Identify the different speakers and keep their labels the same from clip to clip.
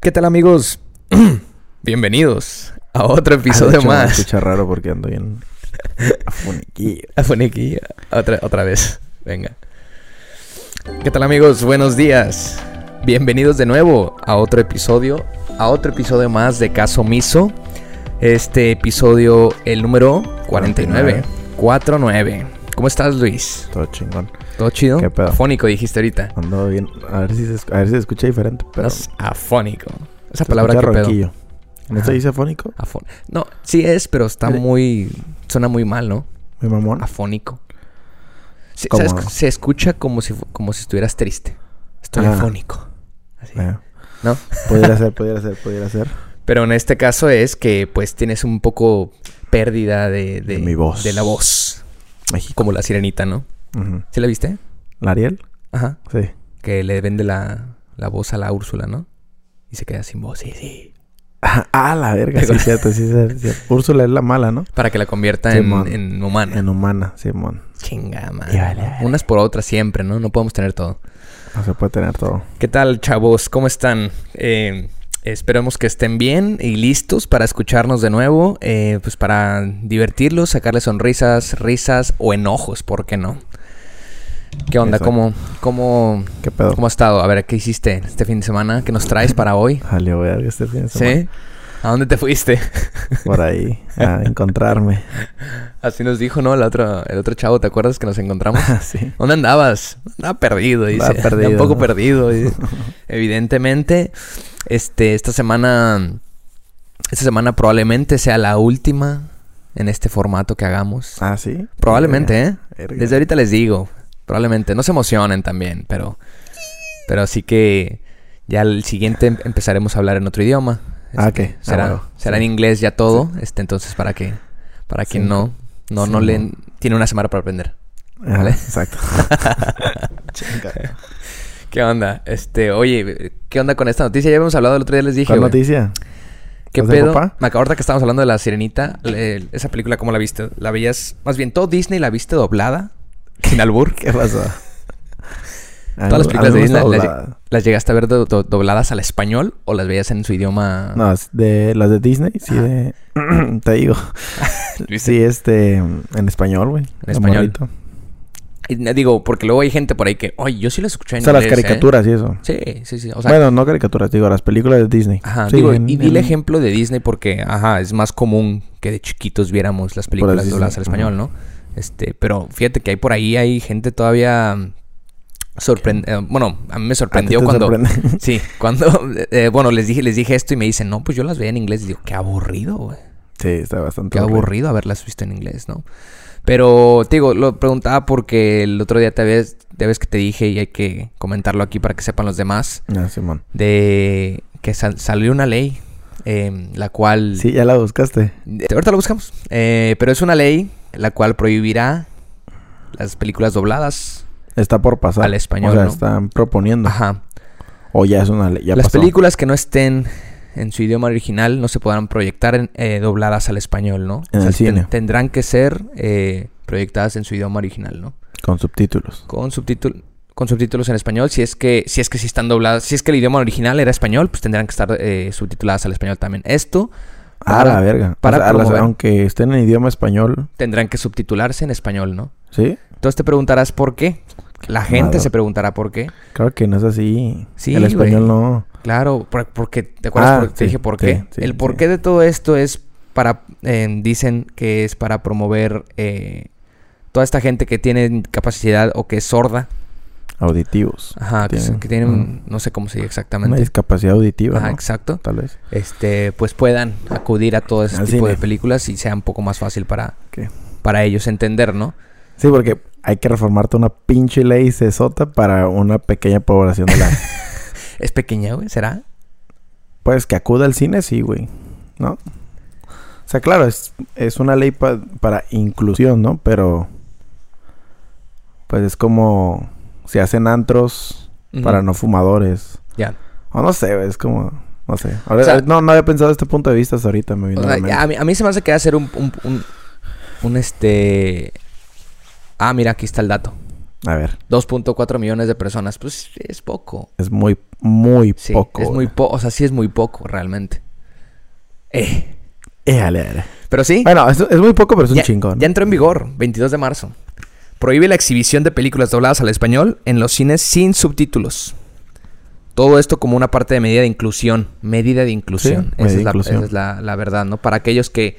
Speaker 1: ¿Qué tal amigos? Bienvenidos a otro episodio
Speaker 2: Ah, de hecho, Me
Speaker 1: más.
Speaker 2: escucha raro porque ando bien afoniquillo.
Speaker 1: A Funiquilla. Otra, otra vez. Venga. ¿Qué tal amigos? Buenos días. Bienvenidos de nuevo a otro episodio. A otro episodio más de Caso Miso. Este episodio, el número 49. 49. ¿Cómo estás, Luis?
Speaker 2: Todo chingón.
Speaker 1: ¿Todo chido?
Speaker 2: ¿Qué pedo?
Speaker 1: Afónico dijiste ahorita.
Speaker 2: Ando bien. A ver si se, esc- a ver si se escucha diferente. Pero
Speaker 1: Estás afónico. Esa
Speaker 2: se
Speaker 1: palabra
Speaker 2: escucha
Speaker 1: que pedo.
Speaker 2: ronquillo. ¿No
Speaker 1: Ajá. Ah,
Speaker 2: se dice afónico?
Speaker 1: Afon- no, sí es, pero está
Speaker 2: Mire.
Speaker 1: muy. Suena muy mal, ¿no?
Speaker 2: Mi mamón.
Speaker 1: ah, Afónico. Se,
Speaker 2: ¿Cómo?
Speaker 1: ¿sabes? Se escucha como si, fu- como si estuvieras triste. Ah. Estoy
Speaker 2: Ah.
Speaker 1: afónico. Así,
Speaker 2: Eh,
Speaker 1: ¿No?
Speaker 2: pudiera ser, pudiera ser, pudiera ser.
Speaker 1: Pero en este caso es que pues tienes un poco pérdida de, de,
Speaker 2: De mi voz.
Speaker 1: de la voz.
Speaker 2: México.
Speaker 1: Como la sirenita, ¿no?
Speaker 2: Ujú.
Speaker 1: ¿Sí la viste?
Speaker 2: ¿La Ariel?
Speaker 1: Ajá.
Speaker 2: Sí.
Speaker 1: Que le vende la, la voz a la Úrsula, ¿no? Y se queda sin voz. Sí, sí.
Speaker 2: Ah, la verga. Sí, cierto, sí, cierto, cierto. Úrsula es la mala, ¿no?
Speaker 1: Para que la convierta en,
Speaker 2: Simón.
Speaker 1: en humana.
Speaker 2: En humana, Simón.
Speaker 1: Chinga, madre,
Speaker 2: Y vale,
Speaker 1: ¿no?
Speaker 2: vale.
Speaker 1: Unas por otras siempre, ¿no? No podemos tener todo.
Speaker 2: No se puede tener todo.
Speaker 1: ¿Qué tal, chavos? ¿Cómo están? Eh, esperemos que estén bien y listos para escucharnos de nuevo, eh, pues para divertirlos, sacarles sonrisas, risas o enojos, ¿por qué no? ¿Qué onda?
Speaker 2: Exacto.
Speaker 1: ¿Cómo, cómo,
Speaker 2: ¿Qué pedo?
Speaker 1: ¿Cómo has estado? A ver, ¿qué hiciste este fin de semana? ¿Qué nos traes para hoy?
Speaker 2: Jaleo, verga, este fin de semana.
Speaker 1: ¿Sí? ¿A dónde te fuiste?
Speaker 2: Por ahí, a encontrarme.
Speaker 1: Así nos dijo, ¿no? El otro, el otro chavo, ¿te acuerdas que nos encontramos?
Speaker 2: Ah, sí.
Speaker 1: ¿Dónde andabas? Andaba perdido, dice.
Speaker 2: Andaba perdido,
Speaker 1: Un poco
Speaker 2: ¿no?
Speaker 1: perdido. dice. Evidentemente, este, esta semana, esta semana probablemente sea la última en este formato que hagamos.
Speaker 2: Ah, sí.
Speaker 1: probablemente, ¿eh?
Speaker 2: Verga.
Speaker 1: Desde ahorita les digo, probablemente. No se emocionen también, pero, pero sí que ya el siguiente em- empezaremos a hablar en otro idioma.
Speaker 2: Ah,
Speaker 1: Este,
Speaker 2: ok. Ah,
Speaker 1: Será,
Speaker 2: huevo.
Speaker 1: será
Speaker 2: Sí.
Speaker 1: en inglés ya todo, este, entonces para que, para quien
Speaker 2: Sí.
Speaker 1: no, no,
Speaker 2: Sí,
Speaker 1: no le
Speaker 2: no.
Speaker 1: tiene una semana para aprender.
Speaker 2: Ajá,
Speaker 1: ¿Vale?
Speaker 2: Exacto. Chinga.
Speaker 1: ¿Qué onda? Este, oye, ¿qué onda con esta noticia? Ya habíamos hablado el otro día, les dije.
Speaker 2: ¿Cuál
Speaker 1: güey.
Speaker 2: noticia?
Speaker 1: ¿Qué
Speaker 2: ¿Las del
Speaker 1: pedo?
Speaker 2: papá?
Speaker 1: Me acabo ahorita que estábamos hablando de la sirenita. le- esa película, ¿cómo la viste? ¿La veías? Más bien, ¿todo Disney la viste doblada? Sin albur.
Speaker 2: ¿Qué pasó?
Speaker 1: ¿Todas las películas de Disney
Speaker 2: Algunos
Speaker 1: las,
Speaker 2: dobladas.
Speaker 1: las llegaste a ver do- do- dobladas al español o las veías en su idioma?
Speaker 2: No, es de las de Disney, sí,
Speaker 1: Ajá.
Speaker 2: de. te digo.
Speaker 1: ¿Viste?
Speaker 2: Sí, este. En español, güey. de
Speaker 1: español.
Speaker 2: morrito.
Speaker 1: Y ne- digo, porque luego hay gente por ahí que, oye, yo sí las escuché en
Speaker 2: O sea, las
Speaker 1: inglés, ¿eh".
Speaker 2: caricaturas y eso.
Speaker 1: Sí, sí, sí. O sea,
Speaker 2: bueno, no caricaturas, digo, las películas de Disney.
Speaker 1: Ajá,
Speaker 2: Sí,
Speaker 1: digo,
Speaker 2: en-
Speaker 1: y di el
Speaker 2: en-
Speaker 1: ejemplo de Disney porque, ajá, es más común que de chiquitos viéramos las películas
Speaker 2: así
Speaker 1: dobladas al
Speaker 2: decirlo,
Speaker 1: español, ¿no? Este, pero fíjate que hay por ahí, hay gente todavía sorprende, eh, bueno, a mí me
Speaker 2: ¿A ti Ah, te
Speaker 1: sorprendió cuando,
Speaker 2: sorprende?
Speaker 1: sí, cuando, eh, bueno, les dije, les dije esto y me dicen, no, pues yo las veía en inglés y digo, qué aburrido, güey.
Speaker 2: sí, está
Speaker 1: Qué
Speaker 2: bastante.
Speaker 1: aburrido haberlas visto en inglés, ¿no? Pero, te digo, lo preguntaba porque el otro día te ves, te ves que te dije y hay que comentarlo aquí para que sepan los demás,
Speaker 2: Ah, Simón.
Speaker 1: de que sal- salió una ley, em, la cual...
Speaker 2: Sí, ya la buscaste.
Speaker 1: Eh, Ahorita lo buscamos. Eh, pero es una ley la cual prohibirá las películas dobladas.
Speaker 2: Está por pasar.
Speaker 1: Al español,
Speaker 2: O sea,
Speaker 1: ¿no?
Speaker 2: están proponiendo.
Speaker 1: Ajá.
Speaker 2: O ya es una ley. Ya
Speaker 1: las
Speaker 2: pasó.
Speaker 1: películas que no estén en su idioma original no se podrán proyectar en, eh, dobladas al español, ¿no?
Speaker 2: En el cine.
Speaker 1: tendrán que ser eh, proyectadas en su idioma original, ¿no?
Speaker 2: Con subtítulos.
Speaker 1: Con subtítulos. Con subtítulos en español, si es que, si es que sí están dobladas, si es que el idioma original era español, pues tendrán que estar eh, subtituladas al español también. Esto
Speaker 2: Ah,
Speaker 1: para-
Speaker 2: la verga.
Speaker 1: para
Speaker 2: O sea, a las-
Speaker 1: promover.
Speaker 2: aunque estén en idioma español,
Speaker 1: tendrán que subtitularse en español, ¿no?
Speaker 2: ¿sí?
Speaker 1: Entonces te preguntarás por qué. La gente
Speaker 2: Madre.
Speaker 1: se preguntará por qué.
Speaker 2: Claro que no es así.
Speaker 1: Sí,
Speaker 2: El español
Speaker 1: güey.
Speaker 2: no.
Speaker 1: Claro, por- porque te acuerdas
Speaker 2: Ah,
Speaker 1: por- te
Speaker 2: sí,
Speaker 1: dije por
Speaker 2: sí,
Speaker 1: qué.
Speaker 2: sí,
Speaker 1: el
Speaker 2: sí.
Speaker 1: porqué de todo esto es para eh, dicen que es para promover eh, toda esta gente que tiene incapacidad o que es sorda,
Speaker 2: Auditivos.
Speaker 1: ajá, que, se- que tienen un- no sé cómo se diga
Speaker 2: una
Speaker 1: exactamente.
Speaker 2: discapacidad auditiva.
Speaker 1: Ajá,
Speaker 2: ¿no?
Speaker 1: exacto.
Speaker 2: Tal vez.
Speaker 1: Este, pues puedan acudir a todo ese
Speaker 2: Al
Speaker 1: tipo de
Speaker 2: cine.
Speaker 1: películas y sea un poco más fácil para
Speaker 2: Ok.
Speaker 1: para ellos entender, ¿no?
Speaker 2: Sí, porque hay que reformarte una pinche ley sesota para una pequeña población de la.
Speaker 1: Es pequeña, güey, ¿será?
Speaker 2: pues que acuda al cine, sí, güey. ¿No? O sea, claro, es, es una ley pa- para inclusión, ¿no? Pero. Pues es como. Se hacen antros para
Speaker 1: Ujú.
Speaker 2: no fumadores.
Speaker 1: Mm, Ya.
Speaker 2: O no sé, güey, es como. No sé. Ahora-
Speaker 1: O sea-
Speaker 2: no, no había pensado este punto de vista hasta ahorita. Me vino
Speaker 1: O
Speaker 2: a
Speaker 1: sea,
Speaker 2: la mente.
Speaker 1: a, mí, a mí se me hace que va a ser un, un, un- un, este... Ah, mira, aquí está el dato.
Speaker 2: A ver,
Speaker 1: 2.4 millones de personas, pues es poco.
Speaker 2: es muy, muy
Speaker 1: Sí,
Speaker 2: poco.
Speaker 1: es muy
Speaker 2: güey.
Speaker 1: poco, o sea, sí es muy poco realmente. Eh,
Speaker 2: Éale, éale.
Speaker 1: pero sí,
Speaker 2: Bueno, es, es muy poco, pero es un
Speaker 1: ya,
Speaker 2: chingón.
Speaker 1: ya entró en vigor, 22 de marzo. Prohíbe la exhibición de películas dobladas al español en los cines sin subtítulos. Todo esto como una parte de medida de inclusión. Medida de inclusión.
Speaker 2: medida
Speaker 1: esa,
Speaker 2: de
Speaker 1: es la,
Speaker 2: inclusión.
Speaker 1: esa es la- la verdad, ¿no? Para aquellos que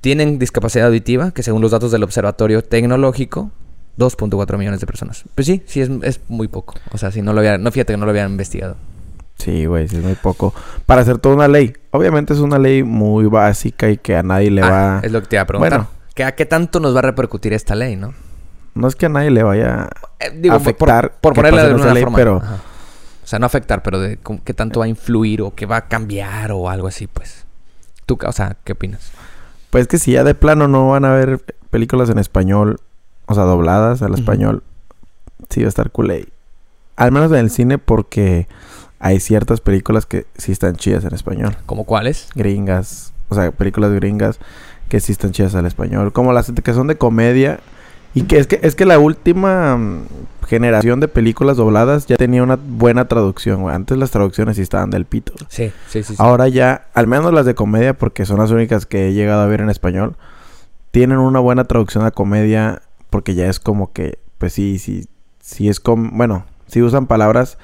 Speaker 1: tienen discapacidad auditiva, que según los datos del Observatorio Tecnológico, 2.4 millones de personas. Pues sí, sí es, es muy poco. O sea, si no lo había, no fíjate que no lo habían investigado.
Speaker 2: Sí, güey, sí es muy poco. Para hacer toda una ley. Obviamente es una ley muy básica y que a nadie le
Speaker 1: Ah,
Speaker 2: va...
Speaker 1: Es lo que te iba a preguntar.
Speaker 2: Bueno.
Speaker 1: ¿Qué- ¿A qué tanto nos va a repercutir esta ley, no?
Speaker 2: No es que a nadie le vaya...
Speaker 1: Eh, digo,
Speaker 2: Afectar
Speaker 1: Por, por
Speaker 2: que
Speaker 1: ponerla
Speaker 2: pase
Speaker 1: de
Speaker 2: nuestra
Speaker 1: una
Speaker 2: ley,
Speaker 1: forma.
Speaker 2: pero-
Speaker 1: Ajá. O sea, no afectar, pero de cómo- qué tanto va a influir o qué va a cambiar o algo así, pues. Tú, ca- o sea, ¿qué opinas?
Speaker 2: Pues que si ya de plano no van a ver películas en español, o sea, dobladas al
Speaker 1: Ujú.
Speaker 2: español, sí va a estar cool. eh. Al menos en el cine porque hay ciertas películas que sí están chidas en español.
Speaker 1: ¿Cómo cuáles?
Speaker 2: Gringas, o sea, películas gringas que sí están chidas al español. Como las que son de comedia. Y que es que, es que la última mm, generación de películas dobladas ya tenía una buena traducción, güey. Antes las traducciones sí estaban del pito. güey.
Speaker 1: Sí, sí, sí. sí.
Speaker 2: Ahora ya, al menos las de comedia, porque son las únicas que he llegado a ver en español, tienen una buena traducción a comedia, porque ya es como que, pues sí, sí, sí es como, bueno, sí usan palabras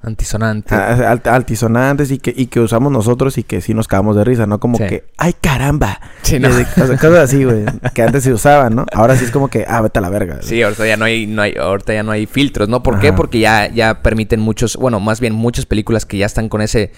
Speaker 1: Antisonante.
Speaker 2: a- alt- altisonantes y que, y que usamos nosotros y que sí nos cagamos de risa, ¿no? Como
Speaker 1: Sí.
Speaker 2: que, ¡ay caramba!
Speaker 1: sí, no.
Speaker 2: Desde- o sea, cosas así, güey, que antes se usaban, ¿no? Ahora sí es como que, ah, vete a la verga.
Speaker 1: Sí, ahorita ya no hay, no hay, ahorita ya no hay filtros, ¿no? ¿Por qué?
Speaker 2: Ajá.
Speaker 1: Porque ya, ya permiten muchos, bueno, más bien muchas películas que ya están con ese,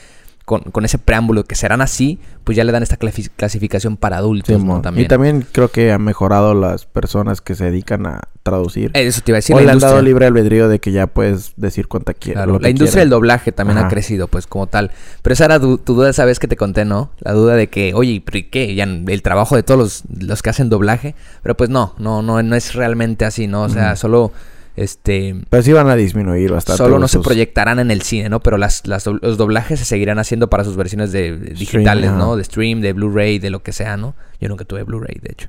Speaker 1: con, con ese preámbulo que serán así, pues ya le dan esta clasi- clasificación para adultos, ¿no?
Speaker 2: Simón.
Speaker 1: También.
Speaker 2: Y también creo que han mejorado las personas que se dedican a traducir.
Speaker 1: Eh, Eso te iba a decir.
Speaker 2: o
Speaker 1: la
Speaker 2: le han
Speaker 1: industria.
Speaker 2: dado libre albedrío de que ya puedes decir cuánta quieras.
Speaker 1: Claro,
Speaker 2: lo
Speaker 1: eh, la
Speaker 2: que
Speaker 1: industria
Speaker 2: quieras.
Speaker 1: del doblaje también ha
Speaker 2: Ajá.
Speaker 1: crecido, pues, como tal. Pero esa era du- tu duda esa vez que te conté, ¿no? La duda de que, oye, ¿pero y qué? Ya n- el trabajo de todos los, los que hacen doblaje. Pero pues no, no, no, no es realmente así, ¿no? O sea, solo, este...
Speaker 2: Pero sí van a disminuir bastante.
Speaker 1: Solo no se
Speaker 2: usos.
Speaker 1: proyectarán en el cine, ¿no? Pero las, las do- los doblajes se seguirán haciendo para sus versiones de, de digitales,
Speaker 2: ajá.
Speaker 1: ¿no? De stream, de Blu-ray, de lo que sea, ¿no? Yo nunca tuve Blu-ray, de hecho.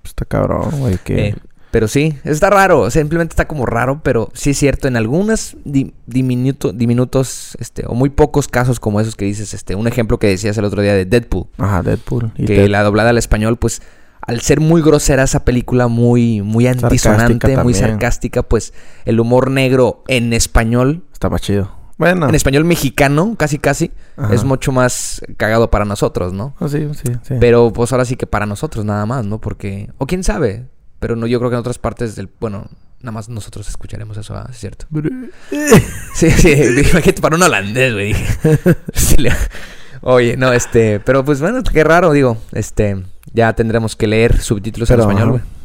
Speaker 2: Pues, Está cabrón, güey. Que...
Speaker 1: Eh, pero sí, está raro, simplemente está como raro, pero sí es cierto, en algunos di- diminuto- diminutos, este, o muy pocos casos como esos que dices, este, un ejemplo que decías el otro día de Deadpool,
Speaker 2: Ajá, Deadpool. Y
Speaker 1: que
Speaker 2: Ted-
Speaker 1: la doblada al español, pues, al ser muy grosera esa película, muy, muy antisonante,
Speaker 2: Sarcástica
Speaker 1: muy
Speaker 2: también.
Speaker 1: sarcástica, pues, el humor negro en español,
Speaker 2: Está más chido. Bueno.
Speaker 1: en español mexicano, casi casi,
Speaker 2: Ah. Ajá.
Speaker 1: es mucho más cagado para nosotros, ¿no?
Speaker 2: Ah, sí, sí, sí.
Speaker 1: Pero pues ahora sí que para nosotros nada más, ¿no? Porque, o quién sabe, pero no, yo creo que en otras partes del, bueno, nada más nosotros escucharemos eso, ¿ah? es cierto. Sí, sí, dije, imagínate para un holandés, güey. dije. Sí, le- Oye, no, este, pero pues bueno, qué raro, digo, este, ya tendremos que leer subtítulos
Speaker 2: Pero,
Speaker 1: en español,
Speaker 2: ajá.
Speaker 1: güey.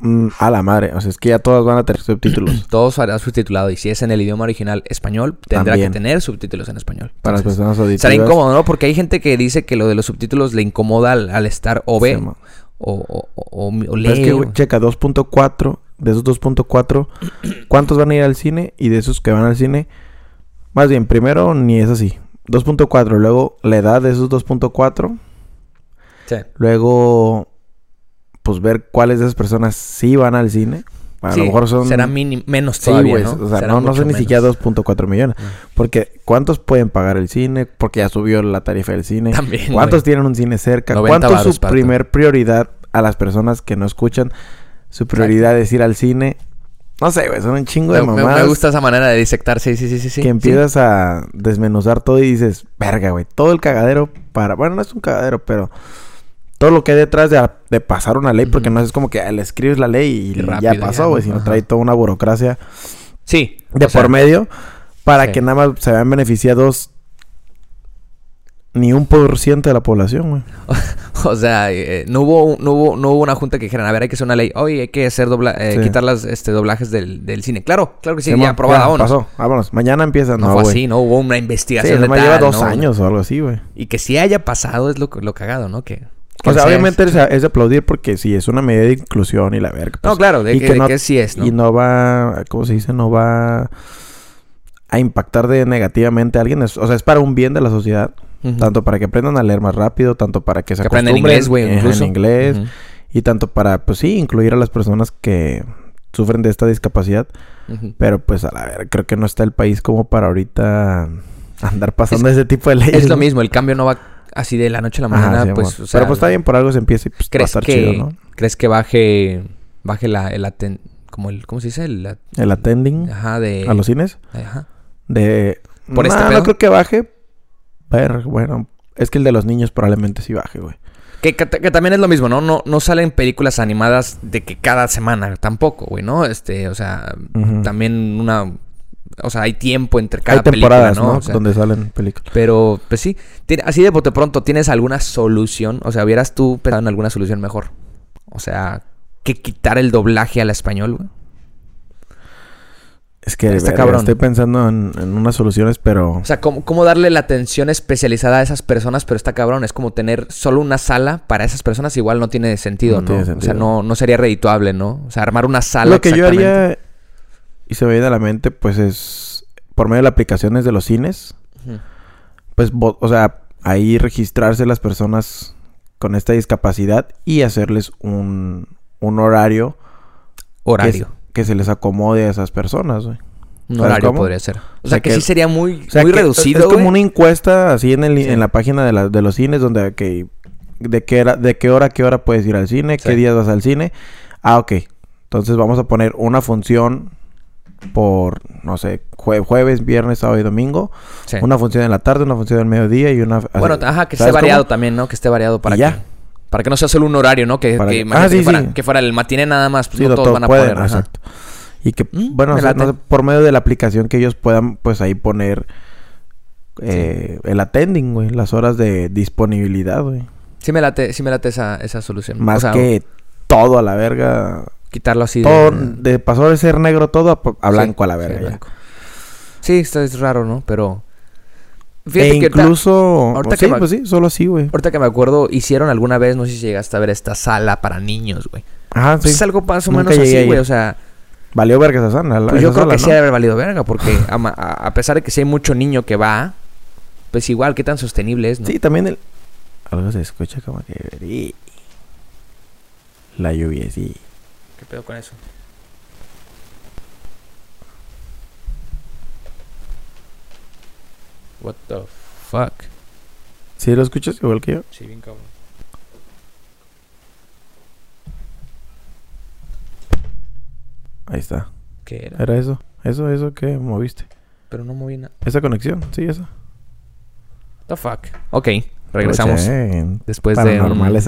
Speaker 2: Mm, a la madre. O sea, es que ya todas van a tener subtítulos.
Speaker 1: Todo será subtitulado y si es en el idioma original español, tendrá
Speaker 2: También.
Speaker 1: que tener subtítulos en español.
Speaker 2: para las
Speaker 1: Entonces,
Speaker 2: personas auditivas.
Speaker 1: Será incómodo, ¿no? Porque hay gente que dice que lo de los subtítulos le incomoda al, al estar o ve
Speaker 2: Sí, mo.
Speaker 1: o, o, o, o
Speaker 2: Pero es
Speaker 1: lee,
Speaker 2: que, güey,
Speaker 1: o-
Speaker 2: checa, 2.4. De esos 2.4, ¿cuántos van a ir al cine? Y de esos que van al cine, más bien, primero ni es así. 2.4, luego la edad de esos 2.4.
Speaker 1: Sí.
Speaker 2: Luego, pues ver cuáles de esas personas sí van al cine. A
Speaker 1: Sí,
Speaker 2: lo mejor son.
Speaker 1: Será mini- menos
Speaker 2: Sí,
Speaker 1: todavía,
Speaker 2: güey,
Speaker 1: ¿no?
Speaker 2: O sea,
Speaker 1: Será
Speaker 2: no, no
Speaker 1: mucho
Speaker 2: son ni
Speaker 1: menos. Ah.
Speaker 2: siquiera 2.4 millones. Porque, ¿cuántos pueden pagar el cine? Porque ya subió la tarifa del cine.
Speaker 1: También,
Speaker 2: ¿Cuántos
Speaker 1: güey.
Speaker 2: tienen un cine cerca?
Speaker 1: 90
Speaker 2: ¿Cuánto es
Speaker 1: varos
Speaker 2: su
Speaker 1: para
Speaker 2: primer prioridad a las personas que no escuchan? Su prioridad es ir al cine. No sé, güey, son un chingo de
Speaker 1: Me- me, me
Speaker 2: mamadas.
Speaker 1: gusta esa manera de disectar, sí, sí, sí, sí. sí.
Speaker 2: Que empiezas a desmenuzar todo y dices, verga, güey, todo el cagadero para. Bueno, no es un cagadero, pero todo lo que hay detrás de, de pasar una ley, porque
Speaker 1: Ujú.
Speaker 2: no es como que ah, le escribes la ley y
Speaker 1: Y rápido
Speaker 2: ya
Speaker 1: ya,
Speaker 2: pasó, güey,
Speaker 1: ¿no?
Speaker 2: sino
Speaker 1: Ajá.
Speaker 2: trae toda una burocracia
Speaker 1: Sí. Sí,
Speaker 2: de
Speaker 1: o sea,
Speaker 2: por medio para
Speaker 1: sí.
Speaker 2: que nada más se vean beneficiados ni un por ciento de la población, güey.
Speaker 1: O sea, eh, no, hubo, un- no, hubo, no hubo una junta que dijeran, a ver, hay que hacer una ley. Oye, hay que hacer dobla eh,
Speaker 2: Sí.
Speaker 1: quitar las este, doblajes del, del cine. Claro, claro que sí,
Speaker 2: Simón,
Speaker 1: ya aprobada.
Speaker 2: ya,
Speaker 1: vámonos.
Speaker 2: Pasó, vámonos. Mañana empiezan,
Speaker 1: No,
Speaker 2: no,
Speaker 1: fue
Speaker 2: güey.
Speaker 1: así, no hubo una
Speaker 2: Sí,
Speaker 1: investigación de
Speaker 2: nomás lleva
Speaker 1: tal,
Speaker 2: dos
Speaker 1: ¿no?
Speaker 2: años o algo así, güey.
Speaker 1: Y que si haya pasado es lo, lo cagado, ¿no? Que, que
Speaker 2: O sea,
Speaker 1: sea-
Speaker 2: obviamente es, es de aplaudir porque sí, es una medida de inclusión y la verga.
Speaker 1: No,
Speaker 2: pues,
Speaker 1: claro, de,
Speaker 2: y
Speaker 1: que, de que sí es, ¿no?
Speaker 2: Y no va, ¿cómo se dice? No va a impactar de negativamente a alguien. Es- o sea, es para un bien de la sociedad.
Speaker 1: Ujú.
Speaker 2: Tanto para que aprendan a leer más rápido, tanto para que se
Speaker 1: que aprendan
Speaker 2: acostumbren,
Speaker 1: inglés, güey,
Speaker 2: eh,
Speaker 1: incluso.
Speaker 2: En inglés.
Speaker 1: Ujú.
Speaker 2: Y tanto para, pues sí, incluir a las personas que sufren de esta discapacidad.
Speaker 1: Ujú.
Speaker 2: Pero pues a la ver, creo que no está el país como para ahorita andar pasando ese tipo de leyes.
Speaker 1: Es lo
Speaker 2: ¿no?
Speaker 1: mismo, el cambio no va así de la noche a la
Speaker 2: Ajá,
Speaker 1: mañana,
Speaker 2: sí,
Speaker 1: pues,
Speaker 2: amor.
Speaker 1: o sea,
Speaker 2: pero pues está bien, por algo se empieza y pues, va a
Speaker 1: ¿crees
Speaker 2: estar
Speaker 1: que,
Speaker 2: chido, ¿no?
Speaker 1: ¿Crees que baje, baje la, el aten- como el, ¿cómo se dice? El, at-
Speaker 2: El attending
Speaker 1: ajá, de...
Speaker 2: Mm. a los cines.
Speaker 1: Ajá.
Speaker 2: De...
Speaker 1: Ah, ¿Por este
Speaker 2: Nah,
Speaker 1: pedo?
Speaker 2: No creo que baje. Ver, bueno, es que el de los niños probablemente sí baje, güey.
Speaker 1: Que, que- que también es lo mismo, ¿no? No, no salen películas animadas de que cada semana tampoco, güey, ¿no? Este, o sea,
Speaker 2: Ujú.
Speaker 1: también una... O sea, hay tiempo entre cada
Speaker 2: Hay temporadas,
Speaker 1: película, ¿no?
Speaker 2: ¿no?
Speaker 1: O sea,
Speaker 2: Donde salen películas.
Speaker 1: Pero, pues sí. Tiene- así de bote pronto, ¿tienes alguna solución? O sea, ¿hubieras tú pensado en alguna solución mejor? O sea, que quitar el doblaje al español, güey.
Speaker 2: Es que
Speaker 1: Está
Speaker 2: verga,
Speaker 1: cabrón.
Speaker 2: estoy pensando en, en unas soluciones, pero...
Speaker 1: O sea, ¿cómo, cómo darle la atención especializada a esas personas? Pero está cabrón, es como tener solo una sala para esas personas, igual no tiene sentido, ¿no?
Speaker 2: No tiene
Speaker 1: O sea,
Speaker 2: sentido.
Speaker 1: no, no sería redituable, ¿no? O sea, armar una sala.
Speaker 2: Lo que yo
Speaker 1: exactamente.
Speaker 2: haría, y se me viene a la mente, pues es por medio de las aplicaciones de los cines,
Speaker 1: Ujú.
Speaker 2: pues, vo- o sea, ahí registrarse las personas con esta discapacidad y hacerles un, un horario, que,
Speaker 1: Horario.
Speaker 2: se- que se les acomode a esas personas, güey.
Speaker 1: Un
Speaker 2: ¿sabes
Speaker 1: horario
Speaker 2: cómo?
Speaker 1: podría ser. O, sea,
Speaker 2: sea,
Speaker 1: que,
Speaker 2: que-
Speaker 1: sí sería muy,
Speaker 2: O sea,
Speaker 1: muy
Speaker 2: que
Speaker 1: reducido.
Speaker 2: Es como
Speaker 1: güey.
Speaker 2: una encuesta así en, el,
Speaker 1: Sí.
Speaker 2: en la página de, la- de los cines donde que, de, qué era, de qué hora a qué hora puedes ir al cine,
Speaker 1: Sí.
Speaker 2: qué días vas al cine. Ah, ok. Entonces vamos a poner una función por, no sé, jue- jueves, viernes, sábado y domingo.
Speaker 1: Sí.
Speaker 2: Una función en la tarde, una función al mediodía y una...
Speaker 1: Bueno,
Speaker 2: así.
Speaker 1: ajá, que esté
Speaker 2: ¿Sabes cómo?
Speaker 1: variado también, ¿no? Que esté variado para
Speaker 2: Y ya.
Speaker 1: que... Para que no sea solo un horario, ¿no? Que,
Speaker 2: Para
Speaker 1: que
Speaker 2: que-
Speaker 1: imagínate
Speaker 2: Ah, sí,
Speaker 1: que, fuera,
Speaker 2: sí.
Speaker 1: que fuera el matiné nada más. Pues
Speaker 2: Sí,
Speaker 1: no
Speaker 2: lo
Speaker 1: todos
Speaker 2: todo
Speaker 1: van a
Speaker 2: pueden,
Speaker 1: poder. ajá.
Speaker 2: exacto. Y que,
Speaker 1: Mm,
Speaker 2: bueno,
Speaker 1: me
Speaker 2: o sea,
Speaker 1: late.
Speaker 2: no sé, por medio de la aplicación que ellos puedan, pues ahí poner eh, el attending, güey, las horas de disponibilidad, güey.
Speaker 1: Sí me late, sí me late esa, esa solución.
Speaker 2: Más
Speaker 1: O sea,
Speaker 2: que todo a la verga.
Speaker 1: quitarlo así
Speaker 2: Todo,
Speaker 1: de...
Speaker 2: de pasó de ser negro todo a, a blanco a la
Speaker 1: Sí,
Speaker 2: verga.
Speaker 1: sí,
Speaker 2: ya.
Speaker 1: blanco. Sí, esto es raro, ¿no? Pero...
Speaker 2: e
Speaker 1: que ahorita-
Speaker 2: incluso.
Speaker 1: ahorita
Speaker 2: sí,
Speaker 1: que me-
Speaker 2: pues sí, solo así, güey.
Speaker 1: Ahorita que me acuerdo, hicieron alguna vez, no sé si llegaste a ver esta sala para niños, güey.
Speaker 2: Ajá, sí.
Speaker 1: Pues es algo más o
Speaker 2: Nunca
Speaker 1: menos
Speaker 2: llegué
Speaker 1: así,
Speaker 2: a
Speaker 1: güey.
Speaker 2: ir.
Speaker 1: O sea,
Speaker 2: Valió verga esa sana.
Speaker 1: pues yo creo que sí ha de haber valido verga, porque a, ma- a- a pesar de que sí hay mucho niño que va, pues igual, qué tan sostenible es, ¿no?
Speaker 2: Sí, también el. Algo se escucha como que. y- La lluvia, sí.
Speaker 1: ¿Qué pedo con eso? What the fuck?
Speaker 2: ¿Sí lo escuchas igual que yo?
Speaker 1: Sí, bien cabrón.
Speaker 2: Ahí está.
Speaker 1: ¿Qué era?
Speaker 2: Era eso. Eso, eso que moviste.
Speaker 1: Pero no moví nada.
Speaker 2: Esa conexión, sí, esa.
Speaker 1: The fuck. Ok, regresamos.
Speaker 2: Escuchen,
Speaker 1: Después de. un-
Speaker 2: Paranormales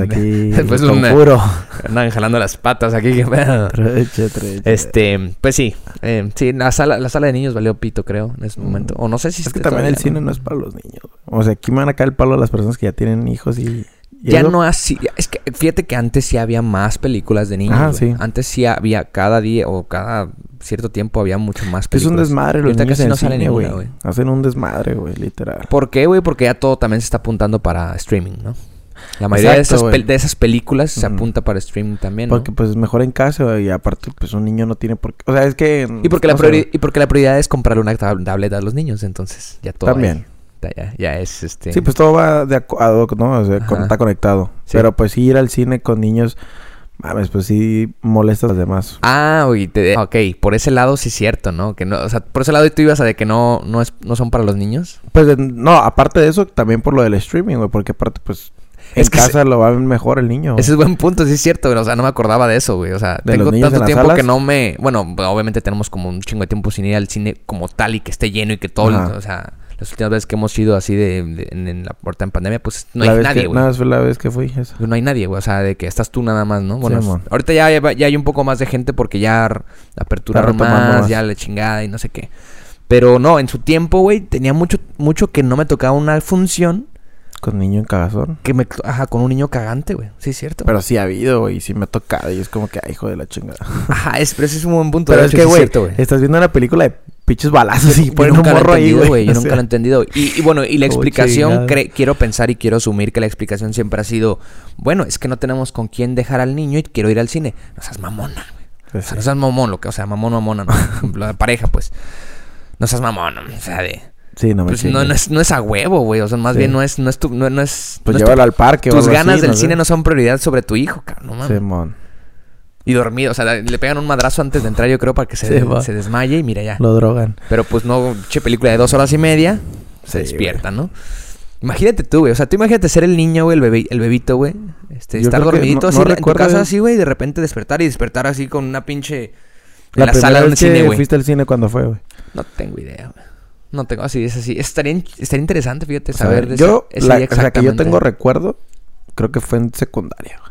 Speaker 2: aquí.
Speaker 1: después de un-
Speaker 2: conjuro.
Speaker 1: Andan jalando las patas aquí, qué pedo.
Speaker 2: Treche, treche.
Speaker 1: Este, pues sí. eh, sí, la sala, la sala de niños valió pito, creo, en ese momento. O no sé si
Speaker 2: Es que
Speaker 1: esté
Speaker 2: también el
Speaker 1: todavía,
Speaker 2: cine no es para los niños. O sea, aquí me van a caer el palo a las personas que ya tienen hijos y... y
Speaker 1: Ya
Speaker 2: eso.
Speaker 1: no así. ya- Es que fíjate que antes sí había más películas de niños.
Speaker 2: Ajá,
Speaker 1: güey.
Speaker 2: Ah, sí.
Speaker 1: Antes sí había cada día o cada cierto tiempo había mucho más
Speaker 2: Es
Speaker 1: películas.
Speaker 2: un desmadre los
Speaker 1: Ahorita
Speaker 2: niños
Speaker 1: casi
Speaker 2: en
Speaker 1: no
Speaker 2: el
Speaker 1: sale
Speaker 2: cine,
Speaker 1: ninguna,
Speaker 2: güey.
Speaker 1: güey.
Speaker 2: Hacen un desmadre, güey, literal.
Speaker 1: ¿Por qué, güey? Porque ya todo también se está apuntando para streaming, ¿no? La mayoría de,
Speaker 2: Exacto,
Speaker 1: esas
Speaker 2: güey.
Speaker 1: pel- de esas películas se
Speaker 2: Ujú.
Speaker 1: apunta para streaming también, ¿no?
Speaker 2: Porque pues es mejor en casa güey, y aparte pues un niño no tiene por qué... O sea, es que...
Speaker 1: y, porque la
Speaker 2: Mm, no sé,
Speaker 1: priori- y porque la prioridad es comprarle una tab- tableta a los niños, entonces ya todo. ahí-
Speaker 2: También.
Speaker 1: ya, ya es este.
Speaker 2: Sí, pues todo va de acu- ad hoc, ¿no? O sea, con-
Speaker 1: Ajá.
Speaker 2: está conectado.
Speaker 1: Sí.
Speaker 2: Pero pues sí ir al cine con niños... Mames, pues sí molesta a los demás.
Speaker 1: Ah, oye, te- ok, por ese lado sí es cierto, ¿no? Que no, o sea, por ese lado tú ibas a de que no, no, es, no son para los niños.
Speaker 2: Pues en- no, aparte de eso, también por lo del streaming, güey. Porque aparte pues... En
Speaker 1: Es que se-
Speaker 2: casa lo va a ver mejor el niño. güey.
Speaker 1: Ese es buen punto, sí es cierto, güey. O sea, no me acordaba de eso, güey. O sea,
Speaker 2: De
Speaker 1: tengo
Speaker 2: los niños en
Speaker 1: tanto
Speaker 2: las
Speaker 1: tiempo
Speaker 2: salas.
Speaker 1: que no me. Bueno, obviamente tenemos como un chingo de tiempo sin ir al cine como tal y que esté lleno y que todo.
Speaker 2: Ajá.
Speaker 1: O sea, las últimas veces que hemos ido así de, de- en, en la puerta en pandemia, pues no
Speaker 2: La
Speaker 1: hay
Speaker 2: vez
Speaker 1: nadie,
Speaker 2: que-
Speaker 1: güey.
Speaker 2: nada más fue la vez que fui. Esa.
Speaker 1: Pues No hay nadie, güey. O sea, de que estás tú nada más, ¿no? Bueno,
Speaker 2: Simón.
Speaker 1: ahorita ya, ya- ya hay un poco más de gente porque ya r- aperturaron
Speaker 2: Está retomando
Speaker 1: más,
Speaker 2: más.
Speaker 1: ya la chingada y no sé qué. Pero no, en su tiempo, güey, tenía mucho, mucho que no me tocaba una función
Speaker 2: Con niño en cagazón.
Speaker 1: que me... to- Ajá, con un niño cagante, güey. Sí, es cierto.
Speaker 2: Pero sí ha habido, güey. Sí me ha tocado. Y es como que, ay, hijo de la chingada.
Speaker 1: Ajá, es, pero ese es un buen punto.
Speaker 2: Pero
Speaker 1: de
Speaker 2: es
Speaker 1: hecho,
Speaker 2: que,
Speaker 1: sí
Speaker 2: güey,
Speaker 1: cierto,
Speaker 2: estás viendo una película de pinches balazos y
Speaker 1: Yo
Speaker 2: ponen un
Speaker 1: nunca lo he
Speaker 2: morro ahí,
Speaker 1: entendido,
Speaker 2: güey.
Speaker 1: Yo
Speaker 2: O
Speaker 1: nunca
Speaker 2: sea,
Speaker 1: lo he entendido. Y, y bueno, y la
Speaker 2: Oh,
Speaker 1: explicación,
Speaker 2: chingada.
Speaker 1: cre- quiero pensar y quiero asumir que la explicación siempre ha sido, bueno, es que no tenemos con quién dejar al niño y quiero ir al cine. No seas mamona, güey. O
Speaker 2: pues,
Speaker 1: sea, no seas mamón, lo que, o sea, mamón, mamona, no. la pareja, pues. No seas mamón, o sea, de...
Speaker 2: Sí, no me
Speaker 1: pues, no, no es, no es a huevo, güey. O sea, más
Speaker 2: Sí.
Speaker 1: bien no es, no es tu, no, no es.
Speaker 2: Pues
Speaker 1: no es tu-
Speaker 2: llévalo al parque. o
Speaker 1: tus
Speaker 2: algo
Speaker 1: ganas
Speaker 2: así,
Speaker 1: del
Speaker 2: sé.
Speaker 1: cine no son prioridad sobre tu hijo, cabrón. No mames.
Speaker 2: Simón.
Speaker 1: Y Y dormido, o sea, le pegan un madrazo antes de entrar, yo creo, para que se,
Speaker 2: Sí, va.
Speaker 1: se desmaye y mira ya.
Speaker 2: Lo drogan.
Speaker 1: Pero pues no, che, película de dos horas y media, se
Speaker 2: Sí,
Speaker 1: despierta, ¿no? Imagínate tú, güey. O sea, tú imagínate ser el niño, güey, el, bebé, el bebito, güey. Este,
Speaker 2: Yo
Speaker 1: estar
Speaker 2: creo que
Speaker 1: dormidito
Speaker 2: no-
Speaker 1: así
Speaker 2: no
Speaker 1: en tu
Speaker 2: recuerdo,
Speaker 1: casa
Speaker 2: güey.
Speaker 1: así, güey, y de repente despertar y despertar así con una pinche... En
Speaker 2: La,
Speaker 1: la,
Speaker 2: primera
Speaker 1: sala de un
Speaker 2: vez que
Speaker 1: cine, güey.
Speaker 2: fuiste al cine cuando fue, güey.
Speaker 1: No tengo idea, güey. No tengo, así es así. Estaría, in- estaría interesante, fíjate,
Speaker 2: O sea,
Speaker 1: saber de
Speaker 2: Pues, yo,
Speaker 1: ese- ese
Speaker 2: la,
Speaker 1: día
Speaker 2: o sea, que yo
Speaker 1: exactamente.
Speaker 2: tengo recuerdo, creo que fue en secundaria. güey.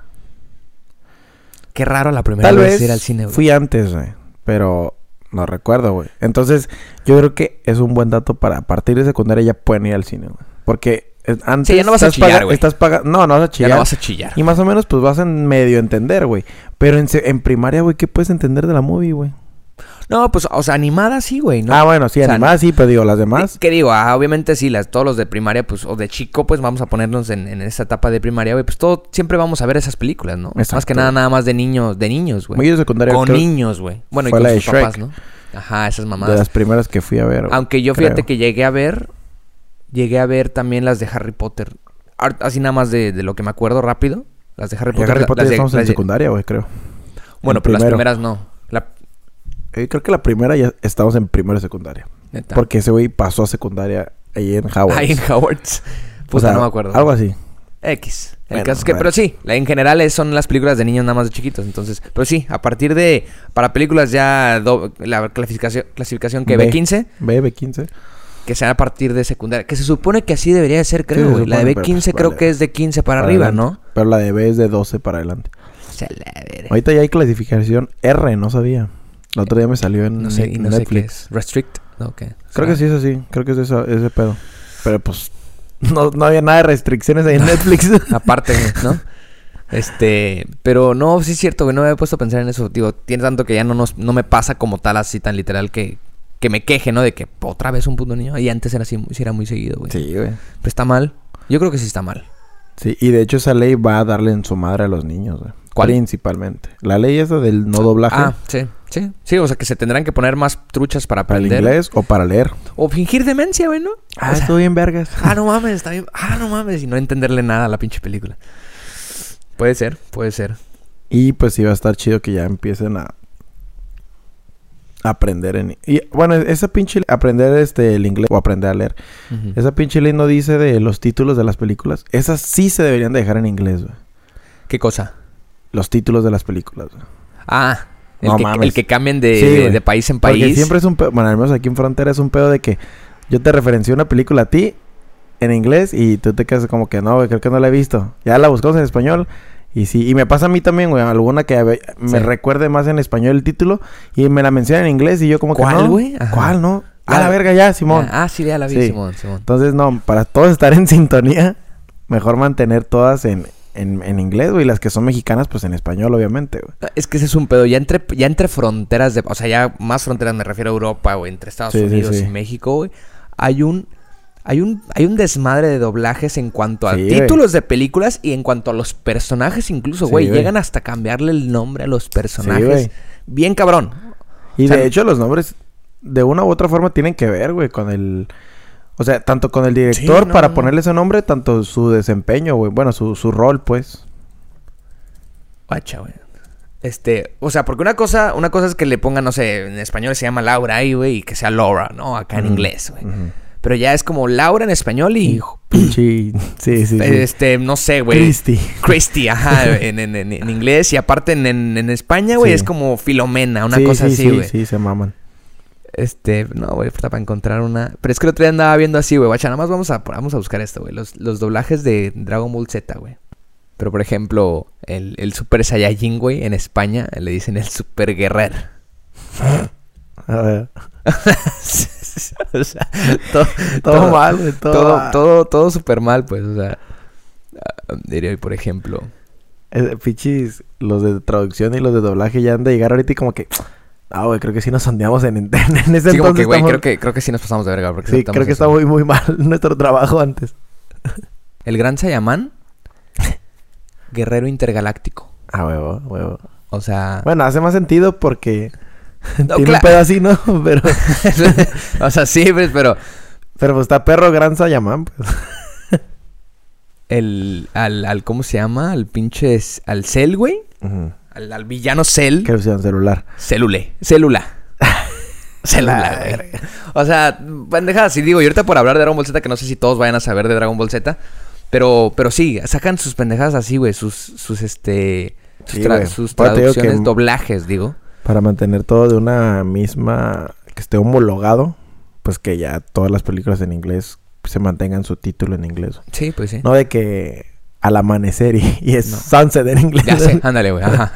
Speaker 1: Qué raro la primera
Speaker 2: Tal
Speaker 1: vez
Speaker 2: vez
Speaker 1: ir al cine, güey.
Speaker 2: fui antes, güey, pero no recuerdo, güey. Entonces, yo creo que es un buen dato para a partir de secundaria ya pueden ir al cine, güey. Porque eh, antes
Speaker 1: ya no vas a
Speaker 2: estás
Speaker 1: chillar,
Speaker 2: paga-
Speaker 1: güey.
Speaker 2: estás pagando, no, no vas
Speaker 1: Ya
Speaker 2: a chillar.
Speaker 1: no vas a chillar.
Speaker 2: Y más o menos pues vas a medio entender, güey. Pero en, se- en primaria, güey, ¿qué puedes entender de la movie, güey?
Speaker 1: No, pues, o sea, animada sí, güey, ¿no?
Speaker 2: Ah, bueno, sí,
Speaker 1: O sea,
Speaker 2: animadas sí, pero digo, las demás.
Speaker 1: Que digo, ah, obviamente sí, las, todos los de primaria, pues, o de chico, pues vamos a ponernos en, en esa etapa de primaria, güey. Pues todo, siempre vamos a ver esas películas, ¿no? Más que
Speaker 2: Exacto.
Speaker 1: nada, nada más de niños, de niños,
Speaker 2: Muy
Speaker 1: güey.
Speaker 2: de secundaria.
Speaker 1: Con
Speaker 2: creo-
Speaker 1: niños, güey. Bueno, y
Speaker 2: fue
Speaker 1: con
Speaker 2: la de
Speaker 1: sus papás,
Speaker 2: Shrek.
Speaker 1: ¿no? Ajá, esas
Speaker 2: De
Speaker 1: mamadas.
Speaker 2: las primeras que fui a ver, güey,
Speaker 1: Aunque yo
Speaker 2: creo.
Speaker 1: fíjate que llegué a ver, llegué a ver también las de Harry Potter. Ar- Así nada más de, de lo que me acuerdo rápido. Las de Harry
Speaker 2: Ya
Speaker 1: Potter.
Speaker 2: Harry
Speaker 1: la-
Speaker 2: Potter
Speaker 1: las
Speaker 2: ya
Speaker 1: de-
Speaker 2: estamos en
Speaker 1: las de-
Speaker 2: secundaria, güey, creo.
Speaker 1: Bueno,
Speaker 2: en
Speaker 1: pero las
Speaker 2: primero.
Speaker 1: primeras no. La
Speaker 2: Eh, creo que la primera ya estamos en primero de secundaria.
Speaker 1: neta.
Speaker 2: Porque ese güey pasó a secundaria ahí en Howard.
Speaker 1: Ahí en Howards. Puta, no me acuerdo.
Speaker 2: Algo así.
Speaker 1: X. El
Speaker 2: Bueno,
Speaker 1: caso es que,
Speaker 2: bueno.
Speaker 1: pero sí, la- en general es- son las películas de niños nada más de chiquitos. Entonces, pero sí, a partir de, para películas ya, do- la clasificación, clasificación que
Speaker 2: B.
Speaker 1: B15,
Speaker 2: BB15.
Speaker 1: que sea a partir de secundaria, que se supone que así debería de ser, creo.
Speaker 2: se
Speaker 1: güey. la de
Speaker 2: supone, pero,
Speaker 1: B15
Speaker 2: pues,
Speaker 1: creo
Speaker 2: vale.
Speaker 1: que es de 15 para, arriba,
Speaker 2: adelante.
Speaker 1: ¿no?
Speaker 2: Pero la de B es de 12 para adelante.
Speaker 1: O sea, la verga.
Speaker 2: Ahorita ya hay clasificación R, no sabía. El otro día me salió en,
Speaker 1: No sé,
Speaker 2: en
Speaker 1: y no sé qué
Speaker 2: Netflix.
Speaker 1: es. Ah. Restrict, no, ¿qué?
Speaker 2: Creo que sí es así. Creo que es esa- ese pedo. Pero pues no, no había nada de restricciones ahí en Netflix.
Speaker 1: Aparte, güey, ¿no? Este, pero no, sí es cierto, güey, no me había puesto a pensar en eso, digo, tiene tanto que ya no nos, no me pasa como tal así tan literal que, que me queje, ¿no? De que otra vez un punto niño, y antes era así, muy- sí era muy seguido, güey.
Speaker 2: sí, güey.
Speaker 1: Pero está mal. Yo creo que sí está mal.
Speaker 2: Sí, y de hecho esa ley va a darle en su madre a los niños, güey.
Speaker 1: ¿Cuál?
Speaker 2: Principalmente. La ley esa del no doblaje
Speaker 1: Ah, sí, sí. Sí, o sea que se tendrán que poner más truchas para
Speaker 2: para el
Speaker 1: aprender.
Speaker 2: inglés o para leer.
Speaker 1: O fingir demencia, güey, ¿no?
Speaker 2: Ah,
Speaker 1: O sea,
Speaker 2: estuvo bien vergas.
Speaker 1: ah, no mames, está bien. Ah, no mames. Y no entenderle nada a la pinche película. Puede ser, puede ser.
Speaker 2: Y pues sí va a estar chido que ya empiecen a aprender en y bueno, esa pinche aprender este el inglés o aprender a leer.
Speaker 1: Ujú.
Speaker 2: Esa pinche ley no dice de los títulos de las películas. Esas sí se deberían dejar en inglés, güey.
Speaker 1: ¿Qué cosa?
Speaker 2: Los títulos de las películas. güey.
Speaker 1: Ah, el,
Speaker 2: No
Speaker 1: que,
Speaker 2: mames.
Speaker 1: el que cambien de,
Speaker 2: Sí,
Speaker 1: de-
Speaker 2: güey.
Speaker 1: de país en
Speaker 2: Porque
Speaker 1: país.
Speaker 2: siempre es un pedo, bueno, al menos aquí en Frontera es un pedo de que yo te referencio una película a ti en inglés y tú te quedas como que no, güey, creo que no la he visto. Ya la buscamos en español y sí, y me pasa a mí también, güey, alguna que ve- me
Speaker 1: Sí.
Speaker 2: recuerde más en español el título y me la menciona en inglés y yo como que
Speaker 1: ¿Cuál,
Speaker 2: no.
Speaker 1: güey? Ajá.
Speaker 2: ¿Cuál, no?
Speaker 1: Ya,
Speaker 2: A la verga ya, Simón.
Speaker 1: Ah, sí, ya la vi,
Speaker 2: Sí.
Speaker 1: Simón, Simón.
Speaker 2: Entonces, no, para todos estar en sintonía, mejor mantener todas en, en, en inglés, güey, y las que son mexicanas pues en español, obviamente, güey.
Speaker 1: Es que ese es un pedo. Ya entre, ya entre fronteras de... O sea, ya más fronteras me refiero a Europa, güey. Entre Estados
Speaker 2: Sí, sí,
Speaker 1: Unidos
Speaker 2: sí.
Speaker 1: y México, güey. Hay un... Hay un, hay un desmadre de doblajes en cuanto a
Speaker 2: Sí, güey.
Speaker 1: títulos de películas y en cuanto a los personajes incluso,
Speaker 2: Sí,
Speaker 1: güey.
Speaker 2: güey.
Speaker 1: Llegan hasta cambiarle el nombre a los personajes.
Speaker 2: güey.
Speaker 1: Bien cabrón.
Speaker 2: Y
Speaker 1: O sea,
Speaker 2: de hecho los nombres de una u otra forma tienen que ver, güey, con el... O sea, tanto con el director
Speaker 1: Sí, no,
Speaker 2: para
Speaker 1: no.
Speaker 2: ponerle ese nombre, tanto su desempeño, güey. Bueno, su, su rol, pues.
Speaker 1: Guacha, güey. Este, o sea, porque una cosa, una cosa es que le pongan, no sé, en español se llama Laura ahí, güey, y que sea Laura, ¿no? Acá en
Speaker 2: Ujú.
Speaker 1: inglés, güey.
Speaker 2: Ujú.
Speaker 1: Pero ya es como Laura en español y,
Speaker 2: Hijo, pinche... Sí, sí, sí.
Speaker 1: este, no sé, güey.
Speaker 2: Christy.
Speaker 1: Christy, ajá, en, en- en- en inglés. Y aparte en, en- en España, güey,
Speaker 2: Sí.
Speaker 1: es como Filomena, una
Speaker 2: Sí,
Speaker 1: cosa
Speaker 2: sí,
Speaker 1: así, güey.
Speaker 2: Sí, sí, se maman.
Speaker 1: Este, no, güey, falta para encontrar una. Pero es que el otro día andaba viendo así, güey. Guacha, nada más vamos a, vamos a buscar esto, güey. Los, los doblajes de Dragon Ball Z, güey. Pero por ejemplo, el, el Super Saiyajin, güey, en España le dicen el Super Guerrero.
Speaker 2: A ver.
Speaker 1: o sea, to-
Speaker 2: Todo, mal, güey. Todo,
Speaker 1: Todo,
Speaker 2: mal.
Speaker 1: todo, todo súper mal, pues, o sea. ah, Diría, por ejemplo.
Speaker 2: Eh, Pichis, los de traducción y los de doblaje ya han de llegar ahorita y como que... Ah, güey, creo que sí nos sondeamos en, en ese Pues entonces
Speaker 1: Sí, como que, güey,
Speaker 2: estamos-
Speaker 1: creo, que, creo que sí nos pasamos de verga. Porque
Speaker 2: Sí,
Speaker 1: aceptamos
Speaker 2: creo que
Speaker 1: eso.
Speaker 2: está muy, muy mal nuestro trabajo antes.
Speaker 1: El gran Sayamán, guerrero intergaláctico.
Speaker 2: Ah, huevo, huevo.
Speaker 1: O sea,
Speaker 2: Bueno, hace más sentido porque
Speaker 1: No,
Speaker 2: tiene
Speaker 1: cla-
Speaker 2: un pedo así, ¿no? Pero,
Speaker 1: o sea, sí, pues, pero
Speaker 2: pero pues está perro gran Sayamán, pues.
Speaker 1: el, al, al, ¿cómo se llama? Al pinche, s- al Cell, güey. al, al villano Cell.
Speaker 2: Que usaban celular.
Speaker 1: Celule. Célula. Célula,
Speaker 2: La
Speaker 1: güey. O sea, pendejadas. Y digo, y ahorita por hablar de Dragon Ball Z, que no sé si todos vayan a saber de Dragon Ball Z. Pero, pero sí, sacan sus pendejadas así, güey. Sus, sus, este... Sus,
Speaker 2: Sí,
Speaker 1: tra-
Speaker 2: güey.
Speaker 1: sus
Speaker 2: Ahora te digo que-
Speaker 1: traducciones, doblajes, digo.
Speaker 2: Para mantener todo de una misma. que esté homologado. Pues que ya todas las películas en inglés se mantengan su título en inglés.
Speaker 1: Sí, pues sí.
Speaker 2: No de que al amanecer y, y es
Speaker 1: No.
Speaker 2: sunset en inglés.
Speaker 1: Ya sé, ándale, güey. Ajá.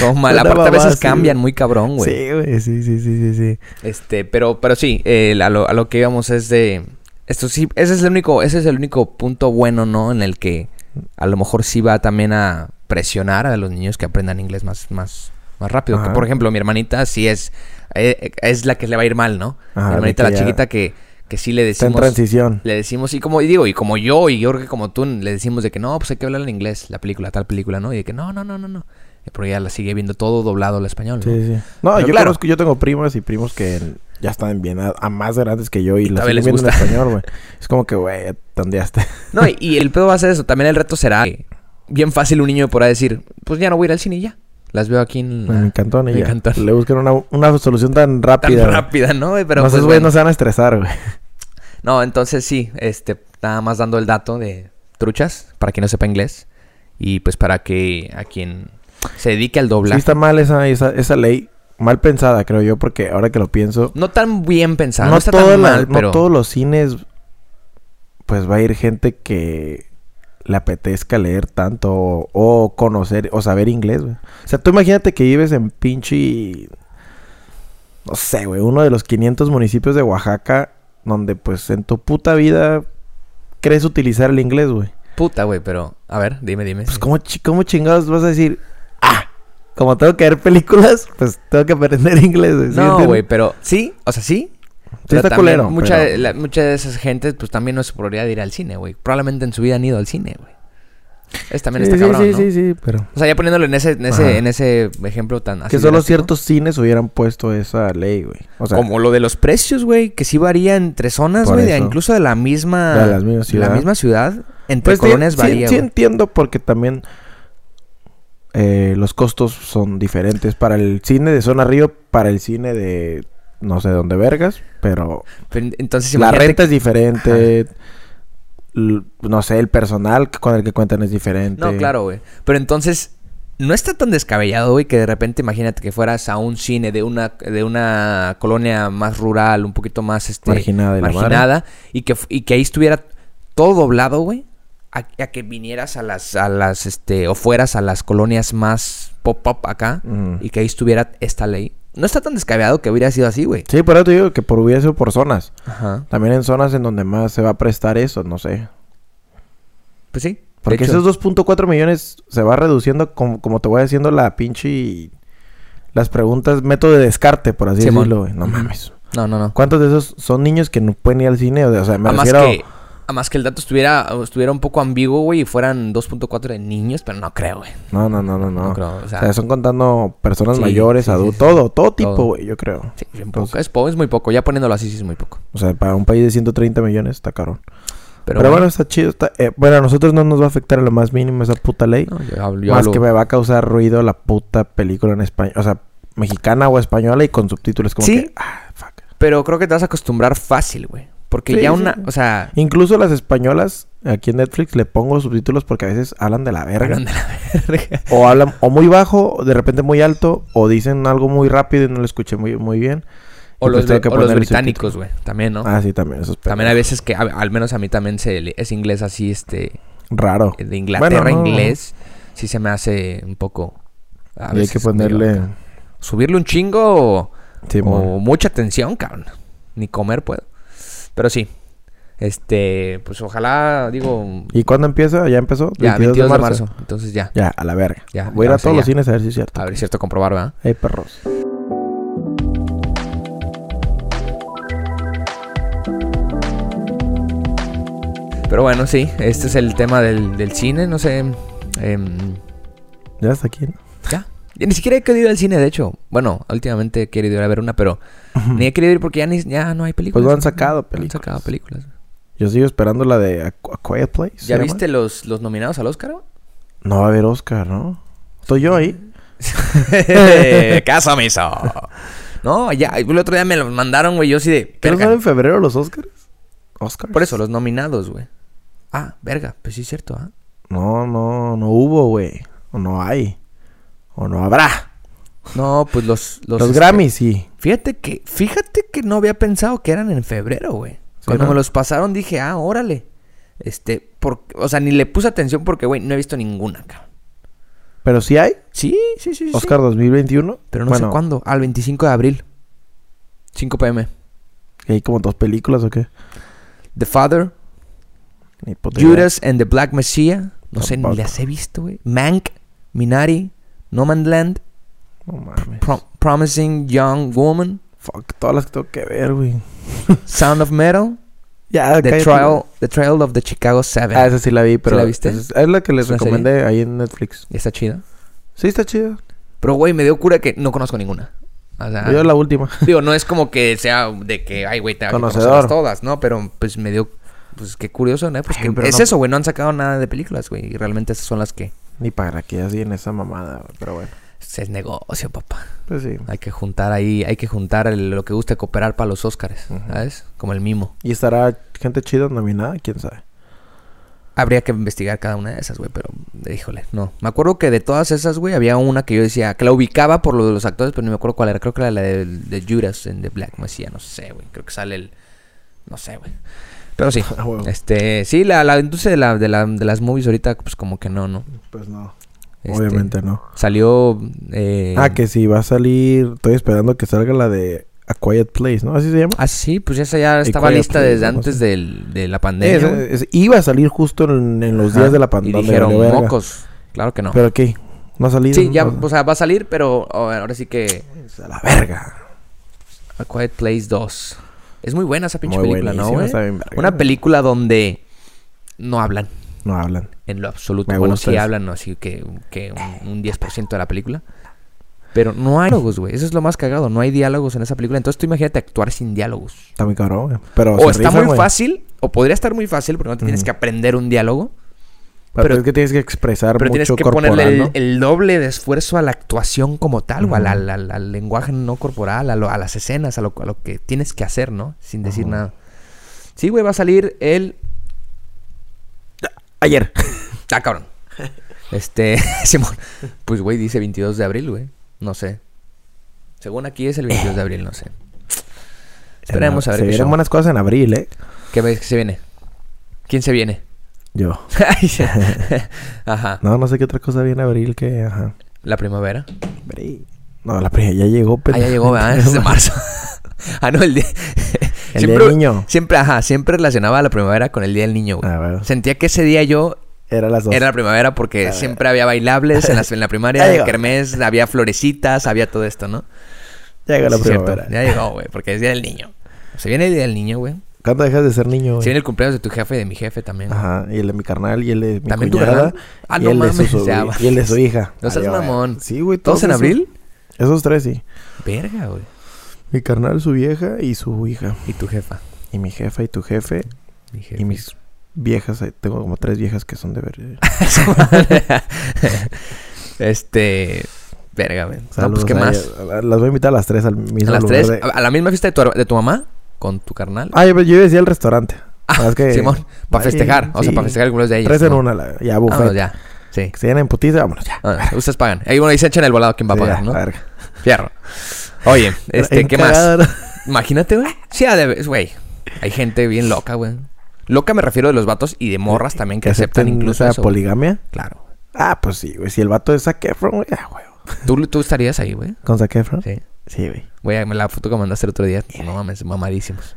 Speaker 1: Todo mal.
Speaker 2: Una
Speaker 1: Aparte, a
Speaker 2: babada
Speaker 1: veces
Speaker 2: así,
Speaker 1: cambian
Speaker 2: güey.
Speaker 1: muy cabrón, güey.
Speaker 2: Sí, güey, sí, sí, sí, sí, sí.
Speaker 1: Este, pero, pero sí, eh, a, lo, a lo que íbamos es de. Esto sí, ese es el único, ese es el único punto bueno, ¿no? En el que a lo mejor sí va también a presionar a los niños que aprendan inglés más, más, más rápido. Que,
Speaker 2: Ajá.
Speaker 1: por ejemplo, mi hermanita sí es, eh, es la que le va a ir mal, ¿no?
Speaker 2: Ajá,
Speaker 1: mi
Speaker 2: de
Speaker 1: hermanita,
Speaker 2: que
Speaker 1: la
Speaker 2: ya
Speaker 1: chiquita que, que sí le
Speaker 2: Está en
Speaker 1: decimos.
Speaker 2: transición.
Speaker 1: Le decimos, y como y digo, y como yo, y yo creo que como tú, le decimos de que no, pues hay que hablar en inglés, la película, tal película, ¿no? Y de que no, no, no, no, no. Eh, Porque ella la sigue viendo todo doblado al español. ¿no?
Speaker 2: Sí, sí. No,
Speaker 1: Pero
Speaker 2: yo
Speaker 1: claro.
Speaker 2: conozco- yo tengo primas y primos que ya están bien a, a más grandes que yo y, los
Speaker 1: todavía les
Speaker 2: siguen viendo en
Speaker 1: gusta.
Speaker 2: español, güey. Es como que, güey, ya tandeaste.
Speaker 1: No, y, y el pedo va a ser eso. También el reto será que bien fácil un niño podrá decir, pues ya no voy a ir al cine y ya. Las veo aquí en la-
Speaker 2: Me encantó,
Speaker 1: en
Speaker 2: y
Speaker 1: el
Speaker 2: ya.
Speaker 1: cantón.
Speaker 2: Le buscan una, una solución tan
Speaker 1: Tan
Speaker 2: rápida. güey.
Speaker 1: rápida, ¿no? güey? Pero
Speaker 2: no,
Speaker 1: pues,
Speaker 2: esos güeyes
Speaker 1: bueno.
Speaker 2: no se van a estresar, güey.
Speaker 1: No, entonces sí, este, nada más dando el dato de truchas, para quien no sepa inglés. Y pues para que a quien se dedique al
Speaker 2: Sí
Speaker 1: doblaje.
Speaker 2: está mal esa, esa, esa ley. Mal pensada, creo yo, porque ahora que lo pienso...
Speaker 1: No tan bien pensado, no,
Speaker 2: no,
Speaker 1: está
Speaker 2: todas
Speaker 1: tan
Speaker 2: las-
Speaker 1: mal,
Speaker 2: no
Speaker 1: pero...
Speaker 2: todos los cines... Pues va a ir gente que le apetezca leer tanto o, o conocer o saber inglés, güey. O sea, tú imagínate que vives en pinche... No sé, güey. Uno de los 500 municipios de Oaxaca donde pues en tu puta vida crees utilizar el inglés, güey.
Speaker 1: Puta, güey, pero... A ver, dime, dime.
Speaker 2: Pues, ¿cómo, chi- cómo chingados vas a decir? Ah, como tengo que ver películas, pues tengo que aprender inglés. güey", ¿sí
Speaker 1: No,
Speaker 2: entiendes?
Speaker 1: güey, pero... Sí, o sea, sí,
Speaker 2: Sí
Speaker 1: Pero
Speaker 2: está
Speaker 1: también
Speaker 2: culero.
Speaker 1: Mucha,
Speaker 2: pero-
Speaker 1: la- mucha de esas gentes, pues también no es su prioridad de ir al cine, güey. Probablemente en su vida han ido al cine, güey. Es también
Speaker 2: sí,
Speaker 1: está
Speaker 2: sí,
Speaker 1: cabrón,
Speaker 2: sí,
Speaker 1: ¿no?
Speaker 2: sí, sí, pero...
Speaker 1: O sea, ya poniéndolo en ese, en
Speaker 2: Ajá.
Speaker 1: ese, en ese ejemplo tan así
Speaker 2: que solo
Speaker 1: drástico.
Speaker 2: ciertos cines hubieran puesto esa ley, güey. O sea,
Speaker 1: Como lo de los precios, güey, que sí varía entre zonas,
Speaker 2: Por
Speaker 1: güey, de-
Speaker 2: eso.
Speaker 1: incluso de la misma...
Speaker 2: De las mismas
Speaker 1: de la
Speaker 2: ciudad.
Speaker 1: misma ciudad, entre
Speaker 2: pues sí,
Speaker 1: colonias
Speaker 2: sí,
Speaker 1: varía,
Speaker 2: sí
Speaker 1: güey.
Speaker 2: entiendo porque también eh, los costos son diferentes para el cine de Zona Río, para el cine de no sé dónde vergas, pero
Speaker 1: Pero en- Entonces,
Speaker 2: la
Speaker 1: imagínate
Speaker 2: renta es diferente. l- No sé, el personal con el que cuentan es diferente.
Speaker 1: No, claro, güey. Pero entonces, no está tan descabellado, güey, que de repente imagínate que fueras a un cine de una, de una colonia más rural, un poquito más este,
Speaker 2: Marginada de la
Speaker 1: marginada, y que, fu- y que ahí estuviera todo doblado, güey, a, a que vinieras a las, a las, este, o fueras a las colonias más pop-up acá,
Speaker 2: Mm.
Speaker 1: y que ahí estuviera esta ley. No está tan descabellado que hubiera sido así, güey.
Speaker 2: Sí, por eso te digo que por hubiese o por zonas.
Speaker 1: Ajá.
Speaker 2: También en zonas en donde más se va a prestar eso, no sé.
Speaker 1: Pues sí. de
Speaker 2: Porque
Speaker 1: hecho.
Speaker 2: esos 2.4 millones se va reduciendo como, como te voy haciendo la pinche... Las preguntas, método de descarte, por así
Speaker 1: Simón.
Speaker 2: decirlo, güey. No
Speaker 1: Ujú.
Speaker 2: mames.
Speaker 1: No, no, no.
Speaker 2: ¿Cuántos de esos son niños que no pueden ir al cine? O sea, me
Speaker 1: a más
Speaker 2: refiero...
Speaker 1: que a más que el dato estuviera estuviera un poco ambiguo, güey, y fueran 2.4 de niños, pero no creo, güey.
Speaker 2: No, no, no, no, no.
Speaker 1: No creo, o
Speaker 2: o,
Speaker 1: sea-
Speaker 2: sea, son contando personas
Speaker 1: Sí,
Speaker 2: mayores,
Speaker 1: sí, sí,
Speaker 2: adultos,
Speaker 1: sí.
Speaker 2: todo, todo
Speaker 1: Todo.
Speaker 2: tipo, güey, yo creo.
Speaker 1: Sí, bien
Speaker 2: Entonces-
Speaker 1: poco. Es, po- es muy poco. Ya poniéndolo así, sí es muy poco.
Speaker 2: O sea, para un país de 130 millones está caro.
Speaker 1: Pero,
Speaker 2: Pero, bueno, está chido. está- eh, bueno, a nosotros no nos va a afectar a lo más mínimo esa puta ley.
Speaker 1: no, yo hablo, yo
Speaker 2: más
Speaker 1: hablo-
Speaker 2: que me va a causar ruido la puta película en español. O sea, mexicana o española y con subtítulos. Como
Speaker 1: Sí.
Speaker 2: que, ah, fuck.
Speaker 1: Pero creo que te vas a acostumbrar fácil, güey. Porque
Speaker 2: Sí,
Speaker 1: ya
Speaker 2: sí,
Speaker 1: una,
Speaker 2: sí.
Speaker 1: o sea,
Speaker 2: Incluso las españolas, aquí en Netflix, le pongo subtítulos porque a veces hablan de la verga.
Speaker 1: hablan de la verga.
Speaker 2: O hablan o muy bajo, o de repente muy alto, o dicen algo muy rápido y no lo escuché muy, muy bien.
Speaker 1: o
Speaker 2: Y pues
Speaker 1: los,
Speaker 2: tengo
Speaker 1: bri-
Speaker 2: que
Speaker 1: o los
Speaker 2: ponerle
Speaker 1: británicos, güey, también, ¿no?
Speaker 2: Ah, sí, también. Eso es
Speaker 1: también hay veces que, a- al menos a mí también se le- es inglés así, este,
Speaker 2: raro.
Speaker 1: de Inglaterra,
Speaker 2: no.
Speaker 1: inglés, sí se me hace un poco. a
Speaker 2: y hay
Speaker 1: veces
Speaker 2: que
Speaker 1: medio
Speaker 2: ponerle...
Speaker 1: acá. Subirle un chingo o-
Speaker 2: Sí,
Speaker 1: o mucha atención, cabrón. Ni comer puedo. Pero sí. Este, pues ojalá, digo,
Speaker 2: ¿Y cuándo empieza? ¿Ya empezó?
Speaker 1: ya 22 de marzo. Entonces ya.
Speaker 2: Ya, a la verga.
Speaker 1: Ya,
Speaker 2: Voy a ir
Speaker 1: ahora
Speaker 2: a
Speaker 1: sí,
Speaker 2: todos los
Speaker 1: ya.
Speaker 2: cines a ver si es cierto.
Speaker 1: A ver, cierto, comprobar, ¿verdad?
Speaker 2: Hey, perros.
Speaker 1: Pero bueno, sí, este es el tema del, del cine, no sé. em,
Speaker 2: Ya está aquí, ¿no?
Speaker 1: ya. Y Ni siquiera he querido ir al cine, de hecho. Bueno, últimamente he querido ir a ver una, pero ni he querido ir porque ya, ni, ya no hay películas.
Speaker 2: Pues no han sacado
Speaker 1: No han sacado películas.
Speaker 2: Yo sigo esperando la de A, A Quiet Place. ¿se
Speaker 1: ¿Ya
Speaker 2: llama?
Speaker 1: viste los, los nominados al Oscar? güey?
Speaker 2: No va a haber Oscar, ¿no? Estoy yo ahí.
Speaker 1: Caso omiso. No, ya, el otro día me los mandaron, güey. Yo sí de.
Speaker 2: ¿Qué nos
Speaker 1: verga.
Speaker 2: dan en febrero los Oscars? Oscars.
Speaker 1: Por eso, los nominados, güey. Ah, verga, pues sí es cierto, ¿ah?
Speaker 2: No, no, no hubo, güey. O no hay. O no habrá.
Speaker 1: No, pues los. Los,
Speaker 2: Los,
Speaker 1: este,
Speaker 2: Grammys, sí.
Speaker 1: Fíjate que, fíjate que no había pensado que eran en febrero, güey. Cuando
Speaker 2: ¿no?
Speaker 1: me los pasaron dije, ah, órale. Este, por, o sea, ni le puse atención porque, güey, no he visto ninguna, cabrón.
Speaker 2: Pero sí hay.
Speaker 1: Sí, sí, sí. sí,
Speaker 2: Oscar 2021.
Speaker 1: Pero no sé
Speaker 2: Bueno,
Speaker 1: cuándo. Al 25 de abril. 5 pm.
Speaker 2: ¿Hay como dos películas o qué?
Speaker 1: The Father,
Speaker 2: Ni puta idea.
Speaker 1: Judas and the Black Messiah. No sé, ni
Speaker 2: Tampoco.
Speaker 1: las he visto, güey. Mank, Minari, No Man's Land,
Speaker 2: No mames.
Speaker 1: Pro- Promising Young Woman,
Speaker 2: Fuck, todas las que tengo que ver, güey.
Speaker 1: Sound of Metal,
Speaker 2: Ya,
Speaker 1: The
Speaker 2: cállate, güey.
Speaker 1: Trial, The Trial of the Chicago Seven.
Speaker 2: Ah, esa sí la vi, pero.
Speaker 1: la viste?
Speaker 2: esa Es, es la que les
Speaker 1: ¿Es una
Speaker 2: recomendé ahí en Netflix.
Speaker 1: Está chida.
Speaker 2: Sí, está chida.
Speaker 1: Pero, güey, me dio cura que no conozco ninguna. O sea,
Speaker 2: Yo la última.
Speaker 1: digo, no es como que sea de que, ay, güey, te que
Speaker 2: Conocedor.
Speaker 1: conocerlas todas, ¿no? Pero, pues, me dio, pues, qué curioso, ¿no? Pues,
Speaker 2: Ay,
Speaker 1: que
Speaker 2: pero
Speaker 1: es
Speaker 2: no-
Speaker 1: eso, güey, no han sacado nada de películas, güey. Y realmente esas son las que...
Speaker 2: Ni para que así en esa mamada, güey, pero bueno.
Speaker 1: Es negocio, papá.
Speaker 2: Pues sí.
Speaker 1: Hay que juntar ahí, hay que juntar el- lo que gusta cooperar para los Óscares, ¿sabes? Como el mimo.
Speaker 2: ¿Y estará gente chida nominada? ¿Quién sabe?
Speaker 1: Habría que investigar cada una de esas, güey, pero eh, híjole, no. Me acuerdo que de todas esas, güey, había una que yo decía, que la ubicaba por lo de los actores, pero no me acuerdo cuál era. Creo que era la de, de Judas en The Black Messiah, no sé, güey. Creo que sale el. No sé, güey. Pero sí.
Speaker 2: Ah, huevo.
Speaker 1: Este, sí, la, la industria de, la, de, la- de las movies ahorita, pues como que no, ¿no?
Speaker 2: Pues no.
Speaker 1: Este,
Speaker 2: Obviamente no.
Speaker 1: Salió. Eh,
Speaker 2: Ah, que sí, va a salir. Estoy esperando que salga la de A Quiet Place, ¿no? ¿Así se llama?
Speaker 1: Ah, sí, pues esa ya estaba
Speaker 2: cuál,
Speaker 1: lista
Speaker 2: pues,
Speaker 1: desde
Speaker 2: no
Speaker 1: antes
Speaker 2: sé.
Speaker 1: del- de la pandemia.
Speaker 2: Es-
Speaker 1: güey.
Speaker 2: es- iba a salir justo en, en los
Speaker 1: Ajá.
Speaker 2: días de la
Speaker 1: Y
Speaker 2: pandemia.
Speaker 1: dijeron, mocos. Claro que no.
Speaker 2: ¿Pero qué? ¿No ha salido?
Speaker 1: sí, ya, pues,
Speaker 2: No.
Speaker 1: o sea, va a salir, pero oh, ahora sí que.
Speaker 2: A la verga.
Speaker 1: A Quiet Place 2. Es muy buena esa pinche
Speaker 2: Muy
Speaker 1: película, ¿no,
Speaker 2: buenísima,
Speaker 1: güey?
Speaker 2: está bien verga.
Speaker 1: Una película donde no hablan
Speaker 2: No hablan.
Speaker 1: en lo absoluto.
Speaker 2: Me
Speaker 1: bueno,
Speaker 2: gusta
Speaker 1: sí
Speaker 2: eso.
Speaker 1: hablan, ¿no? así que, que un, un 10% de la película. Pero no hay diálogos, güey. Eso es lo más cagado. No hay diálogos en esa película. Entonces tú imagínate actuar sin diálogos.
Speaker 2: Está muy cabrón, güey. Pero
Speaker 1: o
Speaker 2: se
Speaker 1: Oh, está
Speaker 2: rifan,
Speaker 1: muy
Speaker 2: güey.
Speaker 1: fácil, o podría estar muy fácil porque no te tienes
Speaker 2: Ujú.
Speaker 1: que aprender un diálogo.
Speaker 2: Pero,
Speaker 1: pero-
Speaker 2: es que tienes que expresar
Speaker 1: Pero tienes
Speaker 2: mucho
Speaker 1: que
Speaker 2: corporal,
Speaker 1: ponerle el,
Speaker 2: ¿no?
Speaker 1: el doble de esfuerzo a la actuación como tal, o al,
Speaker 2: Ujú.
Speaker 1: al- al- al lenguaje no corporal, a, lo- a las escenas, a lo, a lo que tienes que hacer, ¿no? Sin decir
Speaker 2: Ajá.
Speaker 1: nada. Sí, güey, va a salir el...
Speaker 2: Ayer.
Speaker 1: Ah, cabrón. Este, Simón. Pues, güey, dice 22 de abril, güey. No sé. Según aquí es el 22 de abril, no sé. Esperemos a ver
Speaker 2: Se
Speaker 1: qué
Speaker 2: vienen
Speaker 1: show.
Speaker 2: buenas cosas en abril, ¿eh?
Speaker 1: ¿Qué ves que se viene? ¿Quién se viene?
Speaker 2: Yo.
Speaker 1: Ajá.
Speaker 2: No, no sé qué otra cosa viene en abril que... Ajá.
Speaker 1: La primavera.
Speaker 2: No, la primera ya llegó, pero...
Speaker 1: Ah, ya llegó, ¿verdad? Es de marzo. ah, no, el día...
Speaker 2: El día del niño.
Speaker 1: Siempre, ajá, siempre relacionaba la primavera con el día del niño, güey.
Speaker 2: Ah, bueno.
Speaker 1: Sentía que ese día yo
Speaker 2: Era las dos. Ah,
Speaker 1: era la primavera porque siempre había bailables en, las- en la primaria,
Speaker 2: Ya
Speaker 1: en
Speaker 2: llegó.
Speaker 1: kermés, había florecitas, había todo esto, ¿no?
Speaker 2: Llega la
Speaker 1: Sí, cierto.
Speaker 2: primavera.
Speaker 1: Ya llegó, güey, porque es día del niño. Se viene el día del niño, güey.
Speaker 2: ¿Cuándo dejas de ser niño, güey?
Speaker 1: Se viene el cumpleaños de tu jefe y de mi jefe también. güey.
Speaker 2: Ajá, y el de mi carnal, y el de mi
Speaker 1: ¿También tu
Speaker 2: cuñada,
Speaker 1: carnal? Ah,
Speaker 2: y,
Speaker 1: no
Speaker 2: el de
Speaker 1: mames,
Speaker 2: su,
Speaker 1: ya,
Speaker 2: y el de su hija.
Speaker 1: No seas
Speaker 2: Adiós, güey.
Speaker 1: mamón.
Speaker 2: Sí, güey.
Speaker 1: ¿Todos en
Speaker 2: esos-
Speaker 1: abril?
Speaker 2: Esos tres, sí.
Speaker 1: Verga, güey.
Speaker 2: Mi carnal, su vieja y su hija.
Speaker 1: Y tu jefa.
Speaker 2: Y mi jefa y tu jefe.
Speaker 1: Mi jefe.
Speaker 2: Y mis viejas, eh, tengo como tres viejas que son de
Speaker 1: Ah,
Speaker 2: ver.
Speaker 1: pues, este. Verga, güey. No,
Speaker 2: Saludos
Speaker 1: pues, ¿qué
Speaker 2: a
Speaker 1: más?
Speaker 2: ellas. A- a- Las voy a invitar a las tres al mismo
Speaker 1: A las
Speaker 2: lugar
Speaker 1: tres,
Speaker 2: de-
Speaker 1: a a la misma fiesta de tu, her- de tu mamá con tu carnal.
Speaker 2: Ah, yo, yo decía el restaurante.
Speaker 1: Ah,
Speaker 2: Ah, es que-
Speaker 1: Simón, para
Speaker 2: Ay,
Speaker 1: festejar, o sea,
Speaker 2: sí.
Speaker 1: para festejar el cumpleaños de ellos.
Speaker 2: tres en
Speaker 1: ¿no?
Speaker 2: una, la- ya, buffet.
Speaker 1: Vámonos ya. Sí.
Speaker 2: Que se llenen putiza, vámonos ya.
Speaker 1: Vámonos, Ustedes pagan. Ahí bueno, ahí se echan el volado quién va a
Speaker 2: Sí,
Speaker 1: pagar,
Speaker 2: ya,
Speaker 1: ¿no?
Speaker 2: la verga.
Speaker 1: Fierro. Oye, este,
Speaker 2: Bien
Speaker 1: ¿qué más?
Speaker 2: cagado, ¿no?
Speaker 1: Imagínate, güey. Sí, ha de ver- güey. Hay gente bien loca, güey. Loca me refiero de los vatos y de morras también que aceptan
Speaker 2: acepten
Speaker 1: incluso
Speaker 2: esa
Speaker 1: eso. güey.
Speaker 2: poligamia.
Speaker 1: Claro.
Speaker 2: Ah, pues sí, güey. Si el vato es Zac Efron, güey, ah, güey.
Speaker 1: ¿Tú, tú estarías ahí, güey.
Speaker 2: ¿Con Zac Efron?
Speaker 1: Sí.
Speaker 2: Sí, güey.
Speaker 1: Güey, la foto que mandaste el otro día. No mames, mamadísimos.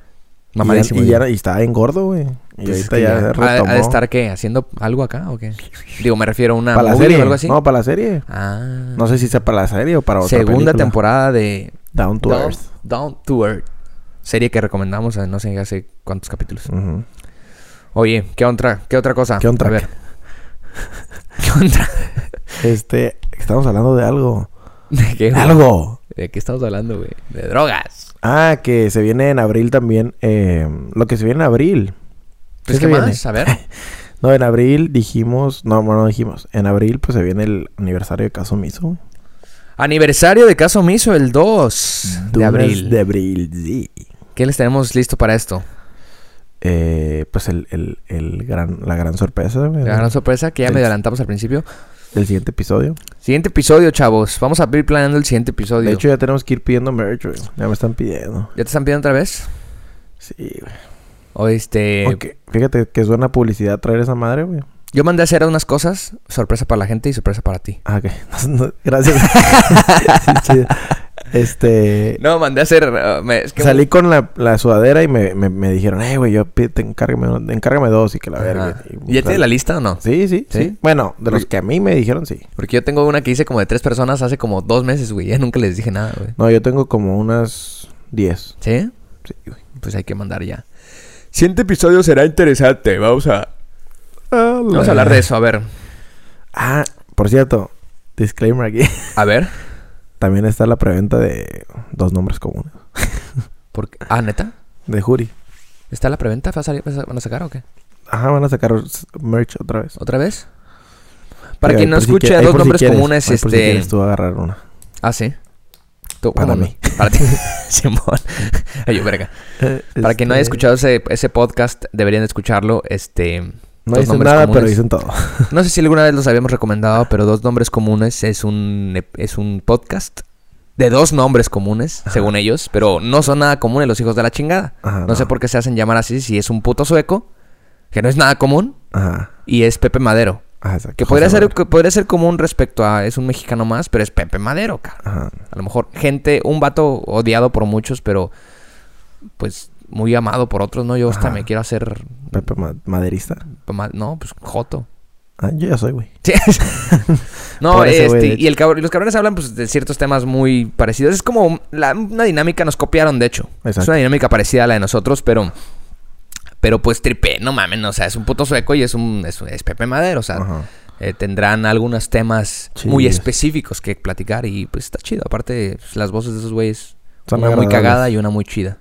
Speaker 2: Y,
Speaker 1: Mamadísimos.
Speaker 2: ya- y,
Speaker 1: güey.
Speaker 2: ya- y estaba engordo, güey. Y
Speaker 1: Pues es
Speaker 2: ahorita
Speaker 1: que
Speaker 2: ya,
Speaker 1: ya-
Speaker 2: retomó.
Speaker 1: ¿Ha, ha de estar qué? ¿Haciendo algo acá o qué? Digo, me refiero a una
Speaker 2: ¿Para la
Speaker 1: movie
Speaker 2: serie?
Speaker 1: o algo así.
Speaker 2: No, para la serie.
Speaker 1: Ah.
Speaker 2: No sé si sea para la serie o para otra
Speaker 1: Segunda
Speaker 2: película.
Speaker 1: temporada de
Speaker 2: Down to
Speaker 1: Down,
Speaker 2: Earth.
Speaker 1: Down to Earth. Serie que recomendamos a no sé hace cuántos capítulos.
Speaker 2: Ujú.
Speaker 1: Oye, ¿qué otra, qué otra cosa?
Speaker 2: ¿Qué otra?
Speaker 1: A ver. ¿Qué otra?
Speaker 2: Este, estamos hablando de algo.
Speaker 1: ¿De qué, güey?
Speaker 2: ¡Algo!
Speaker 1: ¿De qué estamos hablando, güey? De drogas.
Speaker 2: Ah, que se em, viene en abril también. eh, lo que se viene en abril.
Speaker 1: Pues,
Speaker 2: ¿Qué
Speaker 1: ¿Qué
Speaker 2: se
Speaker 1: más? A ver.
Speaker 2: No, en abril dijimos, no, no dijimos, en abril pues se viene el aniversario de Caso Miso. güey.
Speaker 1: Aniversario de Caso Miso, el 2 de
Speaker 2: Dunas
Speaker 1: abril.
Speaker 2: Mm, De abril, sí.
Speaker 1: ¿Qué les tenemos listo para esto?
Speaker 2: Eh, pues el, el, el gran, la gran sorpresa güey,
Speaker 1: La gran sorpresa que ya me
Speaker 2: El-
Speaker 1: adelantamos al principio.
Speaker 2: del siguiente episodio.
Speaker 1: Siguiente episodio, chavos. Vamos a ir planeando el siguiente episodio.
Speaker 2: De hecho ya tenemos que ir pidiendo merch, güey. Ya me están pidiendo.
Speaker 1: ¿Ya te están pidiendo otra vez?
Speaker 2: Sí, güey.
Speaker 1: O este...
Speaker 2: Aunque, fíjate que suena publicidad traer esa madre, güey.
Speaker 1: Yo mandé a hacer unas cosas. Sorpresa para la gente y sorpresa para ti.
Speaker 2: Ah, ok. No, no, gracias. Sí, chido. Este...
Speaker 1: No, mandé a hacer... uh, me- es que-
Speaker 2: Salí con la, la sudadera y me, me, me dijeron, eh, güey, yo pide- te encárgame, uno- encárgame dos y que la
Speaker 1: Ajá.
Speaker 2: verga. Y,
Speaker 1: ¿Ya
Speaker 2: pues,
Speaker 1: tienes la lista o no?
Speaker 2: Sí, sí, sí,
Speaker 1: ¿Sí?
Speaker 2: Bueno, de los que a mí me dijeron, sí.
Speaker 1: Porque yo tengo una que hice como de tres personas hace como dos meses, güey. Ya nunca les dije nada, güey.
Speaker 2: No, yo tengo como unas 10.
Speaker 1: ¿Sí?
Speaker 2: Sí, güey.
Speaker 1: Pues hay que mandar ya. Siguiente episodio será interesante. Vamos a... Vamos a hablar de eso. A ver.
Speaker 2: Ah, por cierto, disclaimer aquí.
Speaker 1: A ver.
Speaker 2: También está la preventa de dos nombres comunes.
Speaker 1: ¿Por qué? Ah, ¿neta?
Speaker 2: De Juri.
Speaker 1: ¿Está la preventa? ¿Va a salir- ¿Van a sacar o qué?
Speaker 2: Ajá, van a sacar s- merch otra vez.
Speaker 1: ¿Otra vez? Para
Speaker 2: Sí,
Speaker 1: quien
Speaker 2: ahí
Speaker 1: no
Speaker 2: por si
Speaker 1: escuche,
Speaker 2: quie-
Speaker 1: a
Speaker 2: ahí
Speaker 1: dos
Speaker 2: por si
Speaker 1: nombres
Speaker 2: quieres,
Speaker 1: comunes,
Speaker 2: ahí por si
Speaker 1: este...
Speaker 2: quieres tú agarrar una.
Speaker 1: ah, sí. Tú,
Speaker 2: Para
Speaker 1: vámonos.
Speaker 2: mí.
Speaker 1: Para ti. Simón. Ay, yo, verga. Para quien no haya
Speaker 2: Este,
Speaker 1: escuchado ese, ese podcast, deberían de escucharlo. Este...
Speaker 2: No
Speaker 1: dos
Speaker 2: dicen
Speaker 1: nombres
Speaker 2: nada, pero
Speaker 1: comunes.
Speaker 2: dicen todo.
Speaker 1: No sé si alguna vez los habíamos recomendado, pero Dos Nombres Comunes es un, ep- es un podcast de dos nombres comunes, según ellos, pero no son nada comunes los hijos de la chingada.
Speaker 2: Ajá,
Speaker 1: no, sé por qué se hacen llamar así si es un puto sueco, que no es nada común,
Speaker 2: Ajá.
Speaker 1: y es Pepe Madero.
Speaker 2: Ajá, Ah, exacto. Pues
Speaker 1: Que podría
Speaker 2: José
Speaker 1: ser,
Speaker 2: Madero.
Speaker 1: que podría ser común respecto a es un mexicano más, pero es Pepe Madero, cabrón.
Speaker 2: Ajá.
Speaker 1: A lo mejor gente, un vato odiado por muchos, pero pues muy amado por otros, ¿no? Yo hasta
Speaker 2: Ajá.
Speaker 1: me quiero hacer...
Speaker 2: Pepe ma- Maderista.
Speaker 1: ma- No, pues Joto.
Speaker 2: Ah, yo ya soy, güey.
Speaker 1: Sí. no,
Speaker 2: Por ese güey, de
Speaker 1: este,
Speaker 2: hecho.
Speaker 1: y el cabr- los cabrones hablan pues, de ciertos temas muy parecidos. Es como la- una dinámica, nos copiaron, de hecho. Es
Speaker 2: Exacto.
Speaker 1: una dinámica parecida a la de nosotros, pero. Pero pues tripe, no mamen, o sea, es un puto sueco y es un. Es, es Pepe Madero, o sea,
Speaker 2: Ajá.
Speaker 1: eh, tendrán algunos temas muy
Speaker 2: Chidos.
Speaker 1: específicos que platicar y pues está chido. Aparte, pues, las voces de esos güeyes,
Speaker 2: Son
Speaker 1: una muy
Speaker 2: agradables.
Speaker 1: cagada y una muy chida.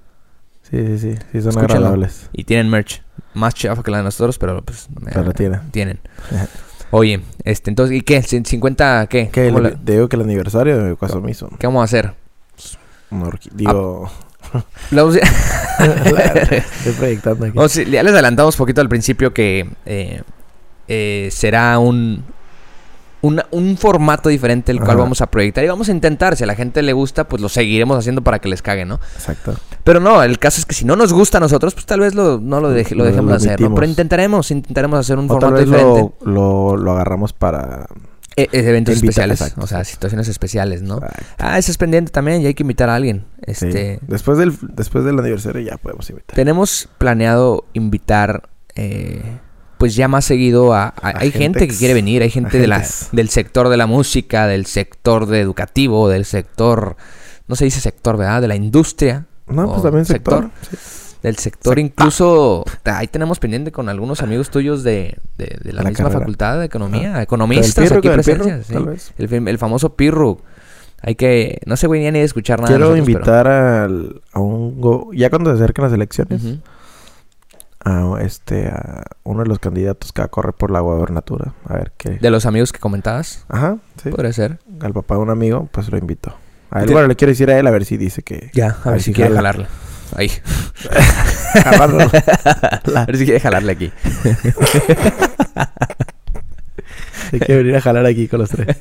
Speaker 2: Sí, sí, sí. Sí, son
Speaker 1: Escúchenlo.
Speaker 2: agradables.
Speaker 1: Y tienen merch más chafa que la de nosotros, pero pues.
Speaker 2: Pero
Speaker 1: eh,
Speaker 2: tienen.
Speaker 1: tienen. Oye, este, entonces, ¿y qué? ¿Cin- ¿50 qué?
Speaker 2: Que
Speaker 1: ¿Cómo
Speaker 2: el-
Speaker 1: la-
Speaker 2: Te digo que el aniversario de Casomiso.
Speaker 1: ¿Qué vamos a hacer? Ah.
Speaker 2: Digo.
Speaker 1: La-
Speaker 2: Estoy proyectando aquí.
Speaker 1: o sea, ya les adelantamos poquito al principio que eh, eh, será un, una- un formato diferente el cual
Speaker 2: Ajá.
Speaker 1: vamos a proyectar y vamos a intentar. Si a la gente le gusta, pues lo seguiremos haciendo para que les cague, ¿no?
Speaker 2: Exacto.
Speaker 1: Pero no, el caso es que si no nos gusta a nosotros, pues tal vez lo, no lo, deje- lo
Speaker 2: Lo-
Speaker 1: dejemos
Speaker 2: lo
Speaker 1: hacer, ¿no?
Speaker 2: omitimos.
Speaker 1: Pero intentaremos, intentaremos hacer un
Speaker 2: O tal
Speaker 1: formato
Speaker 2: vez
Speaker 1: diferente.
Speaker 2: lo, lo, lo agarramos para.
Speaker 1: Eh, eh, eventos
Speaker 2: Invita-
Speaker 1: especiales,
Speaker 2: exacto,
Speaker 1: o sea, situaciones especiales, ¿no?
Speaker 2: Ah,
Speaker 1: Ah, eso es pendiente también y hay que invitar a alguien.
Speaker 2: sí.
Speaker 1: Este,
Speaker 2: Después, del, después del aniversario ya podemos invitar.
Speaker 1: Tenemos planeado invitar, eh, pues ya más seguido a... a-
Speaker 2: A
Speaker 1: hay gente,
Speaker 2: gente
Speaker 1: que
Speaker 2: ex-
Speaker 1: quiere venir, hay gente de la,
Speaker 2: agentes.
Speaker 1: del sector de la música, del sector de educativo, del sector... No se dice sector, ¿verdad? De la industria.
Speaker 2: No,
Speaker 1: o
Speaker 2: pues también sector. sí.
Speaker 1: Del sector incluso... Ahí tenemos pendiente con algunos amigos tuyos de, de- de la,
Speaker 2: De la
Speaker 1: misma
Speaker 2: carrera.
Speaker 1: facultad de economía,
Speaker 2: Con
Speaker 1: economistas
Speaker 2: el Pirru,
Speaker 1: aquí
Speaker 2: con el Pirru,
Speaker 1: presencias. sí.
Speaker 2: tal vez.
Speaker 1: El, fam- el famoso Pirru. Hay que... No se voy ni a escuchar nada. de
Speaker 2: Quiero
Speaker 1: nosotros, pero-
Speaker 2: invitar al- a un. go- ya cuando se acerquen las elecciones,
Speaker 1: Ujú.
Speaker 2: a, este, a uno de los candidatos que va a correr por la gubernatura. A ver qué.
Speaker 1: De los amigos que comentabas.
Speaker 2: Ajá, sí.
Speaker 1: Podría ser.
Speaker 2: Al papá de un amigo, pues lo invito. A él,
Speaker 1: Te-
Speaker 2: bueno, le quiero decir a él a ver si dice que.
Speaker 1: Ya, a, ver si, quiere jalarle. Ahí.
Speaker 2: Jalarlo.
Speaker 1: A ver si quiere jalarle aquí.
Speaker 2: Se quiere venir a jalar aquí con los tres.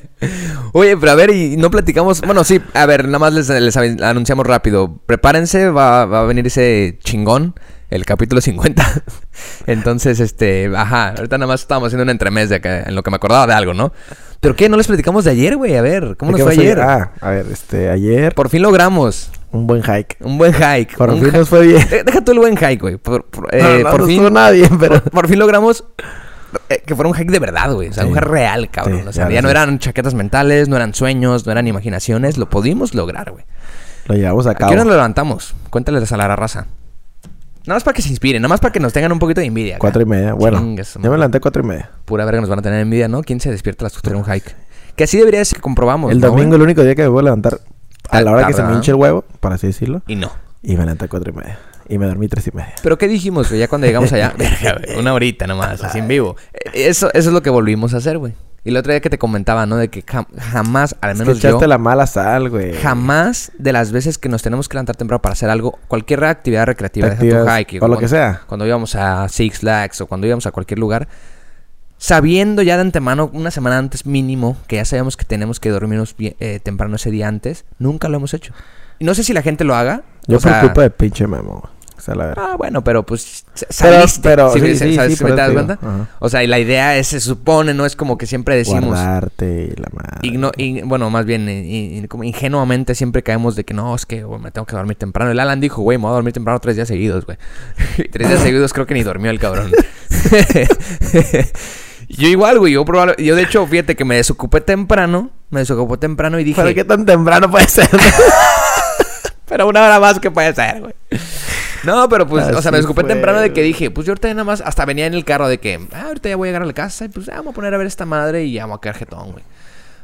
Speaker 1: Oye, pero a ver, y no platicamos. Bueno, sí, a ver, nada más les, les avi- anunciamos rápido. Prepárense, va, va a venir ese chingón, el capítulo 50. Entonces, este, ajá, ahorita nada más estábamos haciendo un entremés de acá, en lo que me acordaba de algo, ¿no? ¿Pero qué? ¿No les platicamos de ayer, güey? A ver, ¿cómo
Speaker 2: ¿De
Speaker 1: nos
Speaker 2: qué
Speaker 1: fue
Speaker 2: vas a
Speaker 1: ayer?
Speaker 2: ir? Ah, a ver, este, ayer
Speaker 1: Por fin logramos
Speaker 2: un buen hike.
Speaker 1: un buen hike.
Speaker 2: Por
Speaker 1: un
Speaker 2: fin
Speaker 1: hi-
Speaker 2: nos fue bien.
Speaker 1: De- Deja tú el buen hike, güey. Por, por- eh,
Speaker 2: No, no,
Speaker 1: por
Speaker 2: no
Speaker 1: fin.
Speaker 2: estuvo nada bien, pero...
Speaker 1: Por, por fin logramos eh, que fuera un hack de verdad, güey. O sea,
Speaker 2: Sí.
Speaker 1: un hack real, cabrón.
Speaker 2: Sí,
Speaker 1: o sea,
Speaker 2: ya
Speaker 1: ya no
Speaker 2: lo sé.
Speaker 1: eran chaquetas mentales, no eran sueños, no eran imaginaciones. Lo pudimos lograr, güey.
Speaker 2: Lo llevamos a
Speaker 1: ¿A
Speaker 2: cabo.
Speaker 1: qué hora nos levantamos? Cuéntales a la raza. Nada más para que se inspiren, nada más para que nos tengan un poquito de envidia. acá.
Speaker 2: Cuatro y media. Bueno,
Speaker 1: Chinga su
Speaker 2: yo me
Speaker 1: madre.
Speaker 2: levanté cuatro y media.
Speaker 1: Pura verga nos van a tener envidia, ¿no? ¿Quién se despierta a las 4 de un hike? Que así debería ser que comprobamos.
Speaker 2: el
Speaker 1: Pues ¿no,
Speaker 2: domingo,
Speaker 1: güey?
Speaker 2: el único día que me voy a levantar a
Speaker 1: Ta-
Speaker 2: la hora que se
Speaker 1: tarde,
Speaker 2: me
Speaker 1: ¿no?
Speaker 2: hinche el huevo, para así decirlo.
Speaker 1: Y no.
Speaker 2: Y me levanté a cuatro y media. Y me dormí tres y media.
Speaker 1: ¿Pero qué dijimos, güey? Ya cuando llegamos allá. Verga, güey, Una horita nomás, así en vivo. Eh, Eso, eso es lo que volvimos a hacer, güey. Y la otra día que te comentaba, ¿no? De que jam- jamás, al
Speaker 2: Es que
Speaker 1: menos yo,
Speaker 2: echaste la mala sal, güey.
Speaker 1: jamás de las veces que nos tenemos que levantar temprano para hacer algo, cualquier actividad recreativa, deja tú
Speaker 2: Actividades-
Speaker 1: hiking,
Speaker 2: o lo
Speaker 1: cuando-
Speaker 2: que sea.
Speaker 1: cuando íbamos a Six Flags o cuando íbamos a cualquier lugar, sabiendo ya de antemano, una semana antes mínimo, que ya sabíamos que tenemos que dormirnos bien- eh, temprano ese día antes, nunca lo hemos hecho. Y no sé si la gente lo haga.
Speaker 2: Yo
Speaker 1: o
Speaker 2: por
Speaker 1: sea,
Speaker 2: culpa de pinche memo, güey. O sea, la verdad.
Speaker 1: Ah, bueno, pero pues sa-
Speaker 2: Pero-
Speaker 1: saliste.
Speaker 2: pero-
Speaker 1: ¿sí
Speaker 2: sí,
Speaker 1: me-
Speaker 2: sí,
Speaker 1: sabes
Speaker 2: sí,
Speaker 1: si
Speaker 2: por
Speaker 1: me
Speaker 2: eso
Speaker 1: das
Speaker 2: te digo.
Speaker 1: cuenta?
Speaker 2: Ajá.
Speaker 1: O sea, y la idea es, se supone, no es como que siempre decimos.
Speaker 2: Guardarte y la madre.
Speaker 1: Igno- ig- bueno, más bien, i- i- como ingenuamente siempre caemos de que no, es que güey, me tengo que dormir temprano. El Alan dijo, güey, me voy a dormir temprano tres días seguidos, güey. Y tres días seguidos creo que ni dormió el cabrón. yo igual, güey. Yo, probable- yo, de hecho, fíjate que me desocupé temprano. Me desocupé temprano y dije,
Speaker 2: ¿Pero qué tan temprano puede ser?
Speaker 1: pero una hora más que puede ser, güey. No, pero pues, o sea, me
Speaker 2: Así
Speaker 1: desocupé
Speaker 2: fue,
Speaker 1: temprano de que
Speaker 2: güey.
Speaker 1: dije, pues yo ahorita ya nada más, hasta venía en el carro de que, ah, ahorita ya voy a llegar a la casa y pues ah, vamos a poner a ver esta madre y ya vamos a quedar jetón, güey.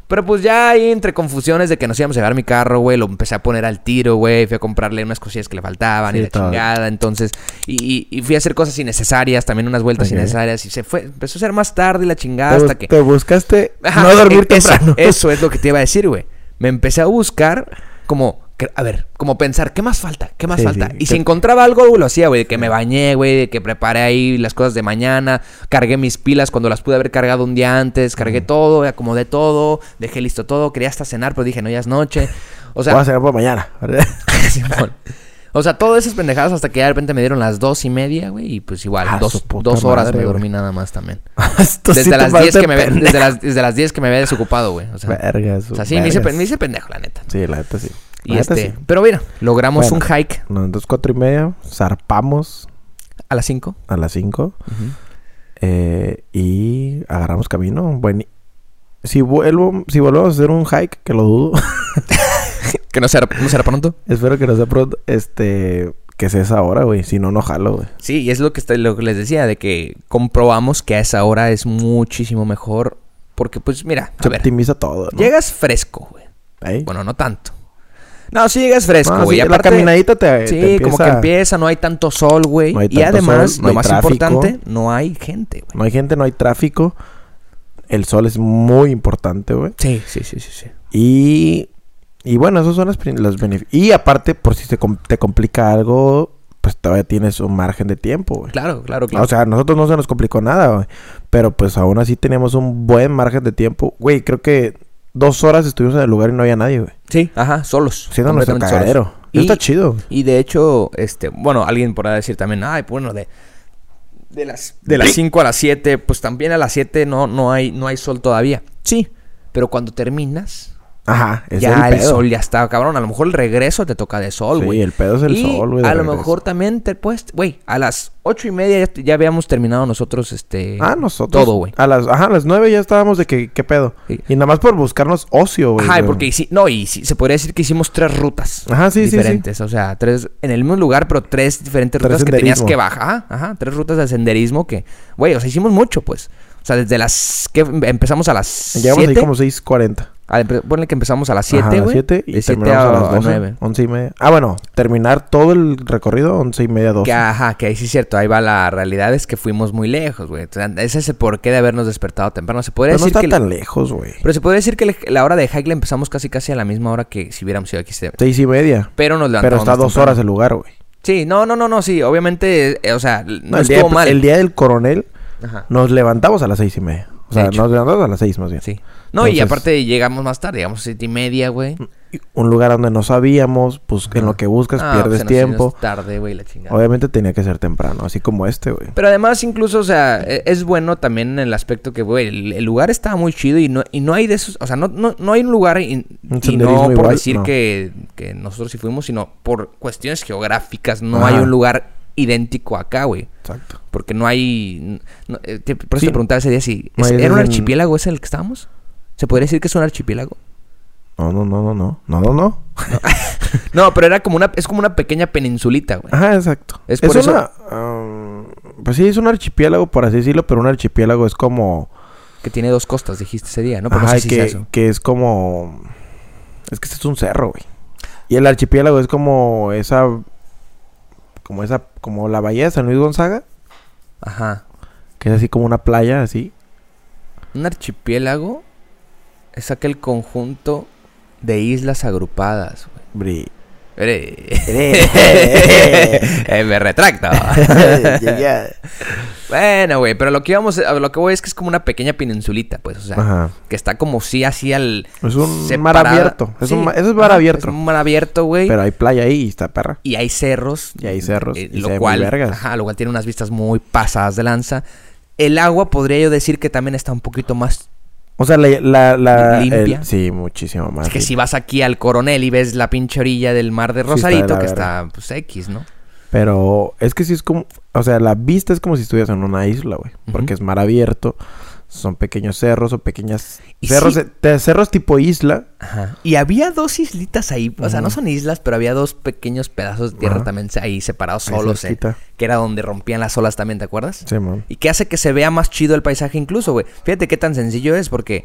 Speaker 1: Pero pues ya ahí entre confusiones de que nos íbamos a llevar mi carro, güey, lo empecé a poner al tiro, güey, fui a comprarle unas cosillas que le faltaban y
Speaker 2: Sí,
Speaker 1: la
Speaker 2: todo.
Speaker 1: chingada, entonces, y, y- y fui a hacer cosas innecesarias, también unas vueltas
Speaker 2: Ok.
Speaker 1: innecesarias y se fue, empezó a ser más tarde y la chingada
Speaker 2: Te
Speaker 1: hasta
Speaker 2: bus-
Speaker 1: que...
Speaker 2: Te buscaste
Speaker 1: Ajá,
Speaker 2: no dormir
Speaker 1: e- eso-
Speaker 2: temprano.
Speaker 1: Eso, es lo que te iba a decir, güey. Me empecé a buscar como, cre- a ver, como pensar, ¿qué más falta? ¿Qué más
Speaker 2: Sí,
Speaker 1: falta?
Speaker 2: sí,
Speaker 1: y
Speaker 2: que-
Speaker 1: si encontraba algo, lo hacía, güey, de que me bañé, güey, de que preparé ahí las cosas de mañana, cargué mis pilas cuando las pude haber cargado un día antes, cargué todo, acomodé todo, dejé listo todo, quería hasta cenar, pero dije, no, ya es noche. O sea,
Speaker 2: Vamos a cenar por mañana. ¿verdad?
Speaker 1: Simón. O sea, todas esas pendejadas hasta que ya de repente me dieron las dos y media, güey, y pues igual,
Speaker 2: Ah,
Speaker 1: dos,
Speaker 2: su puta
Speaker 1: dos horas
Speaker 2: madre,
Speaker 1: me
Speaker 2: güey.
Speaker 1: dormí nada más también.
Speaker 2: Esto sí
Speaker 1: Desde
Speaker 2: te
Speaker 1: las, 10
Speaker 2: pasaste
Speaker 1: que me ve-
Speaker 2: pendejo.
Speaker 1: desde, las, desde las 10 que me había desocupado, güey. O sea,
Speaker 2: Vergas,
Speaker 1: o sea, sí, me hice,
Speaker 2: vergas.
Speaker 1: pe- me hice pendejo, la neta.
Speaker 2: Sí, la neta sí.
Speaker 1: Y
Speaker 2: La neta
Speaker 1: este,
Speaker 2: sí.
Speaker 1: pero mira, logramos
Speaker 2: Bueno.
Speaker 1: un hike
Speaker 2: Nos entonces cuatro y media, zarpamos
Speaker 1: a las 5.
Speaker 2: a las cinco eh, y agarramos camino. Bueno, si vuelvo, si volvemos a hacer un hike, que lo dudo,
Speaker 1: Que no será, no será pronto.
Speaker 2: espero que no sea pronto, este, que sea esa hora, güey. Si no, no jalo, güey.
Speaker 1: Sí, y es lo que, estoy- lo que les decía, de que comprobamos que a esa hora es muchísimo mejor. Porque, pues, mira, a
Speaker 2: Se
Speaker 1: ver,
Speaker 2: optimiza todo, ¿no?
Speaker 1: llegas fresco, güey.
Speaker 2: Ahí.
Speaker 1: Bueno, no tanto. No, sí llegas fresco,
Speaker 2: No,
Speaker 1: güey.
Speaker 2: sí,
Speaker 1: Aparte-
Speaker 2: la caminadita te,
Speaker 1: Sí,
Speaker 2: te
Speaker 1: como que
Speaker 2: empieza-
Speaker 1: empieza, no hay tanto sol, güey.
Speaker 2: No hay
Speaker 1: y
Speaker 2: tanto
Speaker 1: además,
Speaker 2: sol, no
Speaker 1: lo
Speaker 2: hay
Speaker 1: más
Speaker 2: tráfico.
Speaker 1: importante, no hay gente, güey.
Speaker 2: No hay gente, no hay tráfico. El sol es muy importante, güey.
Speaker 1: Sí, sí, sí, sí, sí.
Speaker 2: Y, y bueno, esos son los, prin- los beneficios. Y aparte, por si te, com- te complica algo, pues todavía tienes un margen de tiempo, güey.
Speaker 1: Claro, claro, claro.
Speaker 2: O sea, a nosotros no se nos complicó nada, güey. Pero pues aún así teníamos un buen margen de tiempo. Güey, creo que dos horas estuvimos en el lugar y no había nadie, güey.
Speaker 1: sí, ajá, solos.
Speaker 2: Siendo nuestro
Speaker 1: completamente solos.
Speaker 2: cagadero.
Speaker 1: Y-
Speaker 2: Eso está chido. güey.
Speaker 1: Y de hecho, este, bueno, alguien podrá decir también, ay, pues, bueno, de, de las de las 5 a las 7, pues también a las 7 no, no, hay, no hay sol todavía. Sí, pero cuando terminas,
Speaker 2: Ajá, ese es
Speaker 1: ya el,
Speaker 2: el, pedo.
Speaker 1: sol ya está, cabrón. A lo mejor el regreso te toca de sol,
Speaker 2: Sí,
Speaker 1: güey.
Speaker 2: el pedo es el
Speaker 1: Y
Speaker 2: sol, güey, de
Speaker 1: A lo
Speaker 2: regreso.
Speaker 1: mejor también te puedes, güey, a las ocho y media ya, ya habíamos terminado nosotros, este.
Speaker 2: Ah, nosotros.
Speaker 1: Todo, güey.
Speaker 2: A las, ajá, a las nueve ya estábamos de que, ¿qué pedo?
Speaker 1: Sí.
Speaker 2: Y nada más por buscarnos ocio, güey.
Speaker 1: Ajá, y
Speaker 2: güey.
Speaker 1: porque hici- no, y sí- se podría decir que hicimos tres rutas
Speaker 2: Ajá, sí, sí, sí.
Speaker 1: diferentes, o sea, tres en el mismo lugar, pero tres diferentes
Speaker 2: Tres
Speaker 1: rutas que tenías
Speaker 2: senderismo.
Speaker 1: que bajar, ajá, tres rutas de senderismo que, güey, o sea, hicimos mucho, pues. O sea, desde las que em- empezamos a las
Speaker 2: Llegamos ahí
Speaker 1: 7,
Speaker 2: como 6.40.
Speaker 1: a- empe- ponle que empezamos a las
Speaker 2: Ajá, a
Speaker 1: 7,
Speaker 2: las
Speaker 1: güey.
Speaker 2: 7 y
Speaker 1: de 7
Speaker 2: terminamos a, las 12.
Speaker 1: 9.
Speaker 2: 11 y media. Ah, bueno, terminar todo el recorrido 11 y media, 12.
Speaker 1: Que, ajá, que ahí sí es cierto, ahí va la realidad, es que fuimos muy lejos, güey. O sea, Ese es el porqué de habernos despertado temprano. Se podría
Speaker 2: Pero no
Speaker 1: decir
Speaker 2: está
Speaker 1: que la-
Speaker 2: tan lejos, güey.
Speaker 1: Pero se podría decir que le- la hora de hike la empezamos casi casi a la misma hora que si hubiéramos ido aquí. se-
Speaker 2: Seis y media.
Speaker 1: Pero nos levantamos
Speaker 2: Pero está
Speaker 1: más
Speaker 2: dos
Speaker 1: temprano.
Speaker 2: horas el lugar, güey.
Speaker 1: Sí, no, no, no, no, sí, obviamente, eh, o sea, l- no,
Speaker 2: el, día,
Speaker 1: estuvo
Speaker 2: de-
Speaker 1: mal.
Speaker 2: el día del coronel
Speaker 1: Ajá.
Speaker 2: nos levantamos a las seis y media. O sea,
Speaker 1: De hecho.
Speaker 2: nos levantamos a las seis más bien.
Speaker 1: Sí. No, y
Speaker 2: Entonces-
Speaker 1: aparte llegamos más tarde, llegamos a siete y media, güey.
Speaker 2: Y Un lugar donde no sabíamos, pues en lo que buscas
Speaker 1: Ah,
Speaker 2: pierdes
Speaker 1: se nos hizo
Speaker 2: tiempo.
Speaker 1: tarde, güey, la chingada.
Speaker 2: Obviamente tenía que ser temprano, así como este, güey.
Speaker 1: Pero además, incluso, o sea, e- es bueno también en el aspecto que, güey, el, el lugar estaba muy chido y no, y no hay de esos, o sea, no, no, no hay un lugar y, y no
Speaker 2: senderismo
Speaker 1: por
Speaker 2: igual,
Speaker 1: decir
Speaker 2: no.
Speaker 1: que, que nosotros sí fuimos, sino por cuestiones geográficas, no
Speaker 2: Ajá.
Speaker 1: hay un lugar idéntico acá, güey.
Speaker 2: Exacto.
Speaker 1: Porque no hay... no- eh, te- por eso
Speaker 2: Sí.
Speaker 1: te preguntaba ese día si...
Speaker 2: No
Speaker 1: ¿es-
Speaker 2: hay
Speaker 1: ¿Era un
Speaker 2: desde en-
Speaker 1: archipiélago ese en el que estábamos? ¿Se podría decir que es un archipiélago?
Speaker 2: No, no, no, no, no. No, no, no.
Speaker 1: No, pero era como una... Es como una pequeña peninsulita, güey.
Speaker 2: Ajá, exacto.
Speaker 1: Es
Speaker 2: Es,
Speaker 1: por eso-
Speaker 2: una. um, pues sí, es un archipiélago, por así decirlo, pero un archipiélago es como.
Speaker 1: Que tiene dos costas, dijiste ese día, ¿no? Pero no
Speaker 2: Ajá,
Speaker 1: sé si sea
Speaker 2: que,
Speaker 1: eso.
Speaker 2: que es como. Es que este es un cerro, güey. Y el archipiélago es como esa. Como esa. Como la bahía de San Luis Gonzaga.
Speaker 1: Ajá.
Speaker 2: que es así como una playa, así.
Speaker 1: Un archipiélago es aquel conjunto de islas agrupadas, güey.
Speaker 2: Bri-
Speaker 1: Ere. Eh, Me retracto. bueno, güey, pero lo que íbamos, a lo que voy es que es como una pequeña peninsulita, pues, o sea,
Speaker 2: Ajá.
Speaker 1: que está como sí así al
Speaker 2: Es un
Speaker 1: separada.
Speaker 2: mar abierto. Es un
Speaker 1: Sí,
Speaker 2: ma- eso es
Speaker 1: ajá,
Speaker 2: mar abierto.
Speaker 1: Es un mar abierto, güey.
Speaker 2: Pero hay playa ahí y está perra.
Speaker 1: Y hay cerros.
Speaker 2: Y hay cerros,
Speaker 1: eh,
Speaker 2: y se
Speaker 1: lo,
Speaker 2: ven
Speaker 1: cual,
Speaker 2: muy vergas.
Speaker 1: ajá, lo cual tiene unas vistas muy pasadas de lanza. El agua podría yo decir que también está un poquito más...
Speaker 2: O sea, la... la, la-
Speaker 1: Limpia.
Speaker 2: el- sí, muchísimo más.
Speaker 1: es que
Speaker 2: limpia.
Speaker 1: si vas aquí al Coronel y ves la pinche orilla del mar de
Speaker 2: Sí, está de
Speaker 1: Rosarito,
Speaker 2: la
Speaker 1: que
Speaker 2: verga.
Speaker 1: está pues X, ¿no?
Speaker 2: Pero es que sí es como... O sea, la vista es como si estuvieras en una isla, güey.
Speaker 1: Ujú.
Speaker 2: Porque es mar abierto. Son pequeños cerros o pequeñas...
Speaker 1: Y
Speaker 2: Cerros,
Speaker 1: sí.
Speaker 2: de- de- cerros tipo isla.
Speaker 1: Ajá. Y había dos islitas ahí, o sea, no
Speaker 2: Ujú.
Speaker 1: son islas, pero había dos pequeños pedazos de tierra
Speaker 2: Ajá.
Speaker 1: también se- ahí separados
Speaker 2: Ahí
Speaker 1: solos, eh,
Speaker 2: cerquita.
Speaker 1: que era donde rompían las olas también, ¿te acuerdas?
Speaker 2: Sí, man.
Speaker 1: Y que hace que se vea más chido el paisaje incluso, güey. Fíjate qué tan sencillo es porque,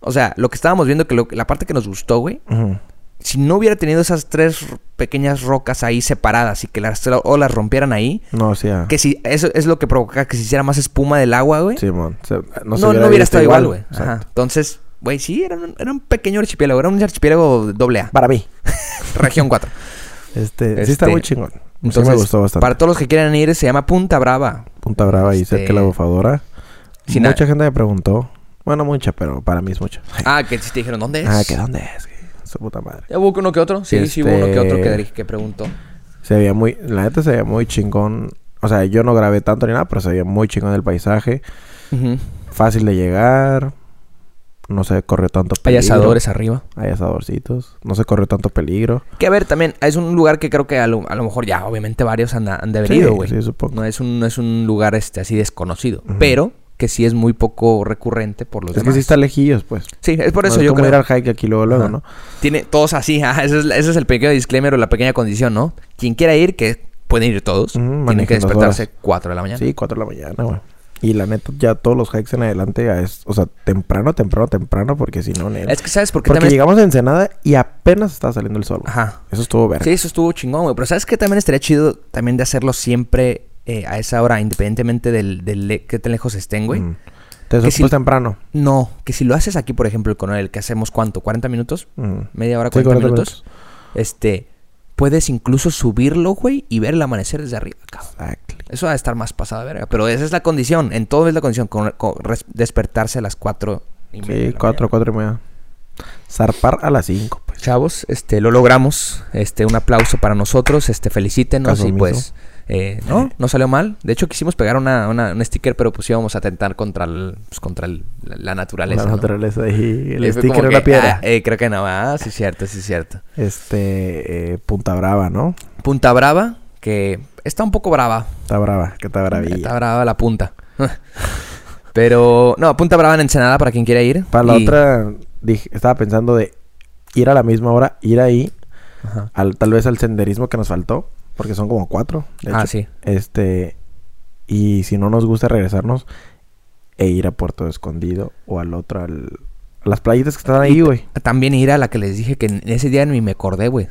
Speaker 1: o sea, lo que estábamos viendo, que lo- la parte que nos gustó, güey,
Speaker 2: Ujú.
Speaker 1: si no hubiera tenido esas tres r- pequeñas rocas ahí separadas y que las tra- olas rompieran ahí,
Speaker 2: No, o sea...
Speaker 1: que si eso es lo que provoca que se hiciera más espuma del agua, güey.
Speaker 2: Sí, man. Se-
Speaker 1: no,
Speaker 2: se
Speaker 1: no hubiera,
Speaker 2: visto
Speaker 1: estado igual, güey.
Speaker 2: Exacto.
Speaker 1: Ajá. Entonces, güey, sí, era un, era un pequeño archipiélago, era un archipiélago doble A,
Speaker 2: Para mí.
Speaker 1: región 4.
Speaker 2: Este,
Speaker 1: Este,
Speaker 2: Sí está muy chingón.
Speaker 1: Entonces,
Speaker 2: sí me gustó bastante.
Speaker 1: Para todos los que quieran ir, se llama Punta Brava.
Speaker 2: Punta Brava y
Speaker 1: Este-
Speaker 2: cerca de la bufadora.
Speaker 1: Sin
Speaker 2: mucha gente me preguntó. Bueno, mucha, pero para mí es mucha.
Speaker 1: Ah, que sí te dijeron, ¿dónde es?
Speaker 2: Ah, ¿qué dónde es? güey? Su puta madre.
Speaker 1: Ya hubo uno que otro. Sí, sí, hubo uno que otro que,
Speaker 2: Este-
Speaker 1: que preguntó.
Speaker 2: Se veía muy... La neta se veía muy chingón. O sea, yo no grabé tanto ni nada, pero se veía muy chingón el paisaje.
Speaker 1: Ujú.
Speaker 2: Fácil de llegar. No se corrió tanto
Speaker 1: Hay
Speaker 2: peligro.
Speaker 1: asadores arriba.
Speaker 2: Hay asadorcitos. No se corrió tanto peligro.
Speaker 1: Que a ver, también es un lugar que creo que a lo, a lo mejor ya obviamente varios han, han de haber
Speaker 2: Sí,
Speaker 1: ido, güey.
Speaker 2: sí, supongo.
Speaker 1: No es un, no es un lugar este así desconocido.
Speaker 2: Ujú.
Speaker 1: Pero que sí es muy poco recurrente por los
Speaker 2: es que
Speaker 1: demás.
Speaker 2: sí está lejillos, pues.
Speaker 1: Sí, es por
Speaker 2: No
Speaker 1: eso
Speaker 2: es
Speaker 1: yo
Speaker 2: como
Speaker 1: creo.
Speaker 2: ir al hike aquí luego, luego,
Speaker 1: Ajá.
Speaker 2: ¿no?
Speaker 1: Tiene todos así. ajá, ese, es, ese es el pequeño disclaimer o la pequeña condición, ¿no? Quien quiera ir, que pueden ir todos.
Speaker 2: Ujú,
Speaker 1: tienen que
Speaker 2: manejen dos
Speaker 1: despertarse
Speaker 2: horas.
Speaker 1: 4 de la mañana.
Speaker 2: Sí, 4 de la mañana, güey. Y la neta, ya todos los hikes en adelante ya es, o sea, temprano, temprano, temprano, porque si no, nel.
Speaker 1: Es que sabes por qué
Speaker 2: Porque
Speaker 1: también.
Speaker 2: llegamos a Ensenada y apenas estaba saliendo el sol. güey.
Speaker 1: Ajá.
Speaker 2: Eso estuvo verga.
Speaker 1: Sí, eso estuvo chingón, güey. Pero sabes que también estaría chido también de hacerlo siempre eh, a esa hora, independientemente del, del le- qué tan lejos estén, güey.
Speaker 2: Mm. Entonces,
Speaker 1: Que
Speaker 2: pues
Speaker 1: si-
Speaker 2: temprano.
Speaker 1: No, que si lo haces aquí, por ejemplo, con el que hacemos cuánto, ¿40 minutos?
Speaker 2: Mm.
Speaker 1: ¿Media hora,
Speaker 2: Sí,
Speaker 1: 40, minutos? Este, puedes incluso subirlo, güey, y ver el amanecer desde arriba, cabrón.
Speaker 2: Exactly.
Speaker 1: Eso va a estar más pasada, verga. Pero esa es la condición, en todo es la condición, con, con res- despertarse a las 4 y media. de
Speaker 2: Sí,
Speaker 1: la
Speaker 2: 4,
Speaker 1: mañana.
Speaker 2: 4 y media. Zarpar a las 5, pues.
Speaker 1: Chavos, este, lo logramos. Este, un aplauso para nosotros. Este, felicítenos
Speaker 2: Caso
Speaker 1: y
Speaker 2: omiso.
Speaker 1: pues, eh, no, no salió mal. De hecho, quisimos pegar una, una- un sticker, pero pues íbamos a tentar contra, el- pues, contra el- la, la naturaleza.
Speaker 2: la
Speaker 1: ¿no?
Speaker 2: naturaleza y el
Speaker 1: Y fue como
Speaker 2: sticker en
Speaker 1: que,
Speaker 2: la piedra.
Speaker 1: ah, eh, creo que no. Ah, sí, cierto, sí, cierto.
Speaker 2: Este, eh, Punta Brava, ¿no?
Speaker 1: Punta Brava, que está un poco brava.
Speaker 2: Está brava, que está bravilla.
Speaker 1: Está brava la punta. Pero, no, Punta Brava en Ensenada para quien quiera ir.
Speaker 2: Para la
Speaker 1: Y-
Speaker 2: otra, dije, estaba pensando de ir a la misma hora, ir ahí,
Speaker 1: Ajá.
Speaker 2: al, tal vez al senderismo que nos faltó, porque son como cuatro. de
Speaker 1: Ah,
Speaker 2: hecho.
Speaker 1: sí.
Speaker 2: Este, y si no nos gusta regresarnos e ir a Puerto Escondido o al otro, al- a las playitas que están ahí, güey.
Speaker 1: También ir a la que les dije que en ese día ni me acordé, güey.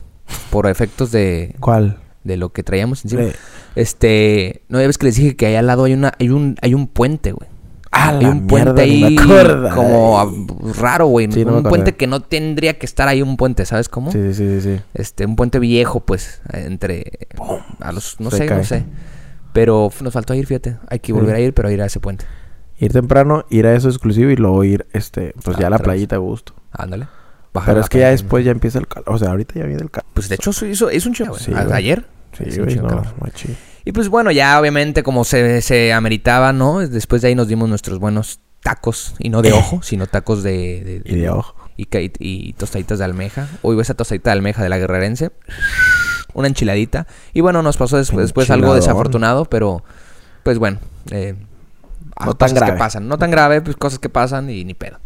Speaker 1: Por efectos de,
Speaker 2: ¿Cuál?
Speaker 1: de lo que traíamos encima.
Speaker 2: Eh.
Speaker 1: Este, no ya ves que les dije que ahí al lado hay una hay un hay un puente, güey.
Speaker 2: Ah,
Speaker 1: hay
Speaker 2: la
Speaker 1: un
Speaker 2: mierda,
Speaker 1: puente
Speaker 2: ni
Speaker 1: ahí
Speaker 2: me acuerdo.
Speaker 1: como ah, raro, güey,
Speaker 2: Sí, no me
Speaker 1: un
Speaker 2: acordé.
Speaker 1: puente que no tendría que estar ahí un puente, ¿sabes cómo?
Speaker 2: Sí, sí, sí, sí, sí.
Speaker 1: Este, un puente viejo, pues, entre a los no
Speaker 2: Se
Speaker 1: sé, no
Speaker 2: cae.
Speaker 1: sé. Pero f- nos faltó ir, fíjate. Hay que
Speaker 2: Sí.
Speaker 1: volver a ir, pero ir a ese puente.
Speaker 2: Ir temprano, ir a eso exclusivo y luego ir, este, pues
Speaker 1: Ah,
Speaker 2: ya a la
Speaker 1: otra vez.
Speaker 2: playita a gusto.
Speaker 1: Ándale. Baja
Speaker 2: Pero
Speaker 1: la
Speaker 2: es que ya
Speaker 1: playa.
Speaker 2: después ya empieza el calor. O sea, ahorita ya viene el calor.
Speaker 1: Pues de hecho eso hizo- es un chingo, güey.
Speaker 2: Sí,
Speaker 1: A-
Speaker 2: güey.
Speaker 1: Ayer.
Speaker 2: Sí,
Speaker 1: es un
Speaker 2: güey,
Speaker 1: chingo
Speaker 2: no,
Speaker 1: de calor.
Speaker 2: no hay chi-
Speaker 1: Y pues bueno, ya obviamente como se, se ameritaba, ¿no? Después de ahí nos dimos nuestros buenos tacos, y no de ojo, sino tacos de... de-
Speaker 2: Y de ojo.
Speaker 1: y, ca- y- y tostaditas de almeja. Hoy esa tostadita de almeja de la guerrerense. Una enchiladita. Y bueno, nos pasó después, después algo
Speaker 2: Enchiladón.
Speaker 1: desafortunado, pero pues bueno. eh, ah,
Speaker 2: No tan
Speaker 1: cosas
Speaker 2: grave.
Speaker 1: que pasan. No tan grave, pues cosas que pasan y ni pedo.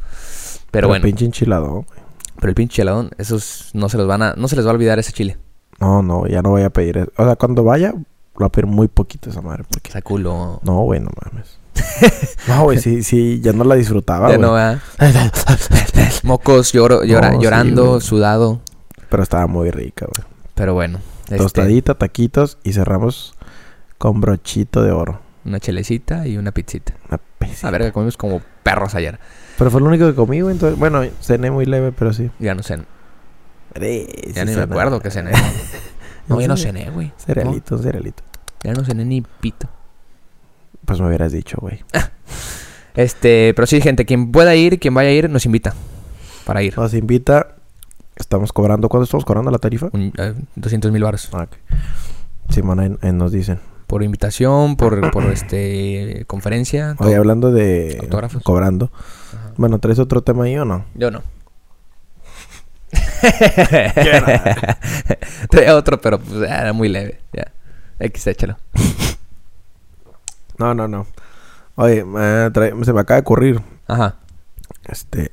Speaker 1: Pero, bueno,
Speaker 2: pinche enchiladón, güey.
Speaker 1: pero el pinche heladón, esos no se los van a, no se les va a olvidar ese chile.
Speaker 2: No, no, ya no voy a pedir eso. O sea, cuando vaya, voy a pedir muy poquito esa madre. Porque...
Speaker 1: Saculo.
Speaker 2: No, güey, no mames. no, güey, sí, sí, ya no la disfrutaba,
Speaker 1: ya
Speaker 2: güey.
Speaker 1: no va. ¿eh? Mocos, lloro, llora,
Speaker 2: No, sí,
Speaker 1: llorando,
Speaker 2: güey.
Speaker 1: sudado.
Speaker 2: Pero estaba muy rica, güey.
Speaker 1: Pero bueno. este,
Speaker 2: Tostadita, taquitos y cerramos con brochito de oro.
Speaker 1: Una chelecita y una pizzita.
Speaker 2: Una pesita.
Speaker 1: A ver, comimos como perros ayer.
Speaker 2: Pero fue lo único que comí, güey. Entonces, bueno, cené muy leve, pero sí.
Speaker 1: Ya no cené.
Speaker 2: Eh, sí
Speaker 1: Ya ni me
Speaker 2: cené.
Speaker 1: acuerdo que cené. No, ya no cené, güey. No,
Speaker 2: Cerealito, cerealito.
Speaker 1: ya no cené ni pito.
Speaker 2: Pues me hubieras dicho, güey.
Speaker 1: Este, pero sí, gente, quien pueda ir, quien vaya a ir, nos invita. Para ir.
Speaker 2: Nos invita. Estamos cobrando. ¿Cuánto estamos cobrando la tarifa?
Speaker 1: Un, eh, 200 mil baros.
Speaker 2: Ah, ok. Simón, ahí- ahí nos dicen.
Speaker 1: Por invitación, por, por este, conferencia. todo.
Speaker 2: Oye, hablando de
Speaker 1: Autógrafos.
Speaker 2: cobrando.
Speaker 1: Ajá.
Speaker 2: Bueno, ¿traes otro tema ahí o no?
Speaker 1: Yo no. Traía otro, pero pues, era muy leve. Ya. X, échalo.
Speaker 2: No, no, no. Oye, eh, trae- se me acaba de ocurrir.
Speaker 1: Ajá.
Speaker 2: Este.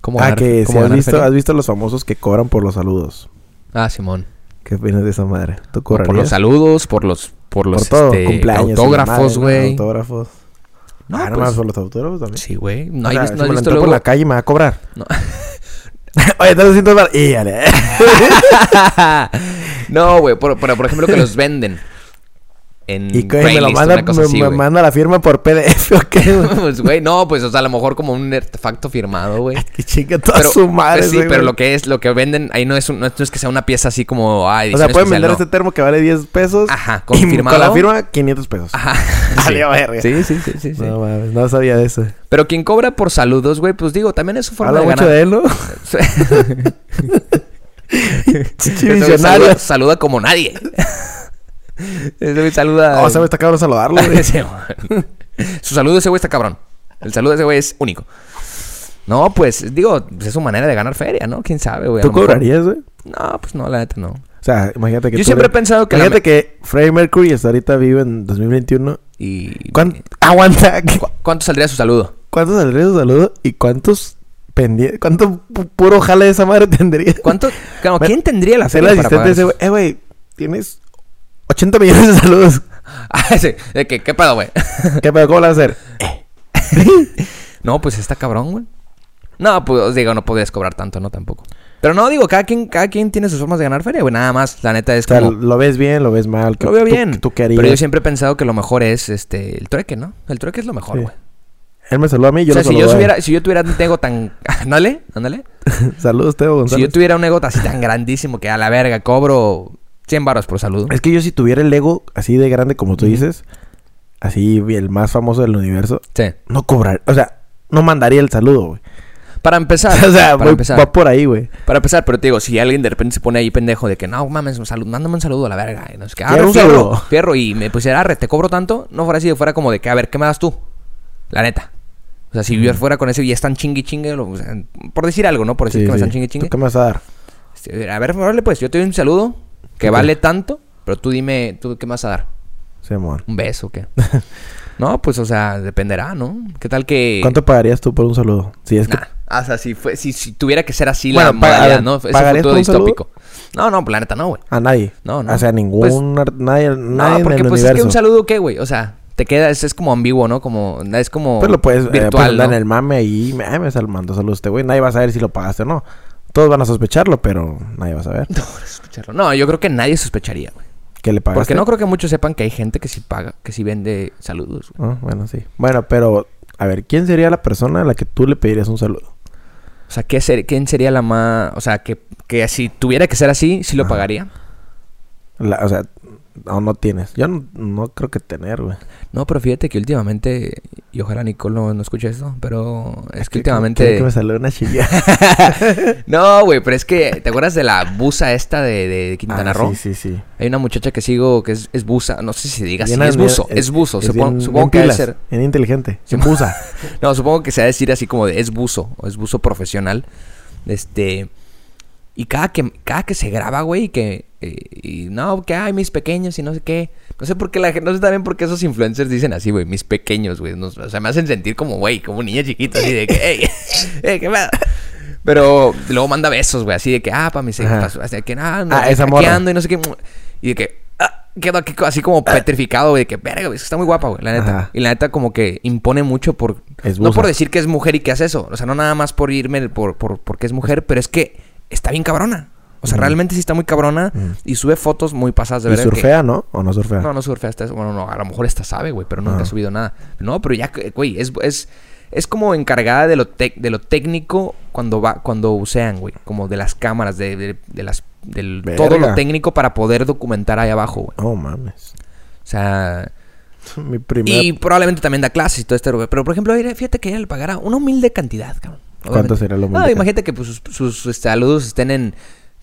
Speaker 1: ¿Cómo
Speaker 2: ah,
Speaker 1: ganar-
Speaker 2: que si
Speaker 1: cómo
Speaker 2: has
Speaker 1: ganar
Speaker 2: visto,
Speaker 1: feria?
Speaker 2: has visto los famosos que cobran por los saludos.
Speaker 1: Ah, Simón.
Speaker 2: ¿Qué opinas de esa madre? ¿Tú cobrarías?
Speaker 1: Por los saludos, por los, por los
Speaker 2: todo,
Speaker 1: este,
Speaker 2: cumpleaños y la madre,
Speaker 1: autógrafos,
Speaker 2: ¿no?
Speaker 1: güey.
Speaker 2: Autógrafos.
Speaker 1: No,
Speaker 2: ah, no
Speaker 1: pues,
Speaker 2: más por los autógrafos también.
Speaker 1: Sí, güey. No,
Speaker 2: O
Speaker 1: hay
Speaker 2: sea,
Speaker 1: vis- no
Speaker 2: si
Speaker 1: has
Speaker 2: me lo
Speaker 1: visto
Speaker 2: entró por
Speaker 1: luego-
Speaker 2: la calle y me va a cobrar.
Speaker 1: No.
Speaker 2: Oye, te lo siento mal. Y ya
Speaker 1: Mm,
Speaker 2: le-
Speaker 1: no, güey. Por, por, por ejemplo, que los venden. En
Speaker 2: Y que me lo
Speaker 1: Craigslist,
Speaker 2: manda,
Speaker 1: una cosa
Speaker 2: me,
Speaker 1: así,
Speaker 2: me
Speaker 1: güey.
Speaker 2: manda la firma por PDF o qué. güey?
Speaker 1: pues, güey, no, pues, o sea, a lo mejor como un artefacto firmado, güey.
Speaker 2: que chinga toda su madre.
Speaker 1: pues sí,
Speaker 2: ese,
Speaker 1: pero
Speaker 2: güey.
Speaker 1: lo que es, lo que venden ahí no es, un- no es que sea una pieza así como. Ay,
Speaker 2: O sea,
Speaker 1: edición
Speaker 2: pueden
Speaker 1: especial,
Speaker 2: vender
Speaker 1: no.
Speaker 2: este termo que vale 10 pesos.
Speaker 1: Ajá,
Speaker 2: y
Speaker 1: confirmado.
Speaker 2: Con la firma, 500 pesos.
Speaker 1: Ajá.
Speaker 2: Vale, verga.
Speaker 1: sí, sí, sí, sí, sí.
Speaker 2: No mames, no sabía de eso.
Speaker 1: Pero quien cobra por saludos, güey, pues digo, también es su forma
Speaker 2: Habla
Speaker 1: de
Speaker 2: mucho
Speaker 1: ganar.
Speaker 2: de él, ¿no?
Speaker 1: Ese güey
Speaker 2: visionario.
Speaker 1: saluda, saluda como nadie. Ese güey saluda.
Speaker 2: Oh, O sea, me está cabrón saludarlo, güey.
Speaker 1: Ese güey. Su saludo de ese güey está cabrón. El saludo de ese güey es único. No, pues digo, pues, es su manera de ganar feria, ¿no? ¿Quién sabe, güey? A
Speaker 2: ¿Tú
Speaker 1: lo mejor-
Speaker 2: cobrarías, güey?
Speaker 1: No, pues no, la neta no.
Speaker 2: O sea, imagínate que
Speaker 1: Yo
Speaker 2: tú
Speaker 1: siempre
Speaker 2: eres-
Speaker 1: he pensado que la
Speaker 2: Imagínate que Freddie Mercury hasta ahorita vive en 2021.
Speaker 1: Y...
Speaker 2: ¿Cuán- Aguanta. ¿cu-
Speaker 1: ¿Cu- ¿Cuánto saldría su saludo?
Speaker 2: ¿Cuántos saldrías de saludo y cuántos pendientes? ¿Cuánto pu- puro jale de esa madre tendría?
Speaker 1: ¿Cuánto? Claro,
Speaker 2: Bueno,
Speaker 1: ¿Quién tendría la
Speaker 2: Hacer
Speaker 1: feria
Speaker 2: el
Speaker 1: para
Speaker 2: asistente de
Speaker 1: pagar
Speaker 2: ese
Speaker 1: eso?
Speaker 2: güey. Eh, güey, tienes 80 millones de saludos.
Speaker 1: Ah, sí. ¿De qué, ¿Qué pedo, güey?
Speaker 2: ¿Qué pedo? ¿Cómo lo vas a hacer?
Speaker 1: No, pues está cabrón, güey. No, pues digo, no podías cobrar tanto, ¿no? Tampoco. Pero no, digo, cada quien, cada quien tiene sus formas de ganar feria, güey. Nada más, la neta es
Speaker 2: O sea,
Speaker 1: como...
Speaker 2: ¿lo ves bien? ¿Lo ves mal? ¿Qué-
Speaker 1: Lo veo
Speaker 2: tú-
Speaker 1: bien.
Speaker 2: ¿Tú qué harías?
Speaker 1: Pero yo siempre he pensado que lo mejor es este el trueque, ¿no? El trueque es lo mejor,
Speaker 2: Sí.
Speaker 1: güey.
Speaker 2: Él me saludó a mí y yo
Speaker 1: o sea,
Speaker 2: lo
Speaker 1: si yo,
Speaker 2: saludo a él.
Speaker 1: tuviera, si yo tuviera un ego tan... Ándale, ándale.
Speaker 2: Saludos, Teo
Speaker 1: Si
Speaker 2: González.
Speaker 1: yo tuviera un ego así tan grandísimo que a la verga cobro 100 baros por saludo.
Speaker 2: Es que yo si tuviera el ego así de grande como tú dices, así el más famoso del universo,
Speaker 1: Sí.
Speaker 2: no cobraría, o sea, no mandaría el saludo, güey.
Speaker 1: Para empezar.
Speaker 2: o sea,
Speaker 1: para
Speaker 2: voy-
Speaker 1: empezar.
Speaker 2: va por ahí, güey.
Speaker 1: Para empezar, pero te digo, si alguien de repente se pone ahí pendejo de que no mames, un saludo, mándame un saludo a la verga. Y no sé qué,
Speaker 2: Quiero
Speaker 1: "Arre,
Speaker 2: un
Speaker 1: fierro,
Speaker 2: saludo".
Speaker 1: fierro, y me pusiera, arre, te cobro tanto, no fuera así, fuera como de que, a ver, ¿qué me das tú? La neta. O sea, si yo
Speaker 2: Mm.
Speaker 1: fuera con ese y están chingue y chingue, lo- o sea, por decir algo, ¿no? Por decir
Speaker 2: Sí,
Speaker 1: que me
Speaker 2: sí.
Speaker 1: están chingue y
Speaker 2: ¿Tú
Speaker 1: chingue.
Speaker 2: qué me vas a dar?
Speaker 1: Este, A ver, órale, pues, yo te doy un saludo que
Speaker 2: Ok.
Speaker 1: vale tanto, pero tú dime, ¿tú qué me vas a dar?
Speaker 2: Simón.
Speaker 1: ¿Un beso o qué? no, pues, o sea, dependerá, ¿no? ¿Qué tal que...?
Speaker 2: ¿Cuánto pagarías tú por un saludo? Si es que...
Speaker 1: Eh, Nah, O sea, si, fue, si, si tuviera que ser así la
Speaker 2: Bueno, pa- a
Speaker 1: modalidad,
Speaker 2: ver,
Speaker 1: ¿no? Ese
Speaker 2: ¿pagarías
Speaker 1: futuro
Speaker 2: por un saludo?
Speaker 1: distópico. No, no, planeta no, güey.
Speaker 2: A nadie.
Speaker 1: No, no.
Speaker 2: O sea, ningún... ar- nadie nadie
Speaker 1: No,
Speaker 2: en
Speaker 1: porque
Speaker 2: el
Speaker 1: pues es que
Speaker 2: universo.
Speaker 1: un saludo, ¿qué, güey? O sea, te queda, es, es como ambiguo, ¿no? Como, es como
Speaker 2: Pues lo puedes eh, pues,
Speaker 1: virtual,
Speaker 2: andar
Speaker 1: ¿no?
Speaker 2: en el mame y me, ay, me sal- mandó saludos este güey. Nadie va a saber si lo pagaste o no. Todos van a sospecharlo, pero nadie va a saber
Speaker 1: No, no escucharlo. No, yo creo que nadie sospecharía, güey.
Speaker 2: que le pagaste.
Speaker 1: Porque no creo que muchos sepan que hay gente que sí paga, que sí vende saludos, güey.
Speaker 2: Ah, bueno, sí. Bueno, pero a ver, ¿quién sería la persona a la que tú le pedirías un saludo?
Speaker 1: O sea, ¿qué ser- ¿quién sería la más...? O sea, que, que si tuviera que ser así, sí lo
Speaker 2: Ajá.
Speaker 1: pagaría.
Speaker 2: La- o sea, no, no tienes. Yo no, no creo que tener, güey.
Speaker 1: No, pero fíjate que últimamente... Y ojalá Nicole no, no escuche esto, pero... Es que
Speaker 2: Quiere
Speaker 1: últimamente...
Speaker 2: que me salude una chilla.
Speaker 1: no, güey, pero es que... ¿Te acuerdas de la busa esta de, de Quintana
Speaker 2: Ah,
Speaker 1: Roo?
Speaker 2: Sí, sí, sí.
Speaker 1: Hay una muchacha que sigo que es, es buza, no sé si se diga así,
Speaker 2: Bien
Speaker 1: es
Speaker 2: bien-
Speaker 1: buzo, es, buzo,
Speaker 2: es
Speaker 1: supongo,
Speaker 2: bien-
Speaker 1: supongo
Speaker 2: bien
Speaker 1: que debe
Speaker 2: pilas,
Speaker 1: ser.
Speaker 2: Bien inteligente.
Speaker 1: Sí.
Speaker 2: Se buza.
Speaker 1: No, supongo que se va a decir así como de es buzo, o es buzo profesional. Este. Y cada que, cada que se graba, güey, y que. eh, Y, no, que hay mis pequeños y no sé qué. No sé por qué la gente, no sé también por qué esos influencers dicen así, güey, mis pequeños, güey. No, o sea, me hacen sentir como, güey, como niña chiquita, así de que, hey, hey, qué pedo". Pero luego manda besos, güey, así de que, ah, pa' mis
Speaker 2: Ajá.
Speaker 1: pas- así de que, ah, no,
Speaker 2: Ah, esa
Speaker 1: aquí
Speaker 2: morra.
Speaker 1: ando y no sé qué. Y de que, ah, quedo aquí co- así como petrificado, güey, de que, verga, güey, es que está muy guapa, güey, la neta.
Speaker 2: Ajá.
Speaker 1: Y la neta como que impone mucho por...
Speaker 2: Es
Speaker 1: no
Speaker 2: busa.
Speaker 1: por decir que es mujer y que hace eso. O sea, no nada más por irme por, por, porque es mujer, pero es que está bien cabrona. O O sea,
Speaker 2: Mm.
Speaker 1: realmente sí está muy cabrona
Speaker 2: Mm.
Speaker 1: y sube fotos muy pasadas de
Speaker 2: Y
Speaker 1: ver.
Speaker 2: surfea, ¿no? ¿O no surfea?
Speaker 1: No, no surfea. Esta, bueno, no, a lo mejor esta sabe, güey, pero nunca
Speaker 2: Ah.
Speaker 1: ha subido nada. No, pero ya, que- güey, es, es, es como encargada de lo, tec- de lo técnico cuando va cuando bucean, güey. Como de las cámaras, de, de- de las, del,
Speaker 2: Verga.
Speaker 1: todo lo técnico para poder documentar ahí abajo, güey.
Speaker 2: Oh, mames.
Speaker 1: O sea,
Speaker 2: Mi primera...
Speaker 1: y pues, probablemente también da clases y todo este, güey. Pero, por ejemplo, ella- fíjate que ella le pagará una humilde cantidad, cabrón.
Speaker 2: ¿Cuánto será lo humilde
Speaker 1: No,
Speaker 2: que-
Speaker 1: imagínate que pues, sus, sus, sus saludos estén en,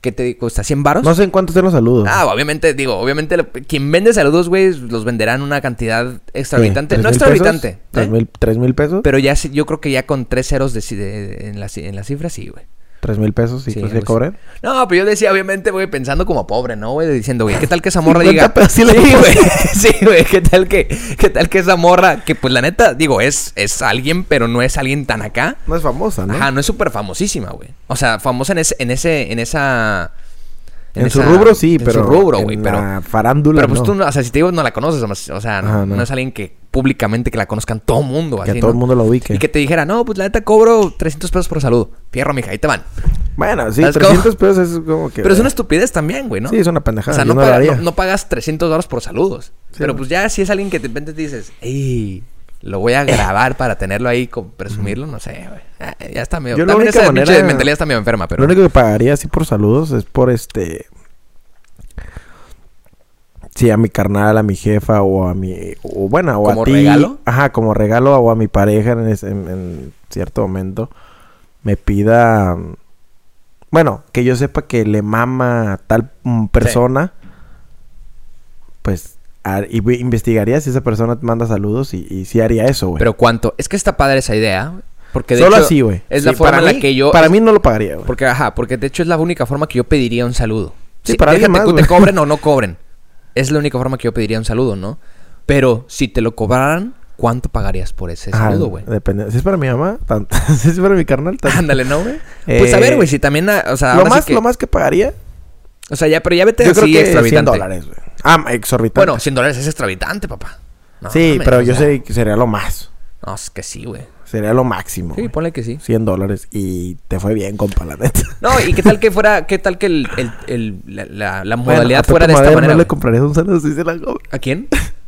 Speaker 1: ¿qué te digo? ¿Está 100 varos?
Speaker 2: No sé en cuántos sean los saludos.
Speaker 1: Ah, obviamente, digo, obviamente lo- quien vende saludos, güey, los venderán una cantidad extraordinante. No extraordinante, ¿eh?
Speaker 2: ¿Tres mil, ¿Tres mil pesos?
Speaker 1: pero ya sí- yo creo que ya con tres ceros de ci- de- en, la, ci- en la cifra sí, güey.
Speaker 2: ¿Tres mil pesos? ¿Y
Speaker 1: Sí, pues,
Speaker 2: crees que
Speaker 1: algo así.
Speaker 2: cobren?
Speaker 1: No, pero yo decía, obviamente, güey, pensando como pobre, ¿no, güey? Diciendo, güey, ¿qué tal que esa morra
Speaker 2: 50
Speaker 1: diga?
Speaker 2: pesos sí
Speaker 1: sí,
Speaker 2: le puse.
Speaker 1: güey, sí, güey, ¿qué tal que, qué tal que esa morra, que pues la neta, digo, es, es alguien, pero no es alguien tan acá.
Speaker 2: No es famosa, ¿no?
Speaker 1: Ajá, no es súper famosísima, güey. O sea, famosa en ese, en ese, en esa...
Speaker 2: En, su
Speaker 1: esa-
Speaker 2: rubro sí,
Speaker 1: en su
Speaker 2: pero...
Speaker 1: rubro, güey,
Speaker 2: en
Speaker 1: pero...
Speaker 2: la farándula
Speaker 1: Pero pues
Speaker 2: no.
Speaker 1: tú, no- o sea, si te digo, no la conoces, nomás, o sea, no,
Speaker 2: Ajá, no.
Speaker 1: no es alguien que públicamente que la conozcan todo mundo.
Speaker 2: Que
Speaker 1: así,
Speaker 2: todo el
Speaker 1: ¿no?
Speaker 2: mundo lo ubique.
Speaker 1: Y que te dijera, no, pues la neta cobro 300 pesos por saludo. Fierro, mija, ahí te van.
Speaker 2: Bueno, sí,
Speaker 1: ¿Sabes
Speaker 2: 300 pesos es como que...
Speaker 1: Pero es una estupidez también, güey, ¿no?
Speaker 2: Sí, es una pendejada.
Speaker 1: O sea,
Speaker 2: yo
Speaker 1: no,
Speaker 2: no lo
Speaker 1: paga-
Speaker 2: haría.
Speaker 1: no- no pagas 300 dólares por saludos.
Speaker 2: Sí,
Speaker 1: pero
Speaker 2: no.
Speaker 1: pues ya si es alguien que de repente te dices, ey, lo voy a grabar para tenerlo ahí, con- presumirlo, no sé, güey. Ah, Ya está medio...
Speaker 2: Yo la
Speaker 1: también
Speaker 2: única
Speaker 1: esa
Speaker 2: manera-
Speaker 1: pinche mentalidad está medio enferma, pero... pues,
Speaker 2: Lo único que pagaría así por saludos es por este. Sí, a mi carnal, a mi jefa o a mi. O bueno, o
Speaker 1: ¿Como
Speaker 2: a ti.
Speaker 1: regalo?
Speaker 2: Ajá, como regalo o a mi pareja en, ese- en- en cierto momento. Me pida. mm, Bueno, que yo sepa que le mama a tal mm, persona. Pues. har- y vi- investigaría si esa persona te manda saludos y, y sí haría eso, güey.
Speaker 1: Pero cuánto... Es que está padre esa idea, porque de
Speaker 2: pues. Solo
Speaker 1: hecho,
Speaker 2: así, güey.
Speaker 1: Es
Speaker 2: Sí,
Speaker 1: la forma
Speaker 2: para
Speaker 1: en la
Speaker 2: mí-
Speaker 1: que yo...
Speaker 2: Para mí no lo pagaría, güey.
Speaker 1: Porque, ajá, porque de hecho es la única forma que yo pediría un saludo.
Speaker 2: Sí, para
Speaker 1: déjate
Speaker 2: alguien más,
Speaker 1: que
Speaker 2: güey.
Speaker 1: te cobren o no cobren. Es la única forma que yo pediría un saludo, ¿no? Pero si te lo cobraran, ¿cuánto pagarías por ese
Speaker 2: Ah,
Speaker 1: saludo, güey?
Speaker 2: Depende. Si es para mi mamá, tanto. Si es para mi carnal, tanto.
Speaker 1: Ándale, ¿no, güey? Pues a
Speaker 2: Eh,
Speaker 1: ver, güey, si también, ah, o sea,
Speaker 2: lo,
Speaker 1: ahora sí
Speaker 2: más,
Speaker 1: que-
Speaker 2: lo más que pagaría,
Speaker 1: O sea, ya, pero ya vete
Speaker 2: yo creo
Speaker 1: así
Speaker 2: que 100
Speaker 1: extravagante.
Speaker 2: dólares, güey. Ah, exorbitante.
Speaker 1: Bueno, 100 dólares es extravagante, papá. No,
Speaker 2: sí,
Speaker 1: mames,
Speaker 2: pero
Speaker 1: o
Speaker 2: yo
Speaker 1: sea,
Speaker 2: sé que sería lo más.
Speaker 1: No, es que sí, güey.
Speaker 2: Sería lo máximo.
Speaker 1: Sí,
Speaker 2: güey.
Speaker 1: ponle que sí.
Speaker 2: 100 dólares. Y te fue bien, compa, la neta.
Speaker 1: No, ¿y qué tal que fuera, qué tal que el, el- el- la, la- la
Speaker 2: Bueno,
Speaker 1: modalidad
Speaker 2: a Pepe
Speaker 1: fuera de esta
Speaker 2: Madero
Speaker 1: manera?
Speaker 2: No le
Speaker 1: güey?
Speaker 2: comprarías un saludo si se la cobra.
Speaker 1: ¿A quién?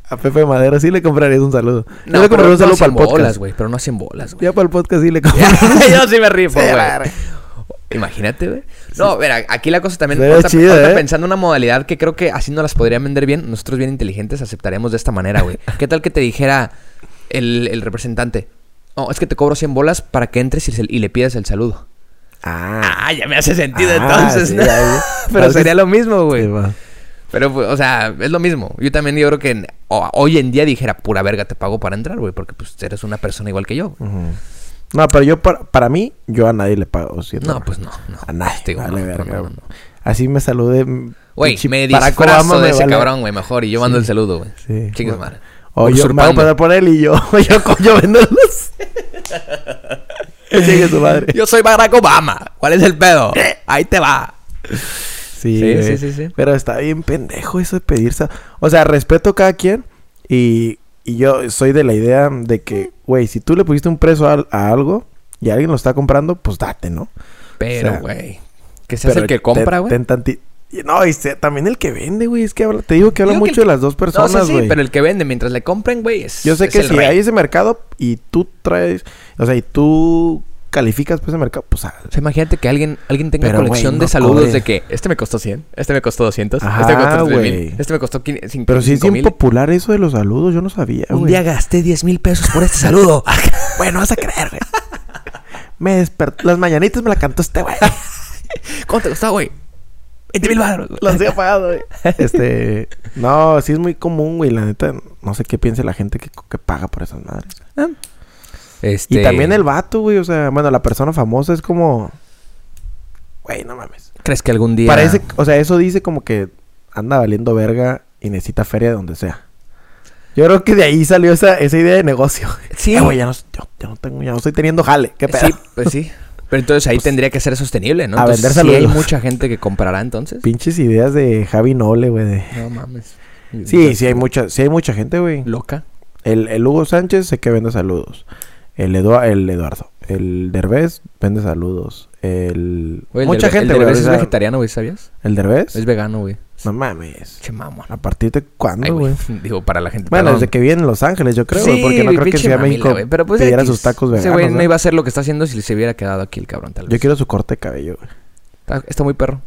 Speaker 2: A Pepe Madero sí le comprarías un saludo. Yo le
Speaker 1: pero
Speaker 2: compraría un saludo
Speaker 1: no
Speaker 2: para
Speaker 1: hacen
Speaker 2: el podcast.
Speaker 1: bolas, güey, pero no hacen bolas, güey.
Speaker 2: ya para el podcast sí le compraría.
Speaker 1: Yo sí me rifo,
Speaker 2: Sí,
Speaker 1: güey.
Speaker 2: la verga.
Speaker 1: Imagínate, güey. No, mira, aquí la cosa también.
Speaker 2: Sería
Speaker 1: ahorita-
Speaker 2: chido,
Speaker 1: ahorita
Speaker 2: ¿eh?
Speaker 1: pensando una modalidad que creo que así no las podría vender bien. Nosotros, bien inteligentes, aceptaremos de esta manera, güey. ¿Qué tal que te dijera el, el representante? No, es que te cobro 100 bolas para que entres y, se- y le pidas el saludo.
Speaker 2: Ah.
Speaker 1: Ah, ya me hace sentido
Speaker 2: Ah,
Speaker 1: entonces,
Speaker 2: sí,
Speaker 1: ¿no?
Speaker 2: ya, ya.
Speaker 1: Pero
Speaker 2: Algo
Speaker 1: sería
Speaker 2: es-
Speaker 1: lo mismo, güey.
Speaker 2: sí, va.
Speaker 1: Pero, pues, o sea, es lo mismo. Yo también yo creo que en- o- hoy en día dijera, pura verga, te pago para entrar, güey. Porque, pues, eres una persona igual que yo, güey.
Speaker 2: Ujú. No, pero yo, para, para mí, yo a nadie le pago 100
Speaker 1: No,
Speaker 2: dólares.
Speaker 1: pues no, no.
Speaker 2: A nadie.
Speaker 1: Te digo,
Speaker 2: vale
Speaker 1: no,
Speaker 2: verga,
Speaker 1: no,
Speaker 2: güey.
Speaker 1: no.
Speaker 2: Así me saludé. m-
Speaker 1: Güey,
Speaker 2: pinche
Speaker 1: me
Speaker 2: Barack
Speaker 1: disfrazo
Speaker 2: Obama,
Speaker 1: de
Speaker 2: me
Speaker 1: ese
Speaker 2: vale-
Speaker 1: cabrón, güey, mejor. Y yo mando el saludo, güey.
Speaker 2: Sí.
Speaker 1: Chingue su
Speaker 2: Bueno.
Speaker 1: madre.
Speaker 2: O yo me voy a
Speaker 1: Usurpando.
Speaker 2: pasar por él y yo, yo, co- yo vendo los. Chingue su madre.
Speaker 1: Yo soy Barack Obama. ¿Cuál es el pedo? Ahí te va.
Speaker 2: Sí,
Speaker 1: Sí,
Speaker 2: güey.
Speaker 1: sí, sí, sí.
Speaker 2: Pero está bien pendejo eso de pedir sal- O sea, respeto a cada quien. Y, y yo soy de la idea de que, güey, si tú le pusiste un precio a, a algo y alguien lo está comprando, pues date, ¿no? O
Speaker 1: Pero,
Speaker 2: sea,
Speaker 1: güey. que seas
Speaker 2: Pero
Speaker 1: el que
Speaker 2: ten-
Speaker 1: compra, güey.
Speaker 2: ten tanti- y No, y se- también el que vende, güey. Es que habla- te digo que habla
Speaker 1: Digo que el
Speaker 2: mucho
Speaker 1: que-
Speaker 2: de las dos
Speaker 1: No,
Speaker 2: personas,
Speaker 1: sí,
Speaker 2: güey.
Speaker 1: sí, pero el que vende mientras le compren, güey, es.
Speaker 2: Yo sé
Speaker 1: es
Speaker 2: que
Speaker 1: el
Speaker 2: si
Speaker 1: rey.
Speaker 2: hay ese mercado y tú traes, o sea, y tú calificas pues ese mercado, pues
Speaker 1: O sea, imagínate que alguien, alguien tenga
Speaker 2: Pero,
Speaker 1: colección
Speaker 2: güey,
Speaker 1: de
Speaker 2: no
Speaker 1: saludos
Speaker 2: cobre.
Speaker 1: de que este me costó 100, este me costó 200, este me
Speaker 2: Ajá,
Speaker 1: costó 3000,
Speaker 2: güey.
Speaker 1: este me costó 500.
Speaker 2: Pero si es bien popular eso de los saludos, yo no sabía,
Speaker 1: Un
Speaker 2: güey.
Speaker 1: día gasté 10 mil pesos por este saludo. bueno, vas a creer, güey.
Speaker 2: Me despertó, las mañanitas me la cantó este güey.
Speaker 1: ¿Cuánto te costó, güey? 20 mil baros.
Speaker 2: Lo hacía pagado, güey. Este, no, sí es muy común, güey, la neta, no sé qué piense la gente que, que paga por esas madres.
Speaker 1: Este...
Speaker 2: Y también el vato, güey, o sea, bueno, la persona famosa es como güey, no mames.
Speaker 1: ¿Crees que algún día...
Speaker 2: Parece, o sea, eso dice como que anda valiendo verga y necesita feria de donde sea. Yo creo que de ahí salió esa, esa idea de negocio.
Speaker 1: Sí.
Speaker 2: Eh, güey, ya no, yo- yo no tengo, ya no estoy teniendo jale. ¿Qué pedo? Pues,
Speaker 1: Sí, pues sí. Pero entonces ahí tendría que ser sostenible, ¿no?
Speaker 2: a
Speaker 1: Entonces,
Speaker 2: vender
Speaker 1: ¿sí hay
Speaker 2: saludos.
Speaker 1: mucha gente que comprará entonces.
Speaker 2: Pinches ideas de Javi Noble, güey. de-
Speaker 1: No mames.
Speaker 2: Sí, sí hay mucha, sí hay mucha gente, güey.
Speaker 1: Loca.
Speaker 2: El, el Hugo Sánchez sé que vende saludos. El, Edu- el Eduardo. El Derbez vende saludos. El...
Speaker 1: Güey, el
Speaker 2: Mucha
Speaker 1: Derbe-
Speaker 2: gente,
Speaker 1: El
Speaker 2: güey,
Speaker 1: Derbez es
Speaker 2: ahorita-
Speaker 1: vegetariano, güey, ¿sabías?
Speaker 2: ¿El Derbez?
Speaker 1: Es vegano, güey.
Speaker 2: No mames.
Speaker 1: Che mamón.
Speaker 2: ¿A partir de
Speaker 1: Ay,
Speaker 2: cuándo,
Speaker 1: güey.
Speaker 2: güey?
Speaker 1: Digo, para la gente.
Speaker 2: Bueno,
Speaker 1: perdón.
Speaker 2: desde que vive en Los Ángeles, yo creo, güey, porque no
Speaker 1: güey,
Speaker 2: creo que en
Speaker 1: pinche
Speaker 2: Ciudad de
Speaker 1: mamila,
Speaker 2: México
Speaker 1: güey, pero pues
Speaker 2: pidiera
Speaker 1: X.
Speaker 2: sus tacos
Speaker 1: Ese
Speaker 2: veganos.
Speaker 1: güey
Speaker 2: ¿no?
Speaker 1: no iba a hacer lo que está haciendo si se hubiera quedado aquí el cabrón, tal vez.
Speaker 2: Yo quiero su corte de cabello, güey.
Speaker 1: Está, está muy perro.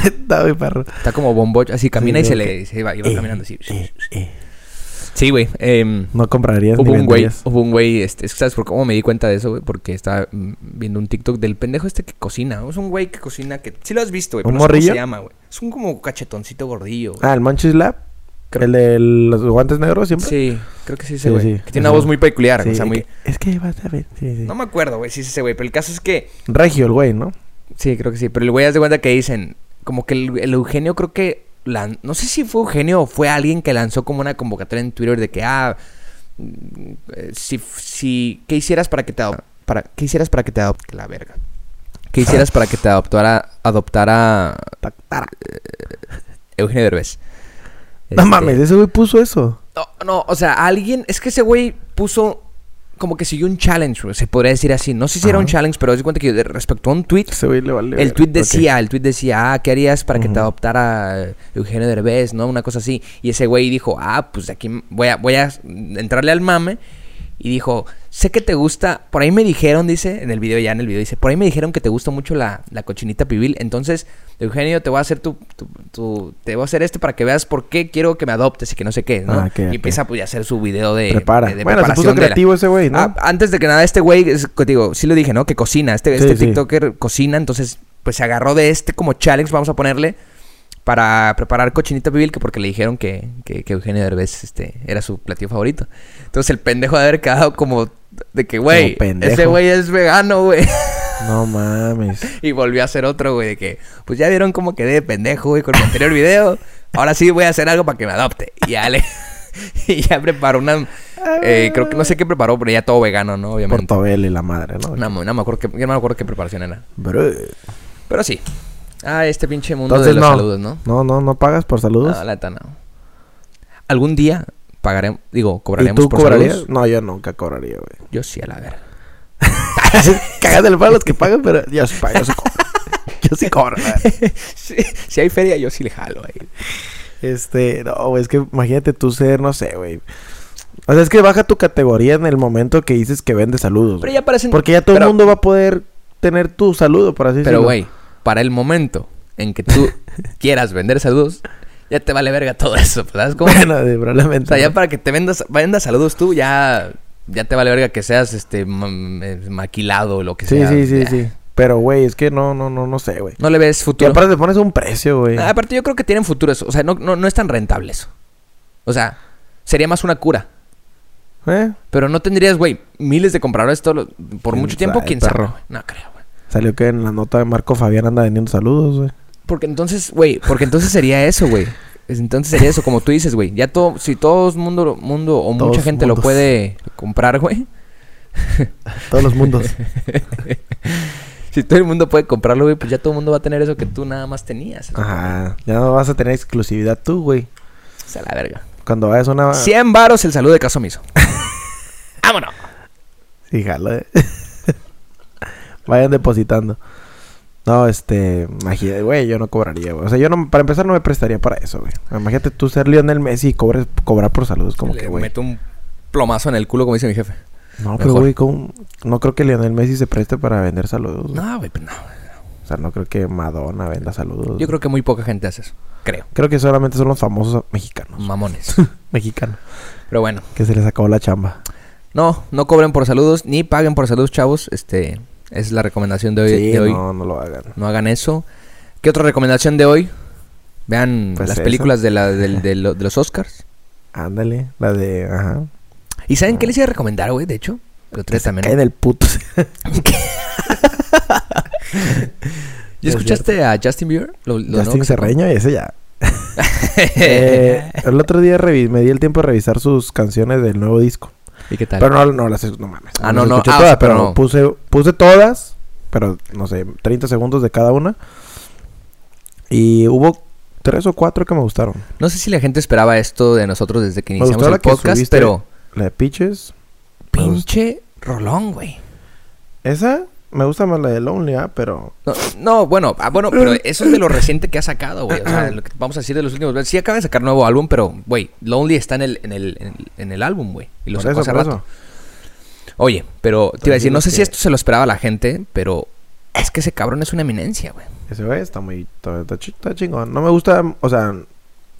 Speaker 2: Está muy perro.
Speaker 1: Está como bombocho. Así camina
Speaker 2: Sí,
Speaker 1: y se
Speaker 2: güey,
Speaker 1: le... Se va, y va
Speaker 2: Eh,
Speaker 1: caminando así.
Speaker 2: eh, eh.
Speaker 1: Sí, güey. em,
Speaker 2: No comprarías
Speaker 1: Hubo
Speaker 2: ni
Speaker 1: un güey,
Speaker 2: venderías.
Speaker 1: hubo un güey, este, es que ¿sabes por cómo me di cuenta de eso, güey? Porque estaba mm, viendo un TikTok del pendejo este que cocina. Es un güey que cocina que sí lo has visto, güey.
Speaker 2: ¿Un
Speaker 1: pero no sé cómo
Speaker 2: morrillo?
Speaker 1: se llama, güey? Es un como cachetoncito gordillo, güey.
Speaker 2: Ah, el Monchis Lab.
Speaker 1: Creo-
Speaker 2: El de los guantes negros siempre.
Speaker 1: Sí, creo que sí ese
Speaker 2: Sí,
Speaker 1: güey.
Speaker 2: sí,
Speaker 1: Que tiene
Speaker 2: ese
Speaker 1: una voz muy
Speaker 2: güey.
Speaker 1: peculiar,
Speaker 2: Sí,
Speaker 1: o sea, muy...
Speaker 2: que- Es que vas a ver. Sí, sí.
Speaker 1: No me acuerdo, güey, si es ese güey, pero el caso es que...
Speaker 2: Regio el güey, ¿no?
Speaker 1: Sí, creo que sí, pero el güey haz de cuenta que dicen... Como que el, el Eugenio creo que... lan- no sé si fue Eugenio o fue alguien que lanzó como una convocatoria en Twitter de que, ah... mm, eh, Si, si, ¿Qué hicieras para que te adop- para ¿Qué hicieras para que te adopte la verga? ¿Qué hicieras para que te adoptara, adoptara
Speaker 2: Ta- tara.
Speaker 1: Eugenio Derbez?
Speaker 2: No
Speaker 1: Este,
Speaker 2: mames, ese güey puso eso.
Speaker 1: No, no, o sea, alguien. Es que ese güey puso. Como que siguió un challenge, güey, se podría decir así. No sé si era un
Speaker 2: Ajá.
Speaker 1: challenge, pero se cuenta que de- respecto a un tweet,
Speaker 2: Ese güey le vale.
Speaker 1: el
Speaker 2: verga.
Speaker 1: tweet
Speaker 2: Ok.
Speaker 1: decía, el tweet decía, ah, ¿qué harías para que te
Speaker 2: Ujú.
Speaker 1: adoptara eh, Eugenio Derbez, no? Una cosa así. Y ese güey dijo, ah, pues de aquí m- voy a, voy a entrarle al mame. Y dijo, sé que te gusta, por ahí me dijeron, dice, en el video ya, en el video dice, por ahí me dijeron que te gusta mucho la, la cochinita pibil. Entonces, Eugenio, te voy a hacer tu, tu- tu- te voy a hacer este para que veas por qué quiero que me adoptes y que no sé qué, ¿no?
Speaker 2: Ah, ok,
Speaker 1: y
Speaker 2: ok.
Speaker 1: empieza pues, a hacer su video de,
Speaker 2: Prepara.
Speaker 1: de- de
Speaker 2: bueno, se puso
Speaker 1: preparación de la-
Speaker 2: creativo ese güey, ¿no?
Speaker 1: Ah, antes de que nada, este güey, es- que digo, sí lo dije, ¿no? Que cocina. Este,
Speaker 2: Sí,
Speaker 1: este
Speaker 2: sí.
Speaker 1: TikToker cocina, entonces, pues se agarró de este como challenge, vamos a ponerle, para preparar cochinita pibil, que porque le dijeron que, que, que Eugenio Derbez este, era su platillo favorito. Entonces, el pendejo de haber quedado como de que, güey,
Speaker 2: Como pendejo.
Speaker 1: ese güey es vegano, güey.
Speaker 2: No mames.
Speaker 1: y volvió a hacer otro, güey, de que, pues ya vieron cómo quedé de pendejo, güey, con mi anterior video. Ahora sí voy a hacer algo para que me adopte. Y ya le. y ya preparó una.
Speaker 2: Ah,
Speaker 1: eh, creo que no sé qué preparó, pero ya todo vegano, ¿no? Obviamente.
Speaker 2: Portobel y la madre, ¿no?
Speaker 1: No, me- no me acuerdo qué, ya no me acuerdo qué preparación era.
Speaker 2: Bro.
Speaker 1: Pero sí. Ah, este pinche mundo
Speaker 2: Entonces
Speaker 1: de los
Speaker 2: no.
Speaker 1: saludos, ¿no?
Speaker 2: No, no, no pagas por saludos.
Speaker 1: No, la neta no. Algún día pagaremos, digo,
Speaker 2: ¿Y
Speaker 1: cobraremos
Speaker 2: tú
Speaker 1: por
Speaker 2: cobrarías?
Speaker 1: saludos.
Speaker 2: No, yo nunca cobraría, güey.
Speaker 1: Yo sí, a la verga.
Speaker 2: Cagad el palo los que pagan, pero yo sí pago. Yo sí cobro. yo sí cobro, la verdad.
Speaker 1: si, si hay feria, yo sí le jalo ahí.
Speaker 2: Este, no, güey, es que imagínate tú ser, no sé, güey. O sea, es que baja tu categoría en el momento que dices que vende saludos.
Speaker 1: Pero
Speaker 2: güey.
Speaker 1: ya parecen.
Speaker 2: Porque ya todo
Speaker 1: pero-
Speaker 2: el mundo va a poder tener tu saludo, por así
Speaker 1: Pero,
Speaker 2: decirlo.
Speaker 1: güey, para el momento en que tú quieras vender saludos, ya te vale verga todo eso, pues, ¿sabes cómo?
Speaker 2: Bueno, de-
Speaker 1: O
Speaker 2: probablemente.
Speaker 1: sea, ya
Speaker 2: ¿no?
Speaker 1: para que te vendas, vendas saludos tú, ya, ya te vale verga que seas este ma- eh, maquilado o lo que
Speaker 2: Sí,
Speaker 1: sea.
Speaker 2: sí, sí,
Speaker 1: Ya.
Speaker 2: sí. Pero, güey, es que no, no, no, no sé, güey.
Speaker 1: No le ves
Speaker 2: Y
Speaker 1: futuro.
Speaker 2: aparte le pones un precio, güey.
Speaker 1: Ah, Aparte, yo creo que tienen futuro eso. O sea, no, no, no es tan rentable eso. O sea, sería más una cura.
Speaker 2: ¿Eh?
Speaker 1: Pero no tendrías, güey, miles de compradores todo lo- por
Speaker 2: ¿Quién
Speaker 1: mucho tiempo.
Speaker 2: sabe,
Speaker 1: ¿Quién sabe?
Speaker 2: perro?
Speaker 1: güey? No creo, güey.
Speaker 2: Salió que en la nota de Marco Fabián anda vendiendo saludos, güey.
Speaker 1: Porque entonces, güey, porque entonces sería eso, güey. Es- Entonces sería eso, como tú dices, güey. Ya todo, si todo mundo, mundo o mucha
Speaker 2: Todos
Speaker 1: gente lo
Speaker 2: mundos.
Speaker 1: puede comprar, güey.
Speaker 2: Todos los mundos.
Speaker 1: Si todo el mundo puede comprarlo, güey, pues ya todo el mundo va a tener eso que tú nada más tenías.
Speaker 2: Ah. Ajá. Ya no vas a tener exclusividad tú, güey.
Speaker 1: O sea, la verga.
Speaker 2: Cuando vayas a una...
Speaker 1: 100 varos el saludo de Casomiso. Vámonos.
Speaker 2: Sí, jala, eh. Vayan depositando. No, este, imagínate, güey, yo no cobraría, güey. O sea, yo no, para empezar no me prestaría para eso, güey. Imagínate tú ser Lionel Messi y cobres, cobrar por saludos, como
Speaker 1: Le
Speaker 2: que, güey.
Speaker 1: meto un plomazo en el culo, como dice mi jefe.
Speaker 2: No, pero
Speaker 1: mejor.
Speaker 2: güey, ¿cómo? no creo que Lionel Messi se preste para vender saludos. güey.
Speaker 1: No, güey, pues no.
Speaker 2: O sea, no creo que Madonna venda saludos.
Speaker 1: Yo creo que muy poca gente hace eso. Creo.
Speaker 2: Creo que solamente son los famosos mexicanos.
Speaker 1: Mamones.
Speaker 2: Mexicanos.
Speaker 1: Pero bueno.
Speaker 2: Que se les acabó la chamba.
Speaker 1: No, no cobren por saludos ni paguen por saludos, chavos. Este, esa es la recomendación de hoy.
Speaker 2: sí,
Speaker 1: de hoy.
Speaker 2: no, no lo hagan.
Speaker 1: No hagan eso. ¿Qué otra recomendación de hoy? Vean
Speaker 2: Pues
Speaker 1: las
Speaker 2: esa.
Speaker 1: películas de, la, del- de lo- de los Oscars.
Speaker 2: Ándale, la de, ajá.
Speaker 1: ¿Y
Speaker 2: Ah.
Speaker 1: saben qué les iba a recomendar, güey? De hecho, lo tres también.
Speaker 2: Caen el puto.
Speaker 1: ¿Ya
Speaker 2: Es
Speaker 1: escuchaste a Justin Bieber? Lo- lo nuevo
Speaker 2: Justin
Speaker 1: que sacó.
Speaker 2: Cerreño y ese ya. Eh, el otro día revi- me di el tiempo de revisar sus canciones del nuevo disco.
Speaker 1: ¿Y qué tal?
Speaker 2: Pero no, no las no mames.
Speaker 1: Ah, no,
Speaker 2: las
Speaker 1: no.
Speaker 2: escuché
Speaker 1: Ah, o
Speaker 2: todas,
Speaker 1: sea, pero
Speaker 2: pero
Speaker 1: no.
Speaker 2: puse, puse todas, pero no sé, 30 segundos de cada una. Y hubo tres o cuatro que me gustaron.
Speaker 1: No sé si la gente esperaba esto de nosotros desde que
Speaker 2: Me
Speaker 1: iniciamos
Speaker 2: gustó
Speaker 1: el
Speaker 2: la que
Speaker 1: podcast,
Speaker 2: subiste.
Speaker 1: pero
Speaker 2: La de Peaches. Me gustó.
Speaker 1: pinche rolón, güey.
Speaker 2: Esa me gusta más la de Lonely, ¿ah? pero
Speaker 1: No, no, bueno, ah, bueno, pero eso es de lo reciente que ha sacado, güey. O sea, lo que vamos a decir de los últimos. Sí, acaba de sacar nuevo álbum, pero, güey, Lonely está en el, en el, en el, en el álbum, güey. Y lo
Speaker 2: por
Speaker 1: sacó
Speaker 2: eso,
Speaker 1: hace
Speaker 2: por
Speaker 1: rato.
Speaker 2: eso.
Speaker 1: Oye, pero te iba a decir, no sé
Speaker 2: Tranquilo,
Speaker 1: si
Speaker 2: que-
Speaker 1: esto se lo esperaba la gente, pero es que ese cabrón es una eminencia, güey.
Speaker 2: Ese güey está muy. Está, está chi- está chingón. No me gusta, o sea,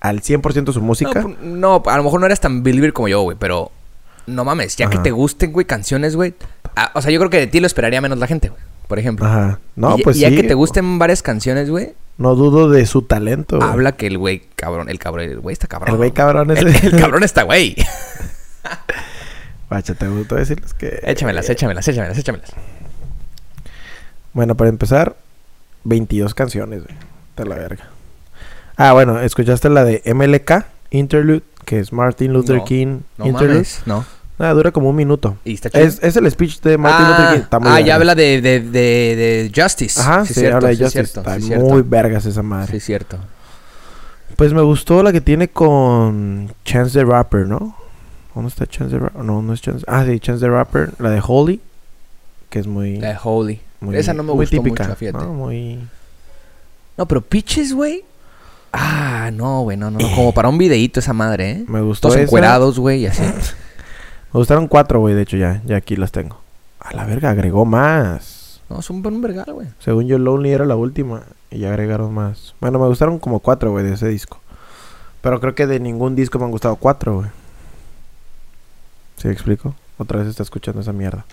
Speaker 2: al 100% su
Speaker 1: No,
Speaker 2: música.
Speaker 1: pu- No, a lo mejor no eres tan believer como yo, güey, pero no mames, ya que
Speaker 2: Ajá.
Speaker 1: te gusten, güey, canciones, güey. ah, o sea, yo creo que de ti lo esperaría menos la gente, güey, por ejemplo.
Speaker 2: Ajá. No,
Speaker 1: Y-
Speaker 2: pues
Speaker 1: y ya
Speaker 2: sí.
Speaker 1: que te gusten varias canciones, güey,
Speaker 2: No dudo de su talento. güey.
Speaker 1: habla que el güey cabrón, el cabrón, el güey está cabrón.
Speaker 2: El güey
Speaker 1: ¿no?
Speaker 2: cabrón es.
Speaker 1: El, el cabrón está, güey.
Speaker 2: Guacha, te gusta decirles que.
Speaker 1: Échamelas, échamelas, échamelas, échamelas.
Speaker 2: Bueno, para empezar, 22 canciones, güey. Está la verga. Ah, bueno, escuchaste la de MLK Interlude, que es Martin Luther
Speaker 1: No,
Speaker 2: King
Speaker 1: No
Speaker 2: Interlude.
Speaker 1: mames, no.
Speaker 2: Ah, dura como un minuto.
Speaker 1: Y está chido.
Speaker 2: Es, es el speech de Martin
Speaker 1: ah,
Speaker 2: Luther King. Está muy
Speaker 1: ah,
Speaker 2: verga.
Speaker 1: ya habla de, de, de, de Justice.
Speaker 2: Ajá, sí,
Speaker 1: cierto,
Speaker 2: habla de
Speaker 1: sí,
Speaker 2: Justice.
Speaker 1: cierto,
Speaker 2: está
Speaker 1: sí,
Speaker 2: muy
Speaker 1: cierto.
Speaker 2: vergas esa madre.
Speaker 1: Sí, cierto.
Speaker 2: Pues me gustó la que tiene con Chance the Rapper, ¿no? ¿Dónde está Chance the Rapper? No, no es Chance. Ah, sí, Chance the Rapper. La de Holy, que es muy...
Speaker 1: La de Holy.
Speaker 2: muy-
Speaker 1: Eh, Esa no me
Speaker 2: muy
Speaker 1: gustó
Speaker 2: típica,
Speaker 1: mucho, fíjate.
Speaker 2: ¿no? Muy...
Speaker 1: No, pero pitches, güey. Ah, no, güey, no, no, no. Como para un videíto esa madre, ¿eh?
Speaker 2: Eh. Me gustó
Speaker 1: Todos
Speaker 2: esa.
Speaker 1: encuerados, güey, y así.
Speaker 2: Me gustaron cuatro, güey. De hecho, ya, ya aquí las tengo. A la verga, agregó más.
Speaker 1: No, son un vergal, güey.
Speaker 2: Según yo, Lonely era la última. Y ya agregaron más. Bueno, me gustaron como cuatro, güey, de ese disco. Pero creo que de ningún disco me han gustado cuatro, güey. ¿Sí me explico? Otra vez está escuchando esa mierda.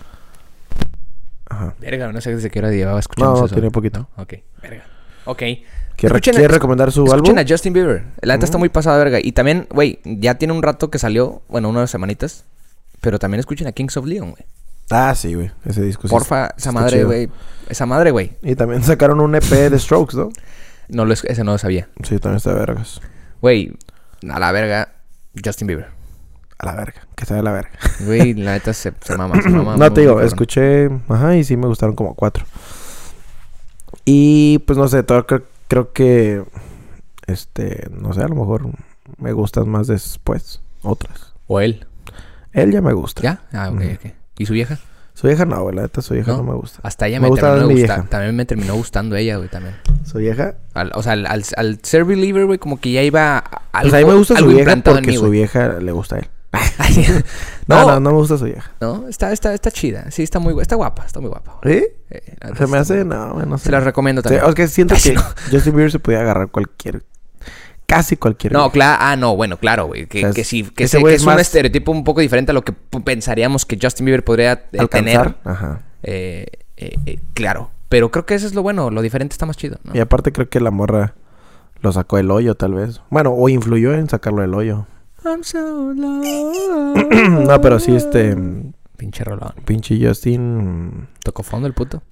Speaker 2: Ajá.
Speaker 1: Verga, no sé desde qué hora llevaba escuchando
Speaker 2: No,
Speaker 1: eso.
Speaker 2: tenía poquito.
Speaker 1: ¿no? Ok, verga. Ok.
Speaker 2: ¿Quieres
Speaker 1: Escuchen-
Speaker 2: ¿quieres recomendar su álbum?
Speaker 1: Escuchen a Justin Bieber. La neta está
Speaker 2: Ujú.
Speaker 1: muy pasada, verga. Y también, güey, ya tiene un rato que salió, bueno, unas semanitas. Pero también escuchen a Kings of Leon, güey.
Speaker 2: Ah, sí, güey. Ese disco sí
Speaker 1: Porfa,
Speaker 2: está
Speaker 1: esa madre,
Speaker 2: chido.
Speaker 1: güey. Esa madre, güey.
Speaker 2: Y también sacaron un EP de Strokes, ¿no?
Speaker 1: No lo, es- ese no lo sabía.
Speaker 2: Sí, también está de vergas.
Speaker 1: Güey, a la verga, Justin Bieber.
Speaker 2: A la verga. Que está de la verga.
Speaker 1: Güey, la neta se, se mama, se mama.
Speaker 2: no,
Speaker 1: muy
Speaker 2: te digo,
Speaker 1: cabrón.
Speaker 2: escuché... Ajá, y sí me gustaron como cuatro. Y, pues, no sé. Todo, creo, creo que... Este... No sé, a lo mejor me gustan más después. Otras.
Speaker 1: O él.
Speaker 2: Él ya me gusta.
Speaker 1: ¿Ya? Ah, ok,
Speaker 2: Ujú.
Speaker 1: ok. ¿Y su vieja?
Speaker 2: Su hija no, güey. La neta, su hija no, me gusta.
Speaker 1: Hasta ella
Speaker 2: Me
Speaker 1: me,
Speaker 2: gusta
Speaker 1: terminó
Speaker 2: más
Speaker 1: de
Speaker 2: mi
Speaker 1: gustar.
Speaker 2: vieja.
Speaker 1: También me terminó gustando ella, güey, también.
Speaker 2: Su vieja...
Speaker 1: Al- o sea, al, al, al ser believer, güey, como que ya iba a- algo,
Speaker 2: Pues a mí me gusta su
Speaker 1: algo
Speaker 2: vieja
Speaker 1: implantado en
Speaker 2: porque
Speaker 1: mí,
Speaker 2: su
Speaker 1: güey.
Speaker 2: vieja le gusta a él.
Speaker 1: Ay,
Speaker 2: No,
Speaker 1: no,
Speaker 2: no, no me gusta su vieja.
Speaker 1: no, está, está, está chida. Sí, está muy gu- está guapa, está muy guapa. güey.
Speaker 2: ¿Sí?
Speaker 1: Eh, la neta
Speaker 2: Se me
Speaker 1: está
Speaker 2: hace...
Speaker 1: muy-
Speaker 2: No, güey, no sé.
Speaker 1: Se las recomiendo
Speaker 2: Sí,
Speaker 1: también.
Speaker 2: o sea, que siento
Speaker 1: Ay,
Speaker 2: que
Speaker 1: no.
Speaker 2: Justin Bieber se podía agarrar cualquier... Casi cualquier...
Speaker 1: No,
Speaker 2: vieja.
Speaker 1: claro, ah, no, bueno, claro, güey. Que,
Speaker 2: O sea,
Speaker 1: que
Speaker 2: es-
Speaker 1: sí, que,
Speaker 2: ese
Speaker 1: sé
Speaker 2: güey
Speaker 1: que
Speaker 2: es
Speaker 1: es un
Speaker 2: más-
Speaker 1: estereotipo un poco diferente a lo que p- pensaríamos que Justin Bieber podría eh, tener.
Speaker 2: Alcanzar. Ajá.
Speaker 1: Eh, eh, eh, claro. Pero creo que eso es lo bueno, lo diferente está más chido, ¿no?
Speaker 2: Y aparte creo que la morra lo sacó del hoyo, tal vez. Bueno, o influyó en sacarlo del hoyo.
Speaker 1: I'm so lost.
Speaker 2: no, pero sí, este... mm,
Speaker 1: Pinche rolón.
Speaker 2: Pinche Justin... mm,
Speaker 1: Tocó fondo el puto.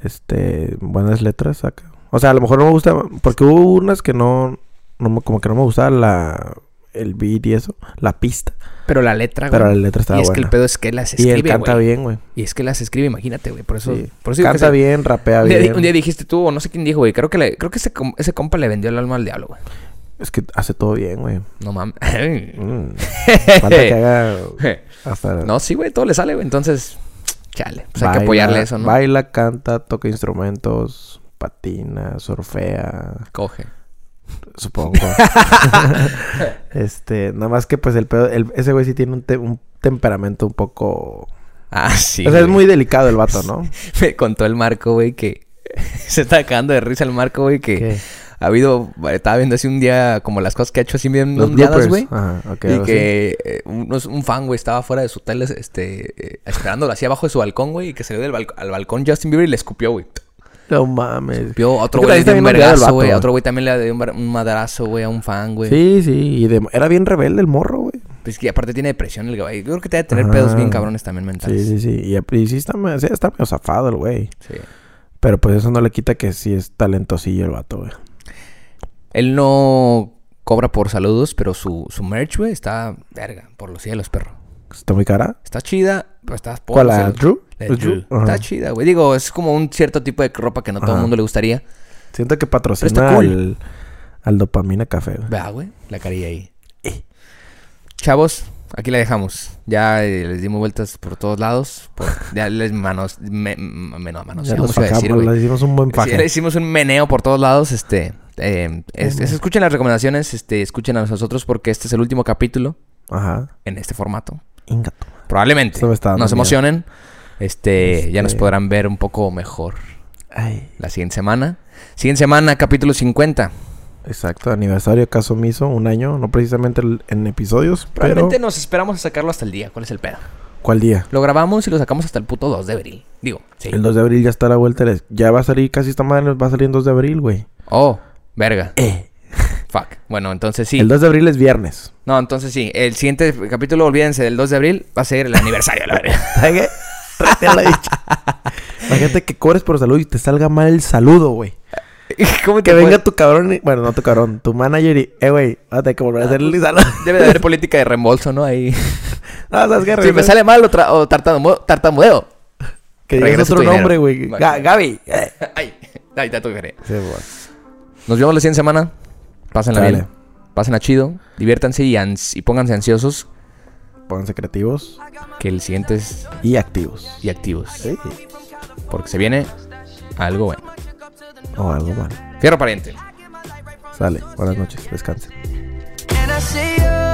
Speaker 2: Este... Buenas letras saca. O sea, a lo mejor no me gusta... Porque hubo unas que no... no me- como que no me gustaba la... El beat y eso. La pista.
Speaker 1: Pero la letra, güey.
Speaker 2: Pero la letra estaba
Speaker 1: y es
Speaker 2: buena.
Speaker 1: que el pedo es que las
Speaker 2: y él
Speaker 1: escribe,
Speaker 2: canta
Speaker 1: güey.
Speaker 2: bien, güey.
Speaker 1: Y es que las escribe, imagínate, güey. Por eso,
Speaker 2: Sí.
Speaker 1: por eso digo que
Speaker 2: canta
Speaker 1: se-
Speaker 2: bien, rapea
Speaker 1: Un día, di-
Speaker 2: bien.
Speaker 1: un día dijiste tú, o no sé quién dijo, güey. Creo que, le- creo que ese, com- ese compa le vendió el alma al diablo, güey.
Speaker 2: Es que hace todo bien, güey.
Speaker 1: No mames.
Speaker 2: Mm. Falta que haga hasta...
Speaker 1: No, sí, güey, todo le sale, güey. Entonces, chale. Pues hay
Speaker 2: Baila-
Speaker 1: que apoyarle eso, ¿no?
Speaker 2: Baila, canta, toca instrumentos, patina, surfea,
Speaker 1: Coge.
Speaker 2: supongo. este, nada más que pues el pedo, el- ese güey sí tiene un, te- un temperamento un poco...
Speaker 1: Ah, sí.
Speaker 2: o sea, es
Speaker 1: güey.
Speaker 2: muy delicado el vato, ¿no?
Speaker 1: Me contó el Marco, güey, que. Se está cagando de risa el Marco, güey, que
Speaker 2: ¿Qué?
Speaker 1: ha habido. Estaba viendo así un día como las cosas que ha hecho así bien
Speaker 2: Los
Speaker 1: ondeadas, güey.
Speaker 2: bloopers. Ajá, ok.
Speaker 1: Y
Speaker 2: algo
Speaker 1: que eh, unos- un, fan, güey, estaba fuera de su hotel, este, eh, esperándolo así abajo de su balcón, güey, y que salió del balc- al balcón Justin Bieber y le escupió, güey.
Speaker 2: así. No mames.
Speaker 1: Escupió, otro
Speaker 2: Es que
Speaker 1: güey le
Speaker 2: también
Speaker 1: dio un
Speaker 2: está bien olvidado
Speaker 1: vergazo,
Speaker 2: el vato,
Speaker 1: güey.
Speaker 2: güey.
Speaker 1: Otro güey también le dio un, bar- un madrazo, güey, a un fan, güey.
Speaker 2: Sí, sí. Y de- era bien rebelde el morro, güey.
Speaker 1: Pues que aparte tiene depresión el güey. Yo creo que te debe tener pedos
Speaker 2: Ajá.
Speaker 1: bien cabrones también mentales.
Speaker 2: Sí, sí, sí. Y, y sí está, me- sí está medio zafado el güey.
Speaker 1: Sí.
Speaker 2: Pero pues eso no le quita que sí es talentosillo el vato, güey.
Speaker 1: Él no cobra por saludos, pero su, su merch, güey, está verga, por los cielos, perro.
Speaker 2: Está muy cara.
Speaker 1: Está chida, pero está por
Speaker 2: ¿Cuál?
Speaker 1: los
Speaker 2: ¿La
Speaker 1: cielos.
Speaker 2: Drew?
Speaker 1: La
Speaker 2: ¿Es
Speaker 1: Drew.
Speaker 2: Ajá.
Speaker 1: Está chida, güey. Digo, es como un cierto tipo de ropa que no todo el
Speaker 2: Ajá.
Speaker 1: mundo le gustaría.
Speaker 2: Siento que
Speaker 1: está
Speaker 2: patrocina
Speaker 1: cool.
Speaker 2: al, al dopamina café. güey. Eh.
Speaker 1: Vea, güey, la carilla ahí. Chavos, aquí la dejamos. Ya eh, les dimos vueltas por todos lados. por- ya les manos... Me, me- no, manos.
Speaker 2: Ya
Speaker 1: ¿cómo
Speaker 2: nos
Speaker 1: se iba a decir,
Speaker 2: fajamos,
Speaker 1: güey?
Speaker 2: les hicimos un buen
Speaker 1: Sí,
Speaker 2: paje.
Speaker 1: le hicimos un meneo por todos lados, este... eh, es- es- escuchen las recomendaciones, este, escuchen a nosotros porque este es el último capítulo
Speaker 2: Ajá.
Speaker 1: en este formato.
Speaker 2: Inga tu-
Speaker 1: Probablemente.
Speaker 2: Esto me está dando
Speaker 1: Nos
Speaker 2: miedo.
Speaker 1: emocionen. Este, ya nos
Speaker 2: Este-
Speaker 1: podrán ver un poco mejor
Speaker 2: Ay.
Speaker 1: la siguiente semana. Siguiente semana, capítulo 50.
Speaker 2: Exacto, aniversario caso omiso, un año, no precisamente el- en episodios, pero
Speaker 1: Probablemente nos esperamos a sacarlo hasta el día. ¿Cuál es el pedo?
Speaker 2: ¿cuál día?
Speaker 1: Lo grabamos y lo sacamos hasta el puto 2 de abril. Digo, sí.
Speaker 2: El 2 de abril ya está a la vuelta, de la- ya va a salir casi esta madre, va a salir el 2 de abril, güey.
Speaker 1: Oh, verga.
Speaker 2: Eh.
Speaker 1: Fuck. Bueno, entonces sí.
Speaker 2: El 2 de abril es viernes.
Speaker 1: No, entonces sí. El siguiente capítulo, olvídense, del 2 de abril va a ser el aniversario. la verga.
Speaker 2: ¿Sabes qué? Tráete a la dicha. Imagínate que cobres por salud y te salga mal el saludo, güey.
Speaker 1: ¿Cómo
Speaker 2: Que
Speaker 1: te
Speaker 2: venga
Speaker 1: puede-
Speaker 2: tu cabrón, y- bueno, no tu cabrón, tu manager y, eh, güey, vas a tener que volver a hacer el saludo.
Speaker 1: Debe de haber política de reembolso, ¿no? Ahí.
Speaker 2: Ah, ¿sabes qué?
Speaker 1: Si me
Speaker 2: Regresa-
Speaker 1: sale mal o, tra- o tartamudo- tartamudeo.
Speaker 2: que digas
Speaker 1: regresa
Speaker 2: otro
Speaker 1: tu
Speaker 2: nombre,
Speaker 1: dinero.
Speaker 2: güey.
Speaker 1: Va.
Speaker 2: Ga- Gaby. Eh.
Speaker 1: Ay, ahí está tu diferencia.
Speaker 2: Sí, güey.
Speaker 1: Nos vemos la siguiente semana. Pásenla
Speaker 2: Dale.
Speaker 1: bien. Pásenla chido. Diviértanse y, ans- y pónganse ansiosos
Speaker 2: Pónganse creativos
Speaker 1: que el siguiente es
Speaker 2: y activos.
Speaker 1: y activos.
Speaker 2: Sí.
Speaker 1: Porque se viene algo bueno.
Speaker 2: O algo mal.
Speaker 1: Fierro pariente.
Speaker 2: Sale. Buenas noches. Descansen.
Speaker 3: And I see you.